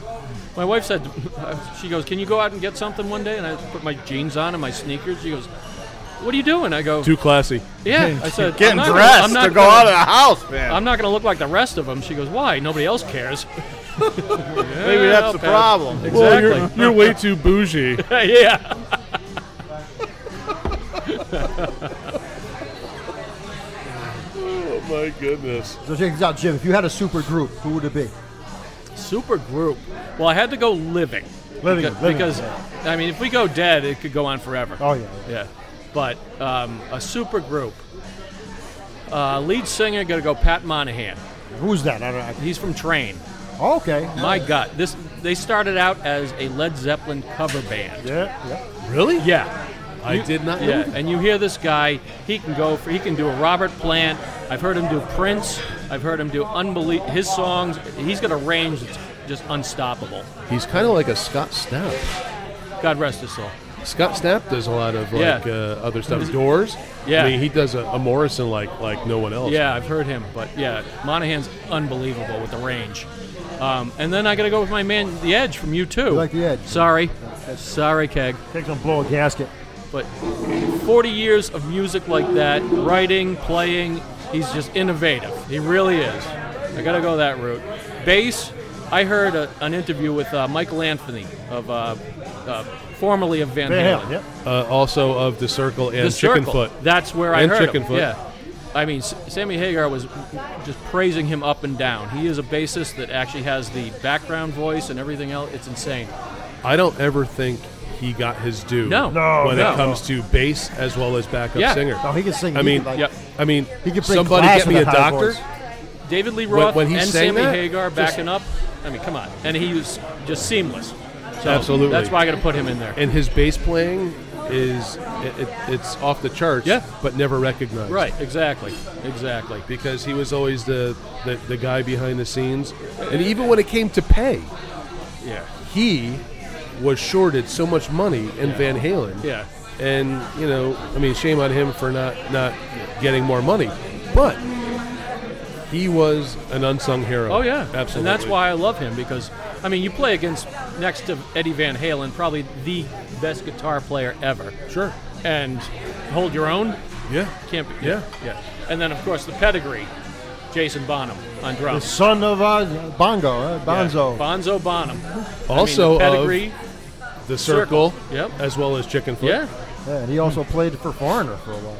[SPEAKER 2] My wife said, *laughs* she goes, "Can you go out and get something one day?" And I put my jeans on and my sneakers. She goes, "What are you doing?" I go,
[SPEAKER 6] too classy.
[SPEAKER 2] "Yeah." I said,
[SPEAKER 7] Getting
[SPEAKER 2] "I'm not
[SPEAKER 7] dressed
[SPEAKER 2] gonna, I'm not
[SPEAKER 7] to go
[SPEAKER 2] gonna-
[SPEAKER 7] out of the house, man.
[SPEAKER 2] I'm not going to look like the rest of them. She goes, "Why? Nobody else cares."
[SPEAKER 7] *laughs* Maybe
[SPEAKER 2] Yeah,
[SPEAKER 7] that's the
[SPEAKER 2] pal.
[SPEAKER 7] problem.
[SPEAKER 5] Oh,
[SPEAKER 6] Well,
[SPEAKER 2] Exactly. Oh
[SPEAKER 6] you're, you're way too
[SPEAKER 2] *laughs*
[SPEAKER 6] bougie.
[SPEAKER 2] yeah.
[SPEAKER 6] oh my goodness.
[SPEAKER 3] So check this out, Jim. If you had a super group, who would it be?
[SPEAKER 2] Super group. Well, I had to go living.
[SPEAKER 3] Living,
[SPEAKER 2] Because,
[SPEAKER 3] living,
[SPEAKER 2] because, I mean, if we go dead, it could go on forever.
[SPEAKER 3] Oh yeah.
[SPEAKER 2] Yeah. But um, a super group. Uh, lead singer got to go Pat Monahan.
[SPEAKER 3] Who's that? I don't know.
[SPEAKER 2] He's from Train.
[SPEAKER 3] Oh, okay.
[SPEAKER 2] My God, this they started out as a Led Zeppelin cover band.
[SPEAKER 3] Yeah, yeah.
[SPEAKER 5] Really?
[SPEAKER 2] Yeah.
[SPEAKER 5] I did not.
[SPEAKER 2] Yeah,
[SPEAKER 5] Know.
[SPEAKER 2] and you hear this guy, he can go for, he can do a Robert Plant. I've heard him do Prince. I've heard him do unbelie his songs. He's got a range that's just unstoppable.
[SPEAKER 5] He's kind of like a Scott Stapp.
[SPEAKER 2] God rest his soul.
[SPEAKER 5] Scott Stapp does a lot of
[SPEAKER 2] Yeah.
[SPEAKER 5] like uh, other stuff. Doors.
[SPEAKER 2] Yeah.
[SPEAKER 5] I mean, he does a, a Morrison like like no one else.
[SPEAKER 2] Yeah, I've heard him, but yeah, Monahan's unbelievable with the range. Um, and then I got to go with my man, The Edge from U2.
[SPEAKER 3] like The Edge.
[SPEAKER 2] Sorry, sorry, Keg.
[SPEAKER 3] Take some blow a gasket.
[SPEAKER 2] But 40 years of music like that, writing, playing, he's just innovative. He really is. I gotta go that route. Bass, I heard a, an interview with uh, Michael Anthony of uh, uh, formerly of Van
[SPEAKER 3] Yeah,
[SPEAKER 2] Halen.
[SPEAKER 3] yeah.
[SPEAKER 5] Uh, also of the Circle and
[SPEAKER 2] The
[SPEAKER 5] Chicken
[SPEAKER 2] Circle.
[SPEAKER 5] Foot.
[SPEAKER 2] That's where I
[SPEAKER 5] And
[SPEAKER 2] heard
[SPEAKER 5] Chicken
[SPEAKER 2] him.
[SPEAKER 5] Foot.
[SPEAKER 2] Yeah. I mean, S- Sammy Hagar was just praising him up and down. He is a bassist that actually has the background voice and everything else. It's insane.
[SPEAKER 5] I don't ever think he got his due.
[SPEAKER 2] No. No,
[SPEAKER 5] When
[SPEAKER 2] no.
[SPEAKER 5] it comes to bass as well as backup
[SPEAKER 2] Yeah.
[SPEAKER 5] singer.
[SPEAKER 3] Oh, he can sing.
[SPEAKER 5] I
[SPEAKER 3] he
[SPEAKER 5] mean,
[SPEAKER 3] can, like,
[SPEAKER 2] Yep.
[SPEAKER 5] I mean,
[SPEAKER 3] He could play
[SPEAKER 5] somebody
[SPEAKER 3] Clash
[SPEAKER 5] get
[SPEAKER 3] with
[SPEAKER 5] me a
[SPEAKER 3] that high
[SPEAKER 5] doctor.
[SPEAKER 3] voice.
[SPEAKER 2] David Lee Roth
[SPEAKER 5] when he
[SPEAKER 2] and
[SPEAKER 5] sang
[SPEAKER 2] Sammy
[SPEAKER 5] that,
[SPEAKER 2] Hagar
[SPEAKER 5] just-
[SPEAKER 2] backing up. I mean, come on. And he was just seamless. So
[SPEAKER 5] Absolutely.
[SPEAKER 2] That's why I got to put him in there.
[SPEAKER 5] and his bass playing is it, it, it's off the charts.
[SPEAKER 2] Yeah.
[SPEAKER 5] but never recognized.
[SPEAKER 2] right. Exactly. Exactly.
[SPEAKER 5] because he was always the, the the guy behind the scenes, and even when it came to pay,
[SPEAKER 2] Yeah.
[SPEAKER 5] he was shorted so much money in Van Halen.
[SPEAKER 2] Yeah.
[SPEAKER 5] and you know, I mean, shame on him for not not getting more money, but. He was an unsung hero.
[SPEAKER 2] Oh yeah.
[SPEAKER 5] absolutely.
[SPEAKER 2] And that's why I love him because I mean, you play against next to Eddie Van Halen, probably the best guitar player ever.
[SPEAKER 5] Sure.
[SPEAKER 2] And hold your own.
[SPEAKER 5] Yeah.
[SPEAKER 2] Can't be.
[SPEAKER 5] Yeah.
[SPEAKER 2] Yeah. And then of course the pedigree, Jason Bonham on
[SPEAKER 3] The
[SPEAKER 2] drums.
[SPEAKER 3] son of uh, Bongo, uh,
[SPEAKER 2] Yeah.
[SPEAKER 3] Bonzo.
[SPEAKER 2] Bonzo Bonham.
[SPEAKER 5] Also
[SPEAKER 2] I mean, the
[SPEAKER 5] of
[SPEAKER 2] pedigree.
[SPEAKER 5] the
[SPEAKER 2] Circle.
[SPEAKER 5] circle,
[SPEAKER 2] Yep.
[SPEAKER 5] as well as chicken foot.
[SPEAKER 2] yeah.
[SPEAKER 3] Yeah, and he also played for Foreigner for a while.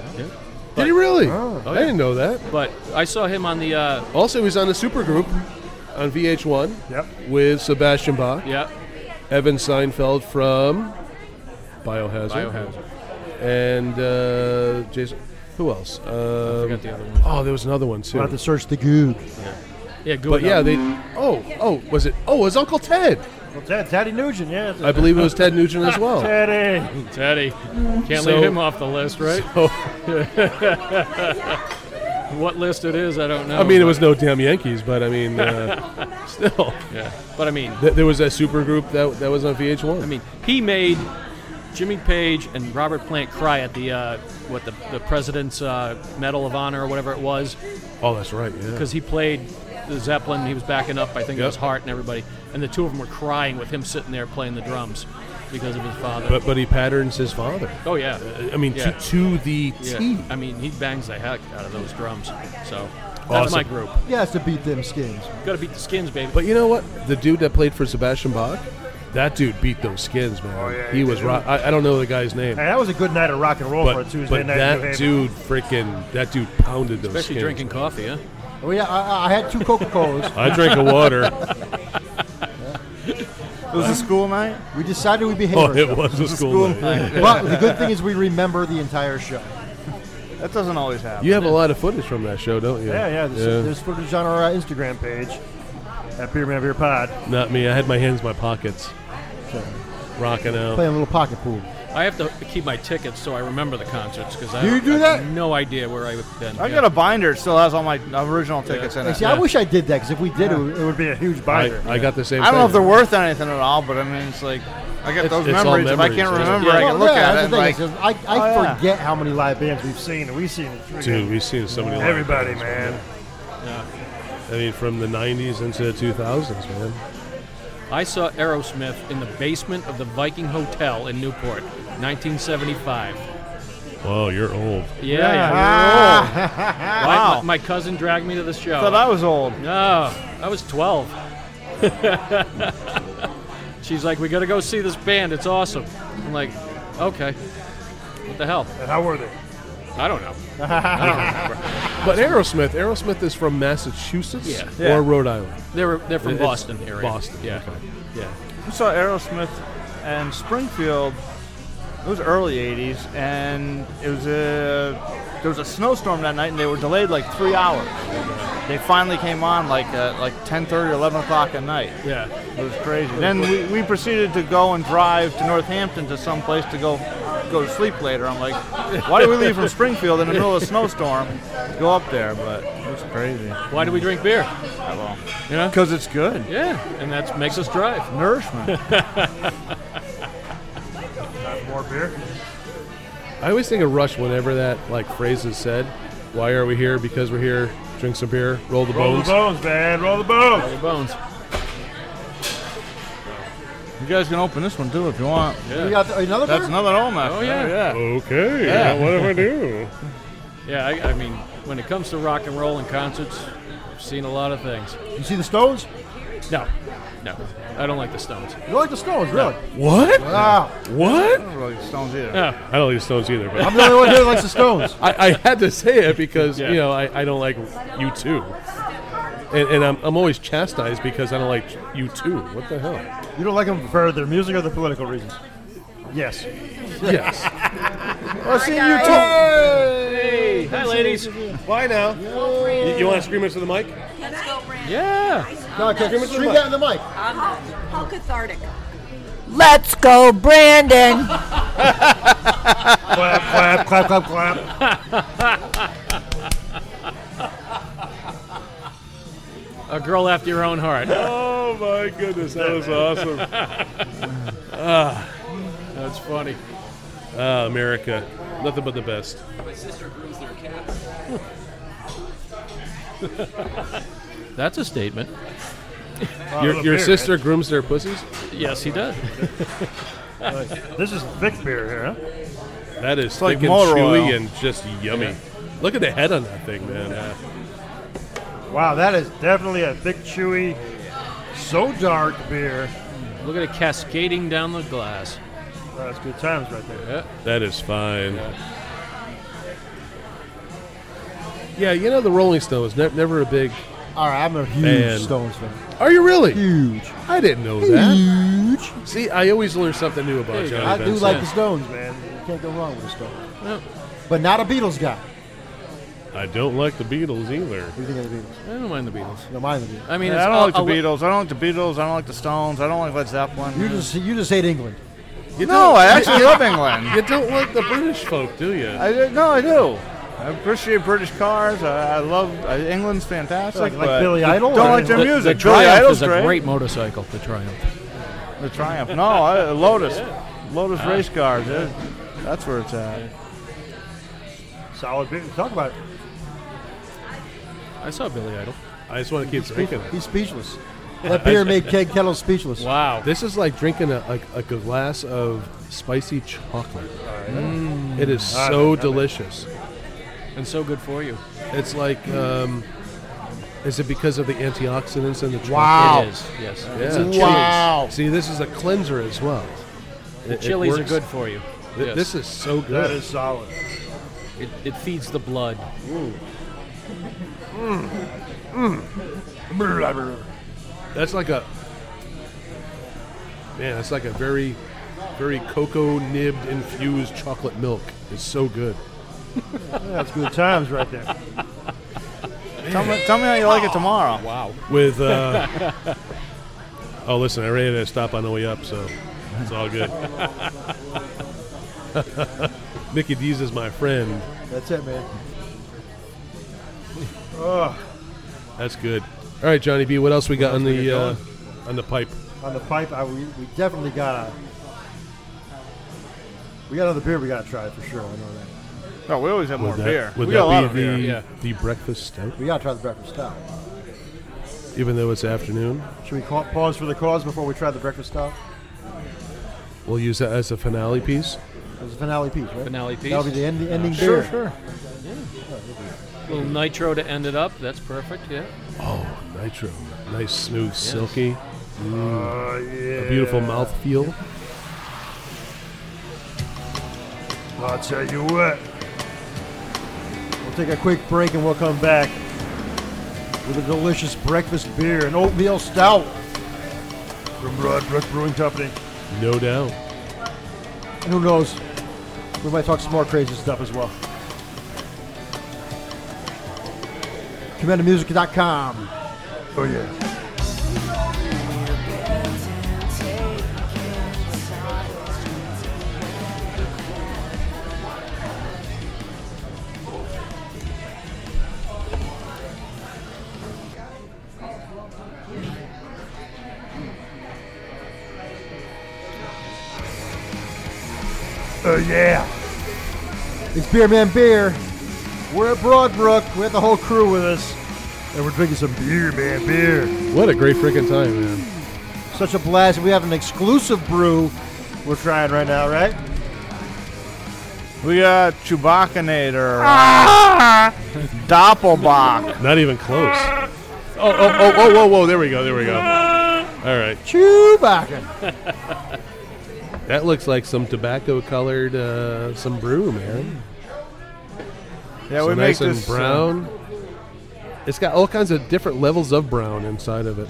[SPEAKER 5] Did he really?
[SPEAKER 3] Oh,
[SPEAKER 5] I didn't know that.
[SPEAKER 2] But I saw him on the uh,
[SPEAKER 5] Also, he's on the supergroup on VH1
[SPEAKER 8] Yep.
[SPEAKER 5] with Sebastian Bach,
[SPEAKER 2] yeah
[SPEAKER 5] Evan Seinfeld from Biohazard,
[SPEAKER 2] Biohazard.
[SPEAKER 5] and uh, Jason Who else? Um,
[SPEAKER 2] forgot the other one.
[SPEAKER 5] Oh, there was another one too.
[SPEAKER 3] We'll have to search the goog.
[SPEAKER 2] Yeah, go
[SPEAKER 5] But yeah, they. Oh, oh, was it? Oh, it was Uncle Ted.
[SPEAKER 8] Well, Ted, Teddy Nugent, yeah.
[SPEAKER 5] I believe it was Ted Nugent as well.
[SPEAKER 8] Teddy.
[SPEAKER 2] Teddy. Can't
[SPEAKER 5] So-
[SPEAKER 2] leave him off the list, right?
[SPEAKER 5] So,
[SPEAKER 2] What list it is, I don't know.
[SPEAKER 5] I mean, it was no damn Yankees, but I mean, uh, still,
[SPEAKER 2] Yeah, but I mean,
[SPEAKER 5] th- there was that super group that that was on VH1.
[SPEAKER 2] I mean, he made Jimmy Page and Robert Plant cry at the uh, what the the president's uh, Medal of Honor or whatever it was
[SPEAKER 5] oh, that's right. Yeah.
[SPEAKER 2] because he played the Zeppelin. He was backing up, I think it
[SPEAKER 5] Yep.
[SPEAKER 2] was Hart and everybody, and the two of them were crying with him sitting there playing the drums because of his father.
[SPEAKER 5] But uh, but he patterns his father.
[SPEAKER 2] oh yeah,
[SPEAKER 5] I mean,
[SPEAKER 2] Yeah.
[SPEAKER 5] to, to the T.
[SPEAKER 2] yeah. I mean, he bangs the heck out of those drums. So that's
[SPEAKER 5] Awesome.
[SPEAKER 2] my group.
[SPEAKER 3] Yeah, it's to beat them skins.
[SPEAKER 2] Got to beat the Skins, baby.
[SPEAKER 5] But you know what? The dude that played for Sebastian Bach, that dude beat those skins, man.
[SPEAKER 8] Oh, yeah,
[SPEAKER 5] he
[SPEAKER 8] he
[SPEAKER 5] was.
[SPEAKER 8] did.
[SPEAKER 5] Ro- I, I don't know the guy's name,
[SPEAKER 8] Hey, that was a good night of rock and roll for a
[SPEAKER 5] but,
[SPEAKER 8] Tuesday
[SPEAKER 5] but
[SPEAKER 8] night. in New
[SPEAKER 5] that
[SPEAKER 8] Haven.
[SPEAKER 5] dude freaking that dude pounded those.
[SPEAKER 2] Especially
[SPEAKER 5] skins. *laughs*
[SPEAKER 2] drinking coffee, huh?
[SPEAKER 3] Oh yeah, I, I had two Coca Colas.
[SPEAKER 6] I drink a
[SPEAKER 5] *laughs*
[SPEAKER 6] water.
[SPEAKER 7] It was a school night.
[SPEAKER 3] we decided we'd behave
[SPEAKER 6] Oh, it
[SPEAKER 3] ourselves.
[SPEAKER 6] was a school night.
[SPEAKER 3] *laughs* But the good thing is we remember the entire show.
[SPEAKER 7] That doesn't always happen.
[SPEAKER 5] You have a lot of footage from that show, don't you?
[SPEAKER 8] Yeah, yeah. There's, there's footage on our uh, Instagram page at Beer Man Beer Pod.
[SPEAKER 6] Not me. I had my hands in my pockets, rocking out.
[SPEAKER 3] Playing a little pocket pool.
[SPEAKER 2] I have to keep my tickets so I remember the concerts because I
[SPEAKER 3] Do you
[SPEAKER 2] don't-
[SPEAKER 3] do
[SPEAKER 2] I have
[SPEAKER 3] that?
[SPEAKER 2] No idea where I would been.
[SPEAKER 7] I
[SPEAKER 2] Yeah.
[SPEAKER 7] got a binder. It still has all my original tickets in
[SPEAKER 3] Hey,
[SPEAKER 7] it.
[SPEAKER 3] see, I wish I did that because if we did, it would,
[SPEAKER 8] It would be a huge
[SPEAKER 5] I,
[SPEAKER 8] binder.
[SPEAKER 5] I got the same.
[SPEAKER 7] I don't know if
[SPEAKER 5] thing.
[SPEAKER 7] they're worth anything at all, but I mean, it's like I got
[SPEAKER 5] It's-
[SPEAKER 7] those
[SPEAKER 5] it's all
[SPEAKER 7] memories. If I
[SPEAKER 5] memories,
[SPEAKER 7] can't
[SPEAKER 5] isn't it?
[SPEAKER 7] remember, I
[SPEAKER 3] Well,
[SPEAKER 7] can look
[SPEAKER 3] yeah,
[SPEAKER 7] at it.
[SPEAKER 3] that's
[SPEAKER 7] and
[SPEAKER 3] the thing,
[SPEAKER 7] like,
[SPEAKER 3] is just- I, I
[SPEAKER 7] oh, yeah.
[SPEAKER 3] forget how many live bands
[SPEAKER 8] bands
[SPEAKER 3] we've
[SPEAKER 8] we've seen. We've seen freaking
[SPEAKER 6] Dude, we've seen so many. live
[SPEAKER 8] everybody,
[SPEAKER 6] bands,
[SPEAKER 8] man.
[SPEAKER 6] I mean, from the '90s into the 2000s, man.
[SPEAKER 2] I saw Aerosmith in the basement of the Viking Hotel in Newport, 1975.
[SPEAKER 6] Whoa, you're old.
[SPEAKER 2] Yeah, yeah.
[SPEAKER 7] Ah,
[SPEAKER 2] My-
[SPEAKER 7] wow.
[SPEAKER 2] My, my cousin dragged me to the show.
[SPEAKER 7] I thought I was old.
[SPEAKER 2] no, I was 12. *laughs* She's like, "We got to go see this band. It's awesome." I'm like, "Okay, what the hell?
[SPEAKER 8] And how were they?
[SPEAKER 2] I don't know."
[SPEAKER 5] But Aerosmith, Aerosmith is from Massachusetts
[SPEAKER 2] Yeah.
[SPEAKER 7] Yeah.
[SPEAKER 5] or Rhode Island.
[SPEAKER 2] They were they're from
[SPEAKER 5] It's
[SPEAKER 2] Boston area.
[SPEAKER 5] Boston,
[SPEAKER 2] yeah,
[SPEAKER 5] okay.
[SPEAKER 2] yeah.
[SPEAKER 7] We saw Aerosmith and Springfield. It was early '80s, and it was a there was a snowstorm that night, and they were delayed like three hours. They finally came on like uh, like 10:30, 11 o'clock at night.
[SPEAKER 2] Yeah.
[SPEAKER 7] It was crazy. Then we, we proceeded to go and drive to Northampton to some place to go go to sleep later. I'm like, why do we leave from Springfield in the middle of a snowstorm to go up there? But it was crazy.
[SPEAKER 2] Why do we drink beer? Yeah.
[SPEAKER 7] Because it's good.
[SPEAKER 2] Yeah, and that makes us drive.
[SPEAKER 7] Nourishment.
[SPEAKER 8] More beer?
[SPEAKER 5] I always think of Rush whenever that like phrase is said. Why are we here? Because we're here. Drink some beer. Roll the
[SPEAKER 8] Roll
[SPEAKER 5] bones.
[SPEAKER 8] the bones, man. Roll the bones.
[SPEAKER 2] Your bones.
[SPEAKER 7] you guys can open this one too if you want.
[SPEAKER 3] We got another
[SPEAKER 7] That's
[SPEAKER 3] beer?
[SPEAKER 7] another Olmec.
[SPEAKER 2] Oh, yeah.
[SPEAKER 6] Okay. What do I do?
[SPEAKER 2] Yeah, I, I mean, when it comes to rock and roll and concerts, I've seen a lot of things.
[SPEAKER 3] You see the Stones?
[SPEAKER 2] No, no, I don't like the Stones.
[SPEAKER 3] You like the Stones, really?
[SPEAKER 6] What?
[SPEAKER 3] Wow.
[SPEAKER 6] What?
[SPEAKER 7] I don't really like Stones either.
[SPEAKER 6] I don't like Stones either, but
[SPEAKER 3] I'm the only one here that likes the Stones.
[SPEAKER 5] I, I had to say it because
[SPEAKER 6] Yeah.
[SPEAKER 5] you know I, I don't like you too, and, and I'm, I'm always chastised because I don't like you too. What the hell?
[SPEAKER 8] You don't like them for their music or their political reasons? Yes.
[SPEAKER 5] Yes.
[SPEAKER 3] I've seen you
[SPEAKER 2] Hey, hi, ladies.
[SPEAKER 6] Why now? You, you want to scream into the mic?
[SPEAKER 9] Let's go, Brand.
[SPEAKER 2] Yeah.
[SPEAKER 3] No, okay, scream that in the mic.
[SPEAKER 9] How, how cathartic.
[SPEAKER 1] Let's go, Brandon.
[SPEAKER 8] clap, *laughs* clap, clap, clap, clap.
[SPEAKER 2] A girl after your own heart.
[SPEAKER 6] Oh my goodness, that was awesome.
[SPEAKER 2] That's funny.
[SPEAKER 6] Ah, America, nothing but the best.
[SPEAKER 2] That's a statement.
[SPEAKER 5] Your, your sister grooms their pussies.
[SPEAKER 2] Yes, he does.
[SPEAKER 8] This is thick beer here, huh?
[SPEAKER 5] That is
[SPEAKER 7] like
[SPEAKER 5] thick and
[SPEAKER 7] motor
[SPEAKER 5] chewy
[SPEAKER 7] oil.
[SPEAKER 5] and just yummy. Look at the head on that thing, man. Uh,
[SPEAKER 8] Wow, that is definitely a thick, chewy, so dark beer.
[SPEAKER 2] Look at it cascading down the glass.
[SPEAKER 8] Oh, that's good times right there.
[SPEAKER 6] That is fine.
[SPEAKER 5] Yeah, you know the Rolling Stones ne- never a big.
[SPEAKER 3] All right, I'm a huge
[SPEAKER 6] Man.
[SPEAKER 3] Stones fan.
[SPEAKER 5] Are you really?
[SPEAKER 3] Huge.
[SPEAKER 5] I didn't know that.
[SPEAKER 3] Huge.
[SPEAKER 5] See, I always learn something new about
[SPEAKER 2] you
[SPEAKER 5] Johnny.
[SPEAKER 2] go.
[SPEAKER 3] I do
[SPEAKER 5] Benson.
[SPEAKER 3] like the Stones, man. You can't go wrong with the Stones.
[SPEAKER 2] No.
[SPEAKER 3] But not a Beatles guy.
[SPEAKER 6] I don't like the Beatles either.
[SPEAKER 3] What do you think of the Beatles?
[SPEAKER 2] I don't mind the Beatles.
[SPEAKER 3] No, mine would be.
[SPEAKER 2] I mean,
[SPEAKER 7] Yeah,
[SPEAKER 2] it's,
[SPEAKER 7] I don't
[SPEAKER 2] I'll-
[SPEAKER 7] like the
[SPEAKER 2] I'll let-
[SPEAKER 7] Beatles. I don't like the Beatles. I don't like the Stones. I don't like Led Zeppelin.
[SPEAKER 3] You just you just hate England.
[SPEAKER 7] no, I actually love England.
[SPEAKER 6] You don't like the British folk, do you?
[SPEAKER 7] I do- no, I do. I appreciate British cars. I, I love uh, England's fantastic.
[SPEAKER 3] Like- like
[SPEAKER 7] but
[SPEAKER 3] Billy Idol
[SPEAKER 7] Don't
[SPEAKER 3] or-
[SPEAKER 7] like their
[SPEAKER 2] the,
[SPEAKER 7] music.
[SPEAKER 2] The
[SPEAKER 7] Billy
[SPEAKER 2] Triumph
[SPEAKER 7] Idol's
[SPEAKER 2] is a
[SPEAKER 7] great.
[SPEAKER 2] great. motorcycle. The Triumph.
[SPEAKER 7] The Triumph. No, I, Lotus. Lotus race cars. They're- That's where it's at.
[SPEAKER 8] Solid bit. Talk about it.
[SPEAKER 2] I saw Billy Idol.
[SPEAKER 6] I just want to keep drinking it.
[SPEAKER 3] He's speechless. That beer made keg kettle speechless.
[SPEAKER 2] Wow.
[SPEAKER 5] This is like drinking a, like, like a glass of spicy chocolate. Mm. It is so delicious.
[SPEAKER 2] And so good for you.
[SPEAKER 5] It's like, um, is it because of the antioxidants in the chocolate?
[SPEAKER 3] Wow.
[SPEAKER 2] It is. Yes.
[SPEAKER 5] Yeah.
[SPEAKER 3] Wow.
[SPEAKER 5] See, this is a cleanser as well.
[SPEAKER 2] The
[SPEAKER 5] It- it
[SPEAKER 2] chilies are
[SPEAKER 5] works.
[SPEAKER 2] good for you.
[SPEAKER 5] Th-
[SPEAKER 2] Yes.
[SPEAKER 5] This is so good.
[SPEAKER 8] That is solid.
[SPEAKER 2] It, it feeds the blood.
[SPEAKER 5] That's like a man. That's like a very, very cocoa nibbed infused chocolate milk. It's so good.
[SPEAKER 8] That's good times right there.
[SPEAKER 6] *laughs*
[SPEAKER 7] Tell me, tell me how you like it tomorrow.
[SPEAKER 2] Wow.
[SPEAKER 6] With
[SPEAKER 2] *laughs*
[SPEAKER 6] uh, oh, listen, I ran at a stop on the way up, so it's all
[SPEAKER 5] *laughs*
[SPEAKER 2] *laughs*
[SPEAKER 6] good. Mickey D's is my friend.
[SPEAKER 3] That's it, man.
[SPEAKER 6] That's good. All right, Johnny B. What else we got on the uh, on the pipe?
[SPEAKER 3] On the pipe, I, we, we definitely got a. We got another beer we got to try for sure. I know that.
[SPEAKER 7] No, we always have more
[SPEAKER 6] Would that,
[SPEAKER 7] beer.
[SPEAKER 6] would
[SPEAKER 7] we got a lot
[SPEAKER 6] that
[SPEAKER 7] of
[SPEAKER 6] be the,
[SPEAKER 5] *laughs*
[SPEAKER 7] beer.
[SPEAKER 6] the breakfast stout?
[SPEAKER 3] We got to try the breakfast stout.
[SPEAKER 6] Even though it's afternoon,
[SPEAKER 3] Should we call, pause for the cause before we try the breakfast stout?
[SPEAKER 5] We'll use that as a finale piece.
[SPEAKER 3] It's a finale piece, right?
[SPEAKER 2] Finale piece.
[SPEAKER 3] That'll be the end, ending
[SPEAKER 2] Sure,
[SPEAKER 3] beer. Sure,
[SPEAKER 2] little nitro to end it up. That's perfect. Yeah.
[SPEAKER 5] Oh, nitro, nice, smooth, silky,
[SPEAKER 8] Oh, yeah.
[SPEAKER 5] a beautiful mouthfeel.
[SPEAKER 8] I'll tell you what.
[SPEAKER 3] We'll take a quick break and we'll come back with a delicious breakfast beer, an oatmeal stout.
[SPEAKER 8] From Broadbrook Brewing Company.
[SPEAKER 6] no doubt.
[SPEAKER 3] And who knows? We might talk some more crazy stuff as well. CommanderMusic.com.
[SPEAKER 8] Oh, yeah. Oh, yeah.
[SPEAKER 3] It's Beer Man Beer. We're at Broadbrook. We have the whole crew with us.
[SPEAKER 8] And we're drinking some beer, man. Beer.
[SPEAKER 5] What a great freaking time, man!
[SPEAKER 3] Such a blast. We have an exclusive brew we're trying right now, right?
[SPEAKER 7] We got Chewbaccanator. uh, Doppelbach.
[SPEAKER 6] Not even close. Oh, oh, oh, whoa, whoa, whoa! There we go, there we go. All right,
[SPEAKER 3] Chewbacca.
[SPEAKER 5] That looks like some tobacco-colored, uh, some brew, man.
[SPEAKER 7] Yeah,
[SPEAKER 5] So
[SPEAKER 7] we
[SPEAKER 5] nice
[SPEAKER 7] make
[SPEAKER 5] and
[SPEAKER 7] this uh,
[SPEAKER 5] brown. it's got all kinds of different levels of brown inside of it.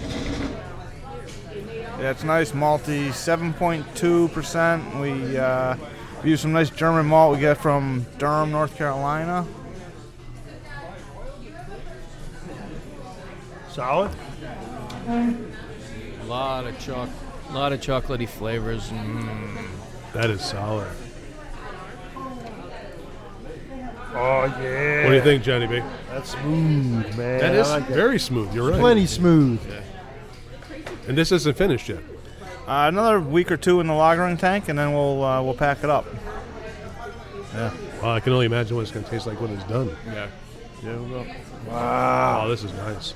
[SPEAKER 7] Yeah, it's nice malty, 7.2%. We uh, we use some nice German malt we get from Durham, North Carolina.
[SPEAKER 8] Solid.
[SPEAKER 2] A lot of choc, lot of chocolatey flavors. Mm.
[SPEAKER 6] that is solid.
[SPEAKER 8] Oh, yeah.
[SPEAKER 6] What do you think, Johnny B?
[SPEAKER 8] That's smooth, man.
[SPEAKER 5] That
[SPEAKER 8] I
[SPEAKER 5] is
[SPEAKER 8] like that.
[SPEAKER 5] very smooth. You're right.
[SPEAKER 3] Plenty smooth.
[SPEAKER 5] And this isn't finished yet.
[SPEAKER 7] Uh, another week or two in the lagering tank, and then we'll uh, we'll pack it up.
[SPEAKER 5] Well, I can only imagine what it's going to taste like when it's done.
[SPEAKER 8] Wow.
[SPEAKER 5] Oh, this is nice.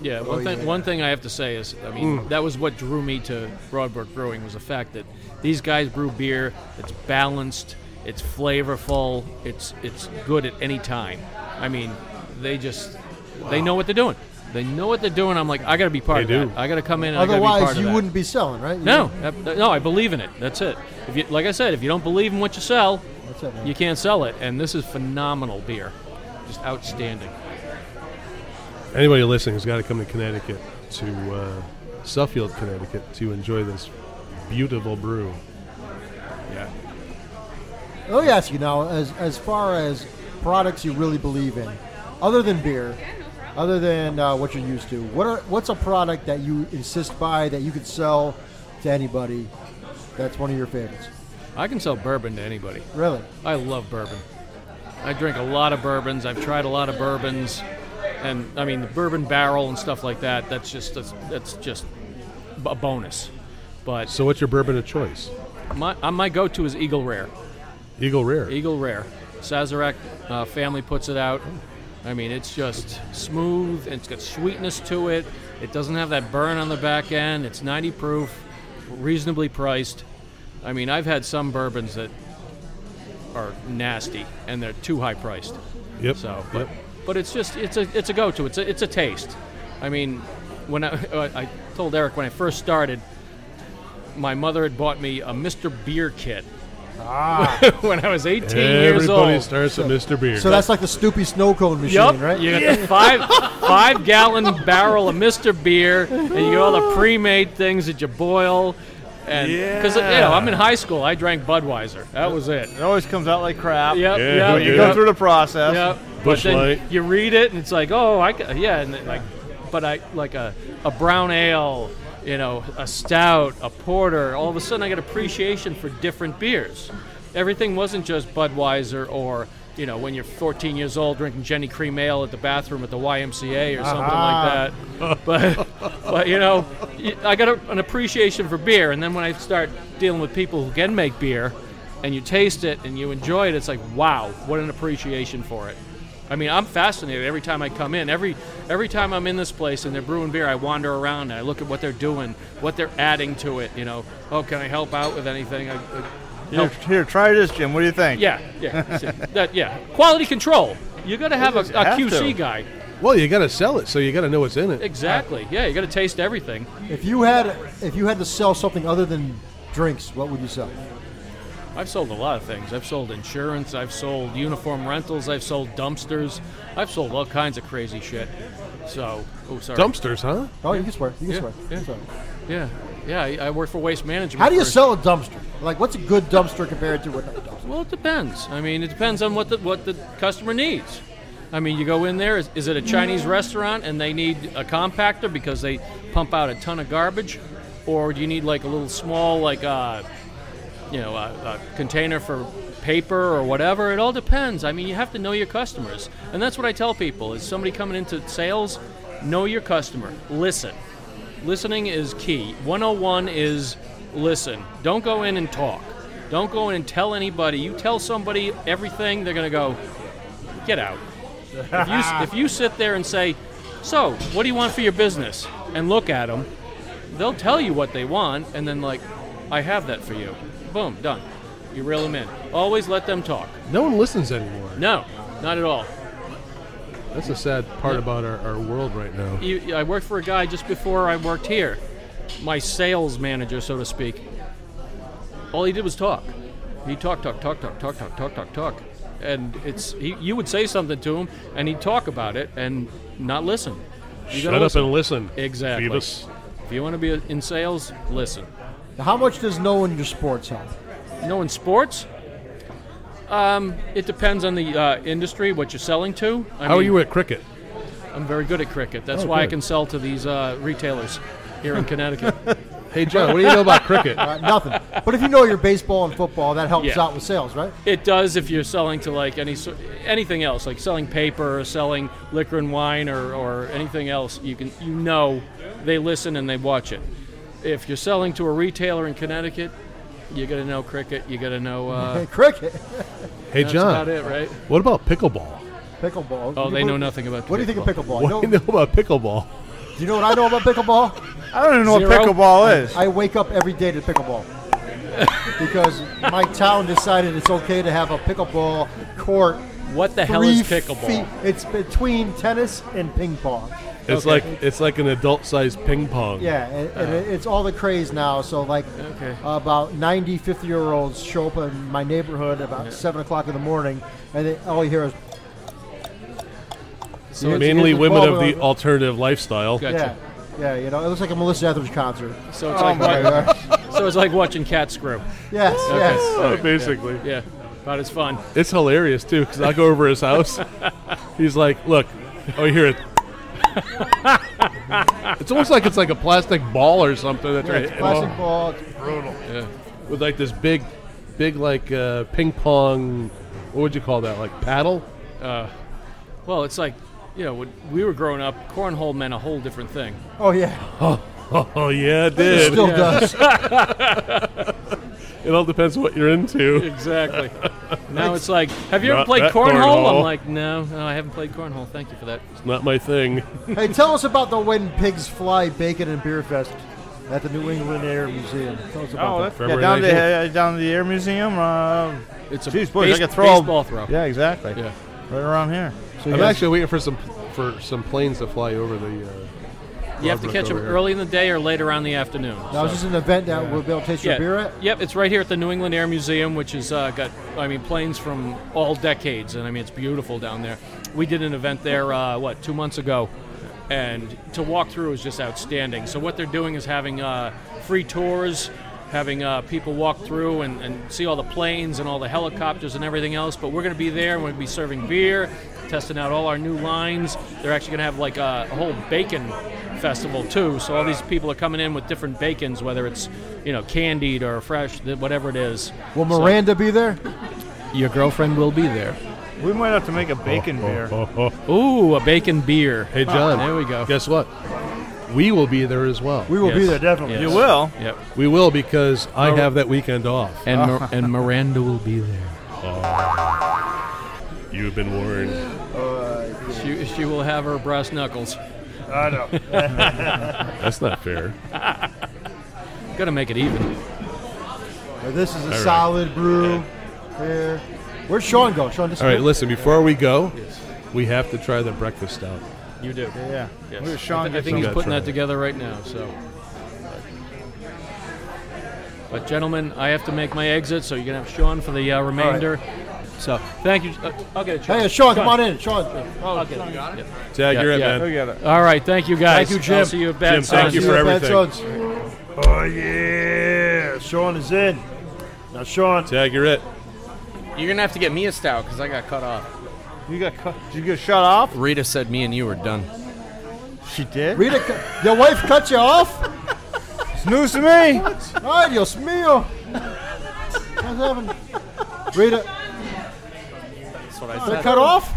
[SPEAKER 2] Yeah, one thing. One thing I have to say is, I mean, that was what drew me to Broadbrook Brewing was the fact that these guys brew beer that's balanced, it's flavorful, it's it's good at any time. I mean, they just they know what they're doing. They know what they're doing. I'm like, I got to be part
[SPEAKER 6] They
[SPEAKER 2] of
[SPEAKER 6] do.
[SPEAKER 2] that. I got to come in. and I gotta be part
[SPEAKER 3] Otherwise,
[SPEAKER 2] of
[SPEAKER 3] you
[SPEAKER 2] that.
[SPEAKER 3] wouldn't be selling, right? You
[SPEAKER 2] No,
[SPEAKER 3] wouldn't-
[SPEAKER 2] that- no, I believe in it. That's it. If you, like I said, if you don't believe in what you sell,
[SPEAKER 3] That's it, man.
[SPEAKER 2] you can't sell it. And this is phenomenal beer, just outstanding.
[SPEAKER 6] Anybody listening has got to come to Connecticut to uh, Suffield, Connecticut, to enjoy this beautiful brew.
[SPEAKER 3] Oh yes, you know, as as far as products you really believe in, other than beer, other than uh, what you're used to. What are what's a product that you insist buy that you could sell to anybody? That's one of your favorites.
[SPEAKER 2] I can sell bourbon to anybody.
[SPEAKER 3] Really?
[SPEAKER 2] I love bourbon. I drink a lot of bourbons. I've tried a lot of bourbons, and I mean the bourbon barrel and stuff like that. That's just that's, that's just b- a bonus. But
[SPEAKER 6] So what's your bourbon of choice?
[SPEAKER 2] my uh, my go-to is Eagle Rare.
[SPEAKER 6] Eagle Rare.
[SPEAKER 2] Eagle Rare. Sazerac uh, family puts it out. I mean, it's just smooth and it's got sweetness to it. It doesn't have that burn on the back end. It's 90 proof, reasonably priced. I mean, I've had some bourbons that are nasty and they're too high priced.
[SPEAKER 6] Yep.
[SPEAKER 2] So, but
[SPEAKER 6] yep.
[SPEAKER 2] but it's just it's a it's a go-to. It's a it's a taste. I mean, when I *laughs* I told Eric when I first started, my mother had bought me a Mr. Beer kit. *laughs* when I was 18 years old.
[SPEAKER 6] Ah. Everybody starts with Mr. Beer.
[SPEAKER 3] So that's like the Snoopy snow cone machine,
[SPEAKER 2] Yup,
[SPEAKER 3] right?
[SPEAKER 2] You got
[SPEAKER 6] *laughs*
[SPEAKER 2] the five five gallon barrel of Mr. Beer, and you get all the pre made things that you boil. And because you know, I'm in high school, I drank Budweiser. That was it.
[SPEAKER 7] It always comes out like crap.
[SPEAKER 2] Yep,
[SPEAKER 6] Yeah,
[SPEAKER 2] yep,
[SPEAKER 6] we
[SPEAKER 7] You
[SPEAKER 6] Yeah.
[SPEAKER 7] go through the process.
[SPEAKER 2] Yep.
[SPEAKER 6] Bush
[SPEAKER 2] but then
[SPEAKER 6] Light.
[SPEAKER 2] You read it and it's like, oh, I ca- yeah, and then, like, but I like a a brown ale, you know, a stout, a porter. All of a sudden, I got appreciation for different beers. Everything wasn't just Budweiser or you know when you're 14 years old drinking Jenny Cream Ale at the bathroom at the YMCA or something
[SPEAKER 6] *laughs*
[SPEAKER 2] like that. But but you know, y- I got a, an appreciation for beer, and then when I start dealing with people who can make beer, and you taste it and you enjoy it, it's like, wow, what an appreciation for it. I mean, I'm fascinated every time I come in. Every every time I'm in this place and they're brewing beer, I wander around and I look at what they're doing, what they're adding to it. You know, oh, can I help out with anything? I, I-
[SPEAKER 7] Here, here, try this, Jim. What do you think?
[SPEAKER 2] yeah, yeah, see, that, yeah. Quality control. You got to have a, a
[SPEAKER 7] have
[SPEAKER 2] QC
[SPEAKER 7] to.
[SPEAKER 2] guy.
[SPEAKER 6] well, you got to sell it, so you got to know what's in it.
[SPEAKER 2] Exactly. Yeah, you got to taste everything.
[SPEAKER 3] If you had if you had to sell something other than drinks, what would you sell?
[SPEAKER 2] I've sold a lot of things. I've sold insurance. I've sold uniform rentals. I've sold dumpsters. I've sold all kinds of crazy shit. So, oh, sorry.
[SPEAKER 6] Dumpsters, huh?
[SPEAKER 3] Oh, you can swear. You can
[SPEAKER 2] Yeah,
[SPEAKER 3] swear.
[SPEAKER 2] yeah.
[SPEAKER 3] It's all right.
[SPEAKER 2] Yeah, yeah. I, I work for waste management.
[SPEAKER 3] How do you
[SPEAKER 2] for-
[SPEAKER 3] sell a dumpster? Like, what's a good dumpster compared to what? dumpster?
[SPEAKER 2] Well, it depends. I mean, it depends on what the what the customer needs. I mean, you go in there. Is, is it a Chinese restaurant and they need a compactor because they pump out a ton of garbage, or do you need like a little small like uh, you know a, a container for paper or whatever? It all depends. I mean, you have to know your customers, and that's what I tell people: is somebody coming into sales, know your customer, listen. Listening is key. 101 is listen. Don't go in and talk. Don't go in and tell anybody. You tell somebody everything, they're going to go, get out. if, you, s- if you sit there and say, so, what do you want for your business? And look at them, they'll tell you what they want, and then, like, I have that for you. Boom, done. You reel them in. Always let them talk.
[SPEAKER 6] No one listens anymore.
[SPEAKER 2] No, not at all.
[SPEAKER 6] That's the sad part about our, our world right now.
[SPEAKER 2] you, I worked for a guy just before I worked here, my sales manager, so to speak. All he did was talk. He talk, talk, talk, talk, talk, talk, talk, talk, talk, and it's he, you would say something to him, and he'd talk about it and not listen. You
[SPEAKER 6] Shut
[SPEAKER 2] gotta
[SPEAKER 6] up
[SPEAKER 2] listen.
[SPEAKER 6] and listen.
[SPEAKER 2] Exactly.
[SPEAKER 6] Beavis.
[SPEAKER 2] If you want to be in sales, listen.
[SPEAKER 3] How much does knowing your sports help?
[SPEAKER 2] No, in sports, um, it depends on the uh, industry, what you're selling to. I
[SPEAKER 6] How are
[SPEAKER 2] mean,
[SPEAKER 6] you at cricket?
[SPEAKER 2] I'm very good at cricket. That's
[SPEAKER 6] Oh,
[SPEAKER 2] why I
[SPEAKER 6] good.
[SPEAKER 2] can sell to these uh, retailers
[SPEAKER 6] *laughs*
[SPEAKER 2] here in Connecticut.
[SPEAKER 6] Hey, John, what do you know about
[SPEAKER 2] *laughs*
[SPEAKER 6] cricket?
[SPEAKER 3] Uh, nothing. But if you know your baseball and football, that helps
[SPEAKER 2] Yeah.
[SPEAKER 3] out with sales, right?
[SPEAKER 2] It does if you're selling to like any sor- anything else, like selling paper or selling liquor and wine or, or anything else. You can you know they listen and they watch it. If you're selling to a retailer in Connecticut, you got to know cricket. You got to know. Uh,
[SPEAKER 3] Hey, cricket,
[SPEAKER 6] Hey,
[SPEAKER 2] that's
[SPEAKER 6] John,
[SPEAKER 2] about it, right?
[SPEAKER 6] what about pickleball?
[SPEAKER 3] pickleball.
[SPEAKER 2] Oh,
[SPEAKER 3] You
[SPEAKER 2] they know
[SPEAKER 3] believe-
[SPEAKER 2] nothing about.
[SPEAKER 3] What do you think of pickleball?
[SPEAKER 2] *laughs*
[SPEAKER 3] You
[SPEAKER 6] What
[SPEAKER 3] know,
[SPEAKER 6] do you know about pickleball?
[SPEAKER 3] do you know what I know about pickleball?
[SPEAKER 7] I don't even know
[SPEAKER 2] Zero.
[SPEAKER 7] what pickleball is.
[SPEAKER 3] I wake up every day to pickleball because my town decided it's okay to have a pickleball court.
[SPEAKER 2] What the hell
[SPEAKER 3] three
[SPEAKER 2] is pickleball?
[SPEAKER 3] Feet. It's between tennis and ping pong.
[SPEAKER 6] It's
[SPEAKER 2] Okay.
[SPEAKER 6] like it's like an adult-sized ping pong.
[SPEAKER 3] Yeah, and, and
[SPEAKER 2] Uh.
[SPEAKER 3] it- it's all the craze now. So, like,
[SPEAKER 2] Okay.
[SPEAKER 3] about 90, 50 year olds show up in my neighborhood about 7 o'clock in the morning, and they, all you hear is.
[SPEAKER 2] So
[SPEAKER 3] Here's-
[SPEAKER 6] Mainly
[SPEAKER 3] here's
[SPEAKER 6] women of
[SPEAKER 3] ball
[SPEAKER 6] the
[SPEAKER 3] going-
[SPEAKER 6] alternative lifestyle.
[SPEAKER 2] Gotcha.
[SPEAKER 3] Yeah, yeah, you know, it looks like a Melissa Etheridge concert.
[SPEAKER 5] Oh
[SPEAKER 2] So it's like wa- so it's like watching cat screw.
[SPEAKER 3] Yes, yes.
[SPEAKER 6] Uh, basically.
[SPEAKER 2] Yeah. But it's fun.
[SPEAKER 5] It's hilarious too because I go over
[SPEAKER 6] *laughs*
[SPEAKER 5] his house. He's like, "Look, oh, you hear it." it's almost like it's like a plastic ball or something that
[SPEAKER 3] Yeah,
[SPEAKER 5] they're
[SPEAKER 3] it's a
[SPEAKER 5] hitting
[SPEAKER 3] plastic
[SPEAKER 5] off
[SPEAKER 3] ball. It's
[SPEAKER 5] with like this big, big like uh, ping pong. What would you call that? Like paddle?
[SPEAKER 2] Well, it's like, you know, when we were growing up, cornhole meant a whole different thing.
[SPEAKER 3] Oh yeah,
[SPEAKER 5] *laughs* Oh yeah, it
[SPEAKER 3] it
[SPEAKER 5] did.
[SPEAKER 3] still
[SPEAKER 5] *laughs*
[SPEAKER 3] does.
[SPEAKER 5] It all depends what you're into. *laughs*
[SPEAKER 2] Exactly. now it's like, have you ever
[SPEAKER 5] Not
[SPEAKER 2] played
[SPEAKER 5] that
[SPEAKER 2] cornhole?
[SPEAKER 5] cornhole.
[SPEAKER 2] I'm like, no, no, I haven't played cornhole. Thank you for that.
[SPEAKER 5] It's not my thing.
[SPEAKER 3] hey, tell us about the When Pigs Fly Bacon and Beer Fest at the New England Air Museum. Tell us about
[SPEAKER 7] Oh,
[SPEAKER 3] that.
[SPEAKER 7] that's, yeah,
[SPEAKER 5] February
[SPEAKER 7] down, to,
[SPEAKER 5] 19th.
[SPEAKER 7] uh, down to the Air Museum. Uh,
[SPEAKER 2] It's a
[SPEAKER 7] Jeez, boys, I
[SPEAKER 2] base-
[SPEAKER 7] could throw a-
[SPEAKER 2] baseball throw.
[SPEAKER 7] yeah, exactly.
[SPEAKER 2] Yeah.
[SPEAKER 7] Right around here.
[SPEAKER 3] So you
[SPEAKER 5] I'm
[SPEAKER 3] guys-
[SPEAKER 5] actually waiting for some for some planes to fly over the. Uh,
[SPEAKER 2] You have to
[SPEAKER 5] Rosebrook
[SPEAKER 2] catch them
[SPEAKER 5] over here.
[SPEAKER 2] early in the day or later on the afternoon.
[SPEAKER 3] That was
[SPEAKER 2] So-
[SPEAKER 3] just an event that we'll be able to taste your beer at.
[SPEAKER 2] Yep, it's right here at the New England Air Museum, which has uh, got, I mean, planes from all decades, and I mean, it's beautiful down there. We did an event there, uh, what, two months ago, and to walk through is just outstanding. So, what they're doing is having uh, free tours, having uh, people walk through and, and see all the planes and all the helicopters and everything else, but we're going to be there, and we're going to be serving beer, testing out all our new lines. They're actually going to have like a, a whole bacon festival too. So all these people are coming in with different bacons, whether it's you know candied or fresh, th- whatever it is.
[SPEAKER 3] Will Miranda be there?
[SPEAKER 2] Your girlfriend will be there.
[SPEAKER 7] We might have to make a bacon
[SPEAKER 5] Oh,
[SPEAKER 7] beer.
[SPEAKER 2] Ooh, a bacon beer. Ah,
[SPEAKER 5] Hey John,
[SPEAKER 2] there we go.
[SPEAKER 5] Guess what? We will be there as well.
[SPEAKER 3] We will be
[SPEAKER 2] Yes.
[SPEAKER 3] there definitely.
[SPEAKER 2] Yes.
[SPEAKER 7] You will?
[SPEAKER 2] Yep.
[SPEAKER 5] We will because I have that weekend off.
[SPEAKER 2] And Mir- and Miranda will be there.
[SPEAKER 5] You've been warned.
[SPEAKER 2] She she will have her brass knuckles.
[SPEAKER 8] I know.
[SPEAKER 5] That's not fair.
[SPEAKER 2] Gotta make it even.
[SPEAKER 3] Uh, This is a solid brew beer. Where's Sean go? Sean, this
[SPEAKER 5] All right, listen. Before we go, we have to try the breakfast stout.
[SPEAKER 2] You do.
[SPEAKER 7] Yeah.
[SPEAKER 2] Yes.
[SPEAKER 7] We were
[SPEAKER 2] I,
[SPEAKER 7] Sean
[SPEAKER 2] thi- I
[SPEAKER 7] gets
[SPEAKER 2] think he's
[SPEAKER 5] some-
[SPEAKER 2] putting
[SPEAKER 5] That's right.
[SPEAKER 2] that together right now. So. But gentlemen, I have to make my exit, so you're gonna have Sean for the uh, remainder. So thank you. Uh, I'll get it.
[SPEAKER 3] Hey, Sean, come on in. Sean,
[SPEAKER 2] Oh, okay. got it.
[SPEAKER 5] Tag,
[SPEAKER 2] Yeah,
[SPEAKER 5] you're it,
[SPEAKER 2] yeah.
[SPEAKER 5] man.
[SPEAKER 7] We got it.
[SPEAKER 2] All right, thank you guys.
[SPEAKER 3] Thank you, Jim.
[SPEAKER 2] I'll see you at Bad
[SPEAKER 5] Jim, thank
[SPEAKER 2] Sons.
[SPEAKER 5] you for everything.
[SPEAKER 8] oh yeah, Sean is in. Now Sean,
[SPEAKER 5] Tag, you're it.
[SPEAKER 4] You're gonna have to get me a stout because I got cut off.
[SPEAKER 7] You got cut. Did you get shut off?
[SPEAKER 4] Rita said me and you were done.
[SPEAKER 7] She did?
[SPEAKER 3] Rita, cu- your wife cut you off?
[SPEAKER 7] It's news to me.
[SPEAKER 3] Ay, Dios mío. What's happening? Rita,
[SPEAKER 4] That's what I
[SPEAKER 3] they cut off?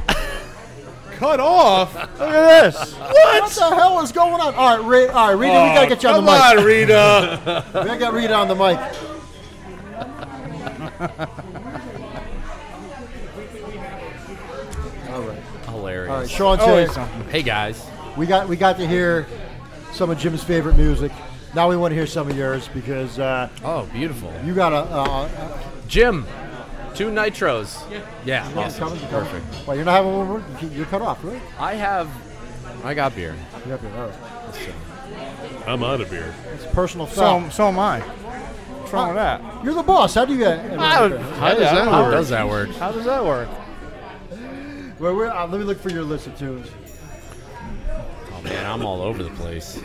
[SPEAKER 5] Cut off.
[SPEAKER 7] Look at this.
[SPEAKER 3] What? the hell is going on? All right, Rita, all right, Rita we got to get you on
[SPEAKER 5] Come
[SPEAKER 3] the mic.
[SPEAKER 5] on, Rita.
[SPEAKER 3] We got to get Rita on the mic.
[SPEAKER 4] Hilarious.
[SPEAKER 3] All right, Sean's
[SPEAKER 7] Always
[SPEAKER 3] here.
[SPEAKER 7] something.
[SPEAKER 4] Hey guys,
[SPEAKER 3] We got, we got to hear some of Jim's favorite music. Now we want to hear some of yours because uh,
[SPEAKER 4] oh beautiful.
[SPEAKER 3] you got a, uh,
[SPEAKER 4] Jim, two nitros. Yeah,
[SPEAKER 3] Yeah,
[SPEAKER 4] awesome.
[SPEAKER 3] coming, coming.
[SPEAKER 4] perfect.
[SPEAKER 3] Well, you're not having one. more? You- You're cut off, right?
[SPEAKER 4] I have, I got beer.
[SPEAKER 3] Yep, you're- all right.
[SPEAKER 5] I'm out of beer.
[SPEAKER 3] oh. It's personal
[SPEAKER 7] So,
[SPEAKER 3] foul.
[SPEAKER 7] so am I. What's wrong with that?
[SPEAKER 3] you're the boss. How do you get?
[SPEAKER 7] How does that
[SPEAKER 4] How does that work?
[SPEAKER 7] How does that work?
[SPEAKER 3] Wait, wait, uh, let me look for your list of tunes.
[SPEAKER 4] Oh man, I'm all over the place.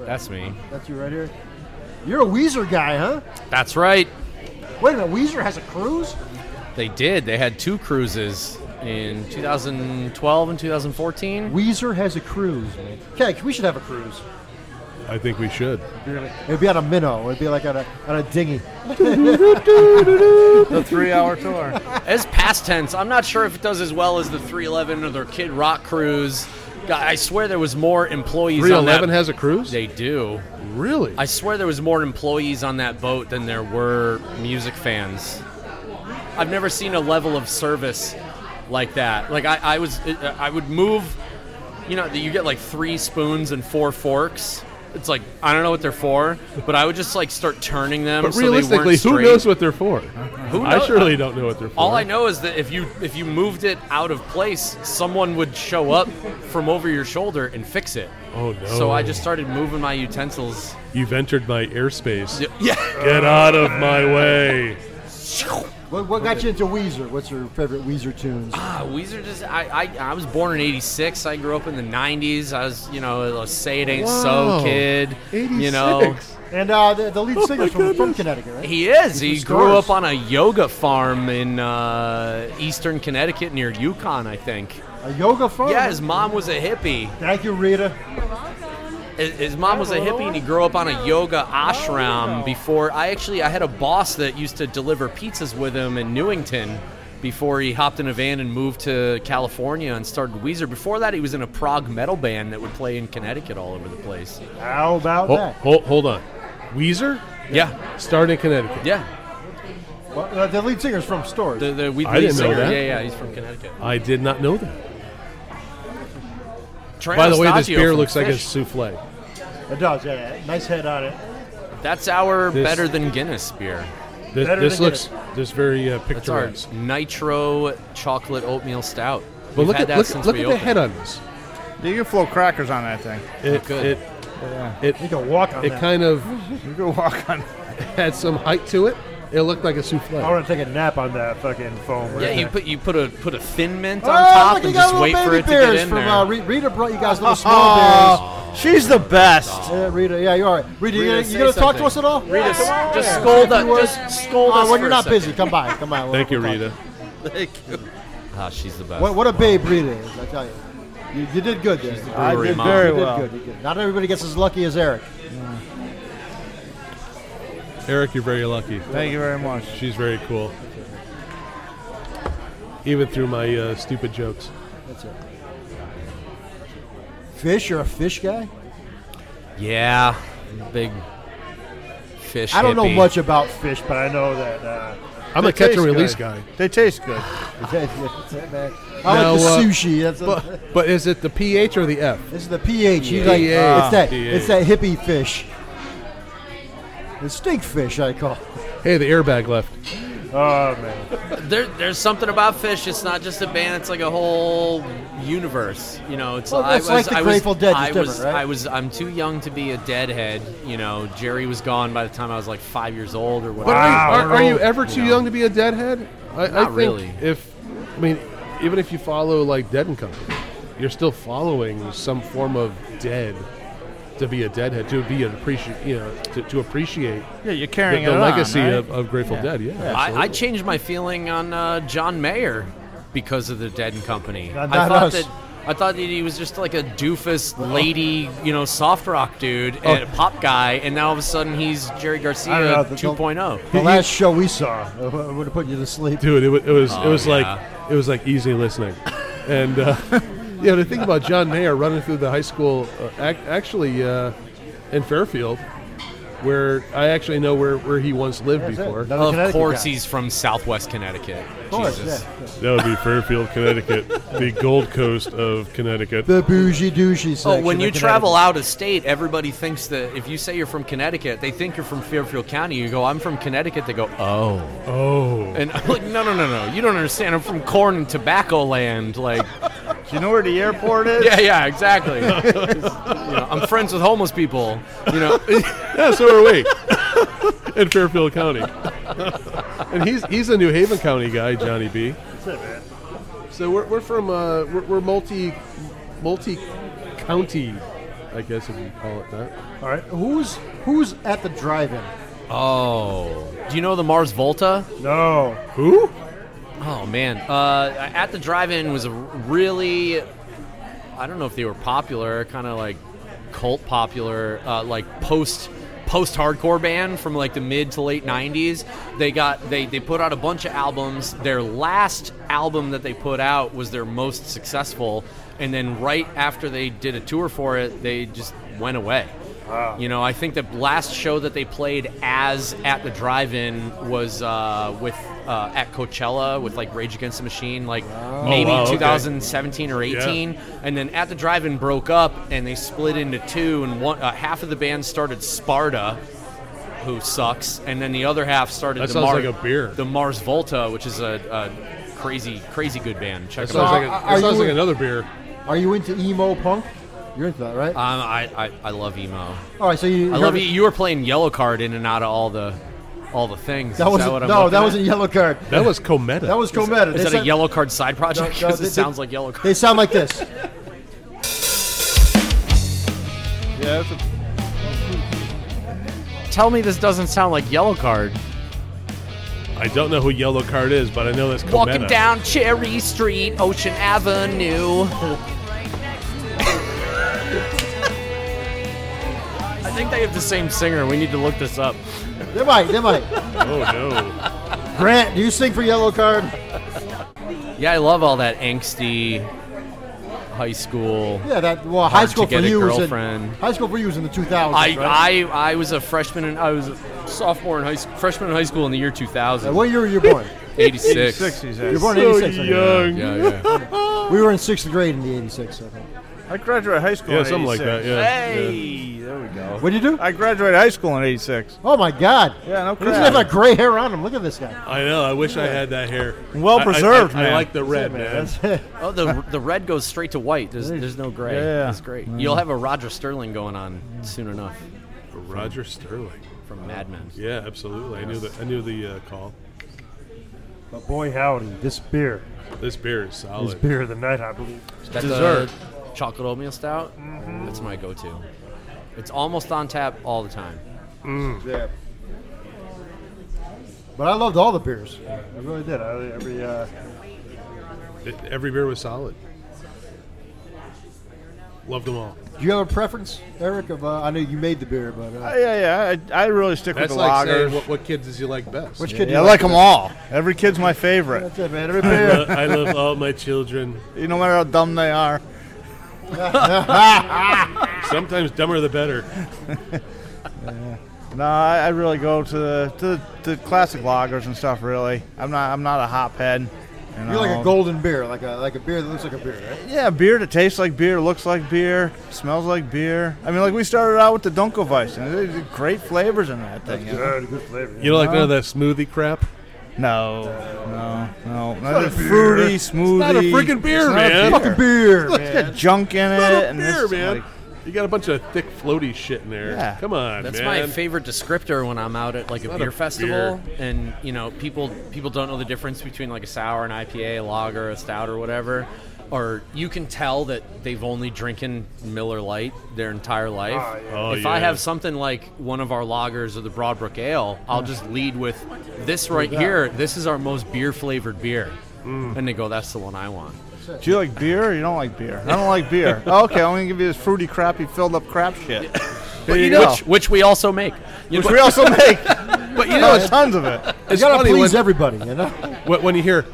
[SPEAKER 4] That's me.
[SPEAKER 3] That's you right here. You're a Weezer guy, huh?
[SPEAKER 4] That's right.
[SPEAKER 3] Wait a minute, Weezer has a cruise?
[SPEAKER 4] They did. They had two cruises in 2012 and 2014.
[SPEAKER 3] Weezer has a cruise, man. Okay, we should have a cruise.
[SPEAKER 5] I think we should.
[SPEAKER 3] It'd be on a minnow. It'd be like on a on a dinghy.
[SPEAKER 7] The three-hour tour.
[SPEAKER 4] As past tense, I'm not sure if it does as well as the 311 or their Kid Rock cruise. God, I swear there was more employees. on that-
[SPEAKER 5] 311 has a cruise.
[SPEAKER 4] They do.
[SPEAKER 5] really?
[SPEAKER 4] I swear there was more employees on that boat than there were music fans. I've never seen a level of service like that. Like I, I was, I would move. You know, you get like three spoons and four forks. It's like I don't know what they're for, but I would just like start turning them.
[SPEAKER 5] but
[SPEAKER 4] so
[SPEAKER 5] realistically,
[SPEAKER 4] they
[SPEAKER 5] who
[SPEAKER 4] weren't
[SPEAKER 5] knows
[SPEAKER 4] straight.
[SPEAKER 5] what they're
[SPEAKER 4] *laughs*
[SPEAKER 5] for?
[SPEAKER 4] Who
[SPEAKER 5] I
[SPEAKER 4] knows?
[SPEAKER 5] surely don't know what they're for.
[SPEAKER 4] All I know is that if you if you moved it out of place, someone would show up from over your shoulder and fix it.
[SPEAKER 5] Oh no.
[SPEAKER 4] So I just started moving my utensils. *laughs*
[SPEAKER 5] You've entered my airspace.
[SPEAKER 4] Yeah.
[SPEAKER 5] Get out of my way.
[SPEAKER 3] What, what got you into Weezer? What's your favorite Weezer tunes?
[SPEAKER 4] Ah, Weezer just I, I I was born in '86. I grew up in the '90s. I was you know a say it ain't
[SPEAKER 5] Wow.
[SPEAKER 4] so kid. You know
[SPEAKER 5] 86.
[SPEAKER 3] And uh, the, the lead singer from, from Connecticut, right?
[SPEAKER 4] he is. He
[SPEAKER 3] He's from
[SPEAKER 4] grew up
[SPEAKER 3] Scars.
[SPEAKER 4] on a yoga farm in uh, eastern Connecticut near Yukon, I think.
[SPEAKER 3] A yoga farm.
[SPEAKER 4] Yeah, his mom was a hippie.
[SPEAKER 3] Thank you, Rita.
[SPEAKER 4] His- His mom was a hippie, and he grew up on a yoga
[SPEAKER 5] Oh.
[SPEAKER 4] ashram. Before I actually, I had a boss that used to deliver pizzas with him in Newington. Before he hopped in a van and moved to California and started Weezer. Before that, he was in a prog metal band that would play in Connecticut all over the place.
[SPEAKER 3] How about
[SPEAKER 5] Ho-
[SPEAKER 4] Oh.
[SPEAKER 3] that?
[SPEAKER 5] ho- hold on. Weezer
[SPEAKER 4] Yeah,
[SPEAKER 5] started in Connecticut.
[SPEAKER 4] yeah.
[SPEAKER 3] Well, uh, the lead singer's from Story.
[SPEAKER 4] The the we
[SPEAKER 5] I didn't know
[SPEAKER 4] singer.
[SPEAKER 5] that.
[SPEAKER 4] Yeah, yeah. He's from Connecticut.
[SPEAKER 5] I did not know that.
[SPEAKER 4] Trey
[SPEAKER 5] By the way, this
[SPEAKER 4] Anastasio
[SPEAKER 5] beer
[SPEAKER 4] from
[SPEAKER 5] looks like a
[SPEAKER 4] Fish.
[SPEAKER 5] souffle.
[SPEAKER 3] it does. Yeah, nice head on it.
[SPEAKER 4] That's our
[SPEAKER 5] This-
[SPEAKER 4] better than Guinness beer.
[SPEAKER 5] This,
[SPEAKER 3] Better
[SPEAKER 5] this
[SPEAKER 3] than
[SPEAKER 5] looks this very uh,
[SPEAKER 4] That's our
[SPEAKER 5] picturesque.
[SPEAKER 4] nitro chocolate oatmeal stout.
[SPEAKER 5] But
[SPEAKER 4] We've
[SPEAKER 5] look
[SPEAKER 4] had
[SPEAKER 5] at
[SPEAKER 4] that
[SPEAKER 5] look,
[SPEAKER 4] since
[SPEAKER 5] look
[SPEAKER 4] we
[SPEAKER 5] at the
[SPEAKER 4] opened.
[SPEAKER 5] head on this.
[SPEAKER 7] You can flow crackers on that thing.
[SPEAKER 5] It
[SPEAKER 4] good.
[SPEAKER 5] it it,
[SPEAKER 3] You can walk on
[SPEAKER 5] it
[SPEAKER 3] that.
[SPEAKER 5] kind of
[SPEAKER 7] You can walk on.
[SPEAKER 5] *laughs* had some height to it. It looked like a souffle.
[SPEAKER 8] I want to take a nap on that fucking foam. Right
[SPEAKER 4] Yeah, you
[SPEAKER 8] there.
[SPEAKER 4] put you put a put a thin mint
[SPEAKER 3] Oh,
[SPEAKER 4] on top
[SPEAKER 3] look, you
[SPEAKER 4] and
[SPEAKER 3] got
[SPEAKER 4] just
[SPEAKER 3] little
[SPEAKER 4] wait for
[SPEAKER 3] baby
[SPEAKER 4] it to
[SPEAKER 3] bears
[SPEAKER 4] get in
[SPEAKER 3] from,
[SPEAKER 4] there.
[SPEAKER 3] Uh, Re- Rita brought you
[SPEAKER 4] *laughs*
[SPEAKER 3] guys little small bears.
[SPEAKER 7] Oh, she's the best.
[SPEAKER 3] Yeah, Rita. Yeah, you're all right. Rita, you
[SPEAKER 4] Rita,
[SPEAKER 3] gonna,
[SPEAKER 4] say
[SPEAKER 3] you gonna talk to
[SPEAKER 4] something.
[SPEAKER 3] us at all? Rita,
[SPEAKER 4] just scold us.
[SPEAKER 3] words.
[SPEAKER 4] Just scold us.
[SPEAKER 3] Oh, when
[SPEAKER 4] for
[SPEAKER 3] you're
[SPEAKER 4] a
[SPEAKER 3] not busy,
[SPEAKER 4] second.
[SPEAKER 3] come by. Come by.
[SPEAKER 5] Thank you,
[SPEAKER 3] We'll talk.
[SPEAKER 5] Rita.
[SPEAKER 4] Ah, she's the best.
[SPEAKER 3] What, what a babe Rita is, I tell you. You, you did good there.
[SPEAKER 7] I
[SPEAKER 4] brewery
[SPEAKER 7] did
[SPEAKER 4] mom.
[SPEAKER 7] very
[SPEAKER 3] You did
[SPEAKER 7] well.
[SPEAKER 3] good, you did. Not everybody gets as lucky as Eric.
[SPEAKER 5] Eric, you're very lucky.
[SPEAKER 7] Thank you very much.
[SPEAKER 5] She's very cool. Even through my uh, stupid jokes.
[SPEAKER 3] That's it. Fish, you're a fish guy?
[SPEAKER 4] Yeah, big fish.
[SPEAKER 3] I don't know
[SPEAKER 4] hippie.
[SPEAKER 3] much about
[SPEAKER 8] fish, but I know that. Uh,
[SPEAKER 5] I'm a
[SPEAKER 7] They
[SPEAKER 5] catch and
[SPEAKER 7] taste
[SPEAKER 5] release
[SPEAKER 7] good.
[SPEAKER 5] guy.
[SPEAKER 7] They taste good.
[SPEAKER 3] fish. *laughs* That's it, man. I
[SPEAKER 5] Now,
[SPEAKER 3] like the
[SPEAKER 5] uh,
[SPEAKER 3] sushi. That's a-
[SPEAKER 5] *laughs* But but is it the pH or the F?
[SPEAKER 3] this is the pH. You
[SPEAKER 5] Yeah.
[SPEAKER 3] like,
[SPEAKER 5] Ah,
[SPEAKER 3] it's that
[SPEAKER 5] pH.
[SPEAKER 3] it's that hippie fish. The stink fish, I call. it.
[SPEAKER 5] Hey, the airbag left.
[SPEAKER 8] oh man,
[SPEAKER 4] There, there's something about fish. It's not just a band. It's like a whole universe. You know, it's.
[SPEAKER 3] Well,
[SPEAKER 4] I
[SPEAKER 3] that's
[SPEAKER 4] was,
[SPEAKER 3] like the
[SPEAKER 4] I was,
[SPEAKER 3] Grateful Dead,
[SPEAKER 4] I
[SPEAKER 3] it's
[SPEAKER 4] was,
[SPEAKER 3] different, right?
[SPEAKER 4] I was. I'm too young to be a deadhead. You know, Jerry was gone by the time I was like five years old or
[SPEAKER 5] But
[SPEAKER 4] whatever.
[SPEAKER 5] are, you,
[SPEAKER 8] Wow.
[SPEAKER 5] are, are you
[SPEAKER 4] Old,
[SPEAKER 5] ever too
[SPEAKER 4] know.
[SPEAKER 5] young to be a deadhead? I, I
[SPEAKER 4] Not
[SPEAKER 5] think
[SPEAKER 4] really.
[SPEAKER 5] If I mean, even if you follow like Dead and Company, you're still following some form of dead to be a deadhead to be an appreciate you know to, to appreciate
[SPEAKER 7] Yeah,
[SPEAKER 5] the,
[SPEAKER 7] you're carrying
[SPEAKER 5] the
[SPEAKER 7] it
[SPEAKER 5] legacy
[SPEAKER 7] on, right?
[SPEAKER 5] of, of Grateful Dead. Yeah,
[SPEAKER 4] I, I changed my feeling on uh, John Mayer because of the Dead and Company.
[SPEAKER 3] Not-
[SPEAKER 4] I
[SPEAKER 3] not
[SPEAKER 4] thought
[SPEAKER 3] us.
[SPEAKER 4] that I thought that he was just like a doofus
[SPEAKER 3] Oh.
[SPEAKER 4] lady, you know, soft rock dude and pop guy, and now all of a sudden he's Jerry Garcia oh.
[SPEAKER 8] I don't know, the-
[SPEAKER 3] *laughs*
[SPEAKER 4] 2.0.
[SPEAKER 3] The last show we saw uh, would have put you to sleep.
[SPEAKER 5] dude it, wa- it was it
[SPEAKER 4] Oh,
[SPEAKER 5] was
[SPEAKER 4] yeah.
[SPEAKER 5] like it was like easy listening and *laughs* uh, you know to think about john mayer running through the high school uh, ac- actually uh, in fairfield where i actually know where, where he once lived
[SPEAKER 3] That's it.
[SPEAKER 5] before
[SPEAKER 3] Another
[SPEAKER 4] Of
[SPEAKER 3] Connecticut
[SPEAKER 4] course,
[SPEAKER 3] guy.
[SPEAKER 4] he's from Southwest Connecticut.
[SPEAKER 3] Of course,
[SPEAKER 4] Jesus.
[SPEAKER 3] yeah.
[SPEAKER 5] that would be fairfield connecticut the gold coast of connecticut
[SPEAKER 3] The bougie douchey section.
[SPEAKER 4] Oh, when you
[SPEAKER 3] of
[SPEAKER 4] travel out of state, everybody thinks that if you say you're from Connecticut, they think you're from Fairfield County. You go, I'm from Connecticut. They go, oh.
[SPEAKER 5] oh
[SPEAKER 4] And *laughs* I'm like, no, no, no, no. You don't understand. I'm from corn and tobacco land. Like,
[SPEAKER 7] Do you know where the airport
[SPEAKER 4] *laughs*
[SPEAKER 7] is?
[SPEAKER 4] yeah, yeah, exactly. You know, I'm friends with homeless people. You know, *laughs*
[SPEAKER 5] yeah so are we *laughs* in fairfield county and he's he's a new haven county guy johnny b so we're, we're from uh, we're, we're multi multi county i guess if you call it that
[SPEAKER 3] All right, who's who's at the drive-in?
[SPEAKER 4] Oh, do you know the Mars Volta?
[SPEAKER 8] no.
[SPEAKER 5] Who?
[SPEAKER 4] Oh man, uh, at the drive-in was a really, I don't know if they were popular, kind of like cult popular, uh, like post post hardcore band from like the mid to late 90s they got they they put out a bunch of albums their last album that they put out was their most successful and then right after they did a tour for it they just went away You know, I think the last show that they played as at the drive-in was uh, with uh, at Coachella with like Rage Against the Machine, like maybe
[SPEAKER 5] wow, okay.
[SPEAKER 4] 2017 or 18, and then at the drive-in broke up and they split into two, and one uh, half of the band started Sparta, who sucks, and then the other half started
[SPEAKER 5] That
[SPEAKER 4] the
[SPEAKER 5] sounds
[SPEAKER 4] Mar-
[SPEAKER 5] like a beer.
[SPEAKER 4] the Mars Volta, which is a, a crazy, crazy good band. Check
[SPEAKER 5] That
[SPEAKER 4] it out.
[SPEAKER 5] sounds like, a, that
[SPEAKER 3] Are
[SPEAKER 5] sounds
[SPEAKER 3] you-
[SPEAKER 5] like another beer.
[SPEAKER 3] Are you into emo punk? You're into that, right?
[SPEAKER 4] Um, I, I I love emo.
[SPEAKER 3] all right, so you.
[SPEAKER 4] E. I love you. You were playing Yellow Card in and out of all the all the things.
[SPEAKER 3] That
[SPEAKER 4] Is
[SPEAKER 3] was
[SPEAKER 4] that what I'm
[SPEAKER 3] no,
[SPEAKER 4] looking
[SPEAKER 3] that
[SPEAKER 4] at?
[SPEAKER 3] was a yellow card.
[SPEAKER 5] That was Cometa.
[SPEAKER 3] That was Cometa.
[SPEAKER 4] Is
[SPEAKER 3] They
[SPEAKER 4] that
[SPEAKER 3] said-
[SPEAKER 4] a yellow card side project?
[SPEAKER 3] No, no,
[SPEAKER 4] Because
[SPEAKER 3] they-
[SPEAKER 4] it sounds like yellow card.
[SPEAKER 3] They sound like this.
[SPEAKER 7] Yeah, that's a,
[SPEAKER 4] Tell me this doesn't sound like yellow card.
[SPEAKER 5] I don't know who Yellow Card is, but I know that's Cometa.
[SPEAKER 4] Walking down Cherry Street, Ocean Avenue. I think they have the same singer. We need to look this up.
[SPEAKER 3] They might. They might.
[SPEAKER 5] Oh no!
[SPEAKER 3] Grant, do you sing for yellow card?
[SPEAKER 4] Yeah, I love all that angsty high school.
[SPEAKER 3] Yeah, that well, high
[SPEAKER 4] Hard
[SPEAKER 3] school
[SPEAKER 4] to
[SPEAKER 3] for
[SPEAKER 4] get a
[SPEAKER 3] you was in
[SPEAKER 4] girlfriend.
[SPEAKER 3] high school for you was in the 2000s.
[SPEAKER 4] I,
[SPEAKER 3] right?
[SPEAKER 4] I I was a freshman and I was a sophomore in high school, freshman in high school in the year 2000,
[SPEAKER 3] Uh, What year were you born?
[SPEAKER 4] 86.
[SPEAKER 7] 60s.
[SPEAKER 3] you were born in
[SPEAKER 5] So
[SPEAKER 3] 86. I think.
[SPEAKER 5] young.
[SPEAKER 4] Yeah, yeah.
[SPEAKER 3] We were in sixth grade in the 86. I think.
[SPEAKER 7] I graduated high school
[SPEAKER 5] Yeah,
[SPEAKER 7] in
[SPEAKER 5] something like that.
[SPEAKER 7] 86.
[SPEAKER 5] Yeah.
[SPEAKER 4] Hey, there we go.
[SPEAKER 3] What did you do?
[SPEAKER 7] I graduated high school in 86.
[SPEAKER 3] Oh my God!
[SPEAKER 7] Yeah, no
[SPEAKER 3] He doesn't have
[SPEAKER 7] crap.
[SPEAKER 3] that gray hair on him. Look at this guy.
[SPEAKER 5] yeah. I know. I wish I had that hair.
[SPEAKER 7] Well
[SPEAKER 5] I- I-
[SPEAKER 7] preserved,
[SPEAKER 5] I, I,
[SPEAKER 7] man.
[SPEAKER 5] like the red, man.
[SPEAKER 4] Oh, the the red goes straight to white. There's, there's no gray.
[SPEAKER 7] Yeah.
[SPEAKER 4] That's great. You'll have a Roger Sterling going on soon enough
[SPEAKER 5] Roger Sterling.
[SPEAKER 4] from Mad Men.
[SPEAKER 5] Yeah, absolutely. I knew the I knew the uh, call.
[SPEAKER 8] But boy, howdy, this beer.
[SPEAKER 5] This beer is
[SPEAKER 8] This
[SPEAKER 5] solid.
[SPEAKER 8] beer of the night, I believe.
[SPEAKER 4] That dessert. chocolate oatmeal stout. That's my go-to. It's almost on tap all the time.
[SPEAKER 3] But I loved all the beers.
[SPEAKER 8] I really did. I, every uh,
[SPEAKER 5] It- every beer was solid. Loved them all.
[SPEAKER 3] Do you have a preference, Eric? Of uh, I know you made the beer, but uh,
[SPEAKER 7] Yeah, yeah. I, I really stick
[SPEAKER 5] That's
[SPEAKER 7] with the
[SPEAKER 5] like
[SPEAKER 7] lagers.
[SPEAKER 5] saying what, what kid does you like best?
[SPEAKER 3] which kid? do
[SPEAKER 7] yeah, I
[SPEAKER 3] you
[SPEAKER 7] like them all. Every kid's my favorite.
[SPEAKER 3] That's it, man. *laughs* Every beer.
[SPEAKER 5] Uh, I love all my children.
[SPEAKER 7] You no matter how dumb they are.
[SPEAKER 5] Sometimes dumber the better.
[SPEAKER 7] No, I, I really go to the to the to classic lagers and stuff. Really, I'm not I'm not a hop head. You
[SPEAKER 3] You're like
[SPEAKER 7] know.
[SPEAKER 3] a golden beer, like a like a beer that looks like a beer, right?
[SPEAKER 7] Yeah, beer that tastes like beer, looks like beer, smells like beer. I mean, like we started out with the Dunkelweiss, and there's great flavors in that thing. you know?
[SPEAKER 8] good, good flavor.
[SPEAKER 5] You don't like none of that smoothie crap?
[SPEAKER 7] No, no, no. It's not a fruity smoothie.
[SPEAKER 5] not a freaking beer,
[SPEAKER 7] It's not a
[SPEAKER 5] man.
[SPEAKER 7] beer.
[SPEAKER 3] Fucking beer.
[SPEAKER 7] It's got junk in
[SPEAKER 5] Not
[SPEAKER 7] it.
[SPEAKER 5] a
[SPEAKER 7] and
[SPEAKER 5] beer,
[SPEAKER 7] it's
[SPEAKER 5] man.
[SPEAKER 7] like-
[SPEAKER 5] you got a bunch of thick floaty shit in there.
[SPEAKER 7] Yeah.
[SPEAKER 5] Come on,
[SPEAKER 4] That's
[SPEAKER 5] man.
[SPEAKER 4] my favorite descriptor when I'm out at like
[SPEAKER 5] not
[SPEAKER 4] a
[SPEAKER 5] a
[SPEAKER 4] beer festival, and you know, people people don't know the difference between like a sour, an IPA, a lager, a stout, or whatever. Or you can tell that they've only drinking Miller Light their entire life.
[SPEAKER 8] Oh, yeah.
[SPEAKER 5] Oh,
[SPEAKER 4] if I
[SPEAKER 5] yeah.
[SPEAKER 4] have something like one of our lagers or the Broadbrook Ale, I'll just lead with this right here. This is our most beer flavored beer, and they go, "That's the one I want."
[SPEAKER 7] Do you like beer? Or you don't like beer. I don't like beer.
[SPEAKER 5] *laughs*
[SPEAKER 7] okay, I'm gonna give you this fruity, crappy, filled up crap shit. Here you go.
[SPEAKER 4] Which, which we also make. You
[SPEAKER 7] Which
[SPEAKER 4] know-
[SPEAKER 5] *laughs*
[SPEAKER 7] we also make.
[SPEAKER 5] But you know,
[SPEAKER 7] Oh,
[SPEAKER 5] it's,
[SPEAKER 7] tons of it.
[SPEAKER 3] You
[SPEAKER 5] it's
[SPEAKER 3] gotta
[SPEAKER 5] funny
[SPEAKER 3] please
[SPEAKER 5] when,
[SPEAKER 3] everybody, you
[SPEAKER 7] *laughs*
[SPEAKER 3] know.
[SPEAKER 5] when- when you hear,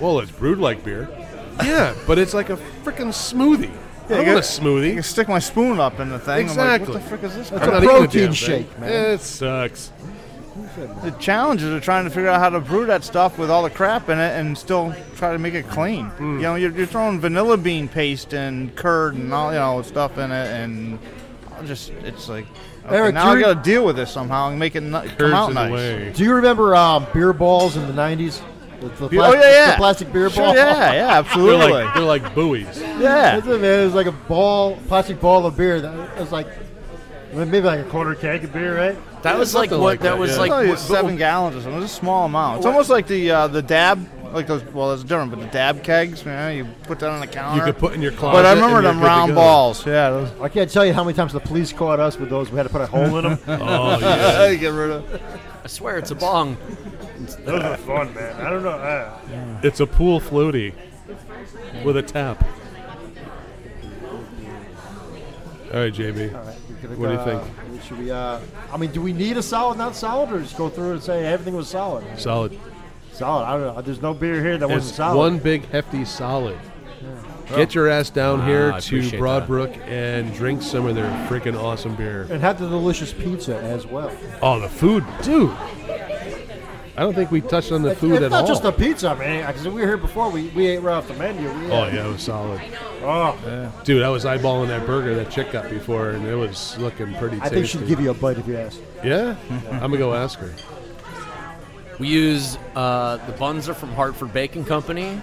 [SPEAKER 5] well, it's brewed like beer. Yeah, but it's like a freaking smoothie. I
[SPEAKER 7] you
[SPEAKER 5] don't
[SPEAKER 7] got-
[SPEAKER 5] want a
[SPEAKER 7] I can
[SPEAKER 5] smoothie.
[SPEAKER 7] stick my spoon up in the thing.
[SPEAKER 5] Exactly.
[SPEAKER 7] I'm like, what the frick is this?
[SPEAKER 5] I'm
[SPEAKER 3] a
[SPEAKER 5] not eating the
[SPEAKER 3] protein
[SPEAKER 5] damn thing.
[SPEAKER 3] shake, man.
[SPEAKER 5] It sucks.
[SPEAKER 7] The challenges are trying to figure out how to brew that stuff with all the crap in it and still try to make it clean.
[SPEAKER 5] Mm.
[SPEAKER 7] You know, you're, you're throwing vanilla bean paste and curd and all you know stuff in it, and I'll just it's like okay,
[SPEAKER 3] Eric,
[SPEAKER 7] now I
[SPEAKER 3] you're-
[SPEAKER 7] got to deal with this somehow and make it nu- come
[SPEAKER 5] Curds
[SPEAKER 7] out
[SPEAKER 5] in
[SPEAKER 7] nice.
[SPEAKER 5] the way.
[SPEAKER 3] Do you remember um, beer balls in the 90s? The, the
[SPEAKER 7] Be-
[SPEAKER 3] plas-
[SPEAKER 7] oh yeah, yeah.
[SPEAKER 3] the plastic beer
[SPEAKER 7] Sure,
[SPEAKER 3] ball. *laughs*
[SPEAKER 7] yeah, yeah,
[SPEAKER 5] They're
[SPEAKER 7] absolutely.
[SPEAKER 5] like they're like buoys.
[SPEAKER 7] yeah,
[SPEAKER 3] That's it, man. It was like a ball, plastic ball of beer that it was like maybe like a quarter.
[SPEAKER 8] Quarter keg of beer, eh? right?
[SPEAKER 4] That was like
[SPEAKER 5] something
[SPEAKER 4] what?
[SPEAKER 5] like
[SPEAKER 4] that,
[SPEAKER 5] that,
[SPEAKER 4] was
[SPEAKER 5] yeah.
[SPEAKER 4] like
[SPEAKER 7] It's only
[SPEAKER 4] what-
[SPEAKER 7] Oh, seven gallons or something. It's a small amount. It's almost like the uh, the dab, like those. Well, it's different, but the dab kegs. You, know, you put that on the
[SPEAKER 5] You
[SPEAKER 7] counter.
[SPEAKER 5] could put in your closet.
[SPEAKER 7] but I
[SPEAKER 5] and
[SPEAKER 7] remember
[SPEAKER 5] you're
[SPEAKER 7] them
[SPEAKER 5] good to
[SPEAKER 7] round
[SPEAKER 5] go.
[SPEAKER 7] balls. Yeah, those,
[SPEAKER 3] I can't tell you how many times the police caught us with those. We had to put a hole in them.
[SPEAKER 5] Oh yeah.
[SPEAKER 7] I get rid of.
[SPEAKER 4] I swear it's a bong.
[SPEAKER 8] Those are fun, man. I don't know. Uh,
[SPEAKER 5] It's a pool floaty with a tap. All right, JB. *laughs* What do you think?
[SPEAKER 3] think? Should we? Uh, I mean, do we need a solid, not solid, or just go through and say everything was solid?
[SPEAKER 5] Solid.
[SPEAKER 3] Solid. I don't know. There's no beer here that
[SPEAKER 5] It's
[SPEAKER 3] wasn't solid.
[SPEAKER 5] one big hefty solid. Get your ass down here
[SPEAKER 4] Ah, I
[SPEAKER 5] to
[SPEAKER 4] appreciate
[SPEAKER 5] Broadbrook and drink some of their freaking awesome beer.
[SPEAKER 3] And had the delicious pizza as well.
[SPEAKER 5] Oh, the food, dude. I don't think we touched on the
[SPEAKER 3] It's-
[SPEAKER 5] food
[SPEAKER 3] it's
[SPEAKER 5] at
[SPEAKER 3] not
[SPEAKER 5] all.
[SPEAKER 3] just the pizza, man. Because we were here before. We, we ate right off the menu. We
[SPEAKER 5] oh
[SPEAKER 3] had-
[SPEAKER 5] yeah, it was solid,
[SPEAKER 8] oh,
[SPEAKER 5] dude. I was eyeballing that burger that chick got before, and it was looking pretty.
[SPEAKER 3] I
[SPEAKER 5] tasty.
[SPEAKER 3] think she'd give you a bite if you asked.
[SPEAKER 5] Yeah, I'm gonna go ask her.
[SPEAKER 4] We use uh, the buns are from Hartford Bacon Company.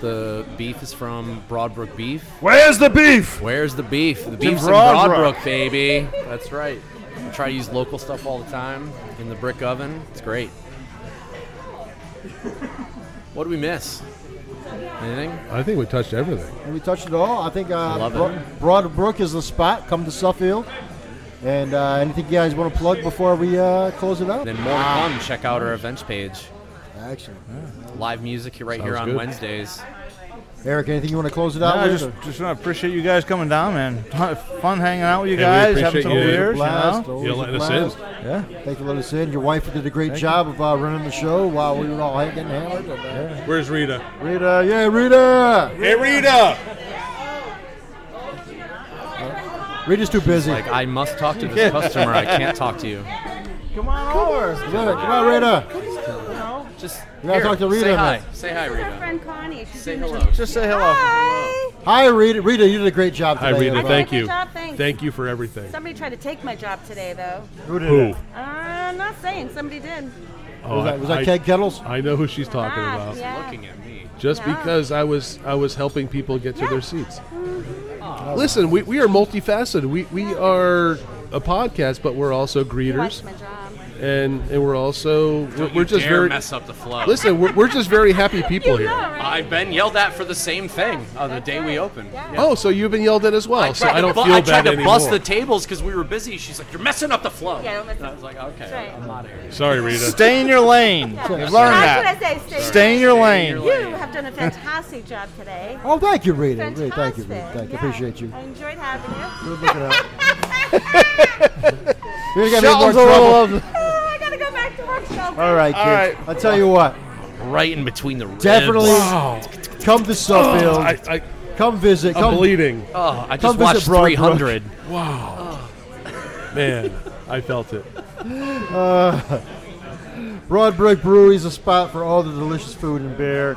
[SPEAKER 4] The beef is from Broadbrook Beef.
[SPEAKER 8] where's the beef?
[SPEAKER 4] Where's the beef? The beef's in
[SPEAKER 7] Broadbrook.
[SPEAKER 4] Broadbrook, baby. That's right. Try to use local stuff all the time in the brick oven. It's great. What do we miss? Anything?
[SPEAKER 5] I think we touched everything.
[SPEAKER 3] And we touched it all. I think uh,
[SPEAKER 4] Love it.
[SPEAKER 3] Bro- Broadbrook is the spot. Come to Suffield. And uh, anything you guys want to plug before we uh, close it out?
[SPEAKER 4] Then more to come. Check out our events page.
[SPEAKER 3] Action.
[SPEAKER 4] Live music right here
[SPEAKER 5] Sounds
[SPEAKER 4] on
[SPEAKER 5] good.
[SPEAKER 4] Wednesdays.
[SPEAKER 3] Eric, anything you want to close it out
[SPEAKER 7] No, I
[SPEAKER 3] with?
[SPEAKER 7] just,
[SPEAKER 3] or-
[SPEAKER 7] just want to appreciate you guys coming down, man. Fun hanging out with you
[SPEAKER 5] Hey, we
[SPEAKER 7] guys,
[SPEAKER 5] appreciate
[SPEAKER 7] having some
[SPEAKER 5] you.
[SPEAKER 7] beers. You
[SPEAKER 3] Blast,
[SPEAKER 7] know?
[SPEAKER 3] always
[SPEAKER 5] You
[SPEAKER 3] a
[SPEAKER 5] let us
[SPEAKER 3] blast.
[SPEAKER 5] in.
[SPEAKER 7] Yeah.
[SPEAKER 3] Thank you for letting us in. Your wife did a great job of uh, running the show while we were all hanging hammered. And, uh,
[SPEAKER 5] Where's Rita?
[SPEAKER 3] Rita, yeah, Rita.
[SPEAKER 5] Hey, Rita!
[SPEAKER 3] Rita's too busy.
[SPEAKER 4] Like I must talk to this customer. I can't talk to you.
[SPEAKER 7] Come on over.
[SPEAKER 3] Come on, come on, Rita.
[SPEAKER 4] Just
[SPEAKER 3] We gotta
[SPEAKER 4] here,
[SPEAKER 3] talk to Rita
[SPEAKER 4] Say
[SPEAKER 3] a
[SPEAKER 4] hi.
[SPEAKER 3] minute.
[SPEAKER 4] Say hi,
[SPEAKER 9] Our
[SPEAKER 4] Rita.
[SPEAKER 9] friend Connie. She's
[SPEAKER 4] Say
[SPEAKER 9] in the-
[SPEAKER 4] hello.
[SPEAKER 7] Just say hello.
[SPEAKER 9] Hi.
[SPEAKER 3] Hi, Rita. Rita, you did a great job
[SPEAKER 5] Hi,
[SPEAKER 3] today. uh,
[SPEAKER 5] Rita.
[SPEAKER 9] did
[SPEAKER 5] Thank
[SPEAKER 9] a good
[SPEAKER 5] you.
[SPEAKER 9] job, thanks.
[SPEAKER 5] Thank you for everything.
[SPEAKER 9] Somebody tried to take my job today, though.
[SPEAKER 8] Who did
[SPEAKER 5] Who?
[SPEAKER 8] it?
[SPEAKER 9] Uh, I'm not saying. Somebody did.
[SPEAKER 5] Oh,
[SPEAKER 3] Was that, was that
[SPEAKER 5] I,
[SPEAKER 3] Keg Kettles?
[SPEAKER 5] I know who she's talking
[SPEAKER 9] Ah,
[SPEAKER 5] about.
[SPEAKER 9] yeah.
[SPEAKER 4] Looking at me.
[SPEAKER 5] Just
[SPEAKER 9] Yeah.
[SPEAKER 5] because I was I was helping people get to their seats. Listen, we, we are multifaceted. We we are a podcast, but we're also greeters,
[SPEAKER 9] Watch my job.
[SPEAKER 5] and and we're also we're,
[SPEAKER 4] Don't
[SPEAKER 5] we're
[SPEAKER 4] you
[SPEAKER 5] just
[SPEAKER 4] dare
[SPEAKER 5] very
[SPEAKER 4] mess up the flow.
[SPEAKER 5] listen. We're, we're just very happy people
[SPEAKER 9] You know,
[SPEAKER 5] here.
[SPEAKER 9] right?
[SPEAKER 4] I've been yelled at for the same thing on the day we opened.
[SPEAKER 9] Yeah.
[SPEAKER 5] Oh, so you've been yelled at as well. so
[SPEAKER 4] tried
[SPEAKER 5] I
[SPEAKER 4] to
[SPEAKER 5] don't
[SPEAKER 4] bu-
[SPEAKER 5] feel
[SPEAKER 4] I tried
[SPEAKER 5] bad
[SPEAKER 4] to
[SPEAKER 5] anymore.
[SPEAKER 4] bust the tables because we were busy. She's like, "You're messing up the flow."
[SPEAKER 9] Yeah, don't mess
[SPEAKER 4] And I
[SPEAKER 9] up-
[SPEAKER 4] was like, "Okay,
[SPEAKER 9] That's right.
[SPEAKER 4] I'm out of here."
[SPEAKER 5] Sorry, Rita.
[SPEAKER 7] Stay in your lane. You've learned that.
[SPEAKER 9] That's what I say. Stay.
[SPEAKER 7] Stay in your
[SPEAKER 4] in
[SPEAKER 7] lane.
[SPEAKER 4] your lane.
[SPEAKER 9] You have done a fantastic job today.
[SPEAKER 3] Oh, thank you, Rita. Rita,
[SPEAKER 9] Fantastic.
[SPEAKER 3] thank you, Rita. Thank you.
[SPEAKER 9] Yeah.
[SPEAKER 3] Appreciate you.
[SPEAKER 9] I enjoyed having you.
[SPEAKER 3] Good looking out. You're gonna get me more
[SPEAKER 7] Shelton's a
[SPEAKER 3] trouble.
[SPEAKER 7] little.
[SPEAKER 9] *laughs* Oh, I gotta go back to work, Shelby.
[SPEAKER 3] All right, kids.
[SPEAKER 7] right.
[SPEAKER 3] I'll tell you what.
[SPEAKER 4] Right in between the ribs.
[SPEAKER 3] Definitely come to Suffield.
[SPEAKER 5] *laughs* Oh, I, I,
[SPEAKER 3] come visit.
[SPEAKER 5] I'm
[SPEAKER 3] Come
[SPEAKER 5] bleeding.
[SPEAKER 4] Oh, I
[SPEAKER 3] Come
[SPEAKER 4] just
[SPEAKER 3] visit
[SPEAKER 4] watched
[SPEAKER 3] Broadbrook.
[SPEAKER 4] 300.
[SPEAKER 5] Man, I felt it.
[SPEAKER 3] Broadbrook Brewery is a spot for all the delicious food and beer.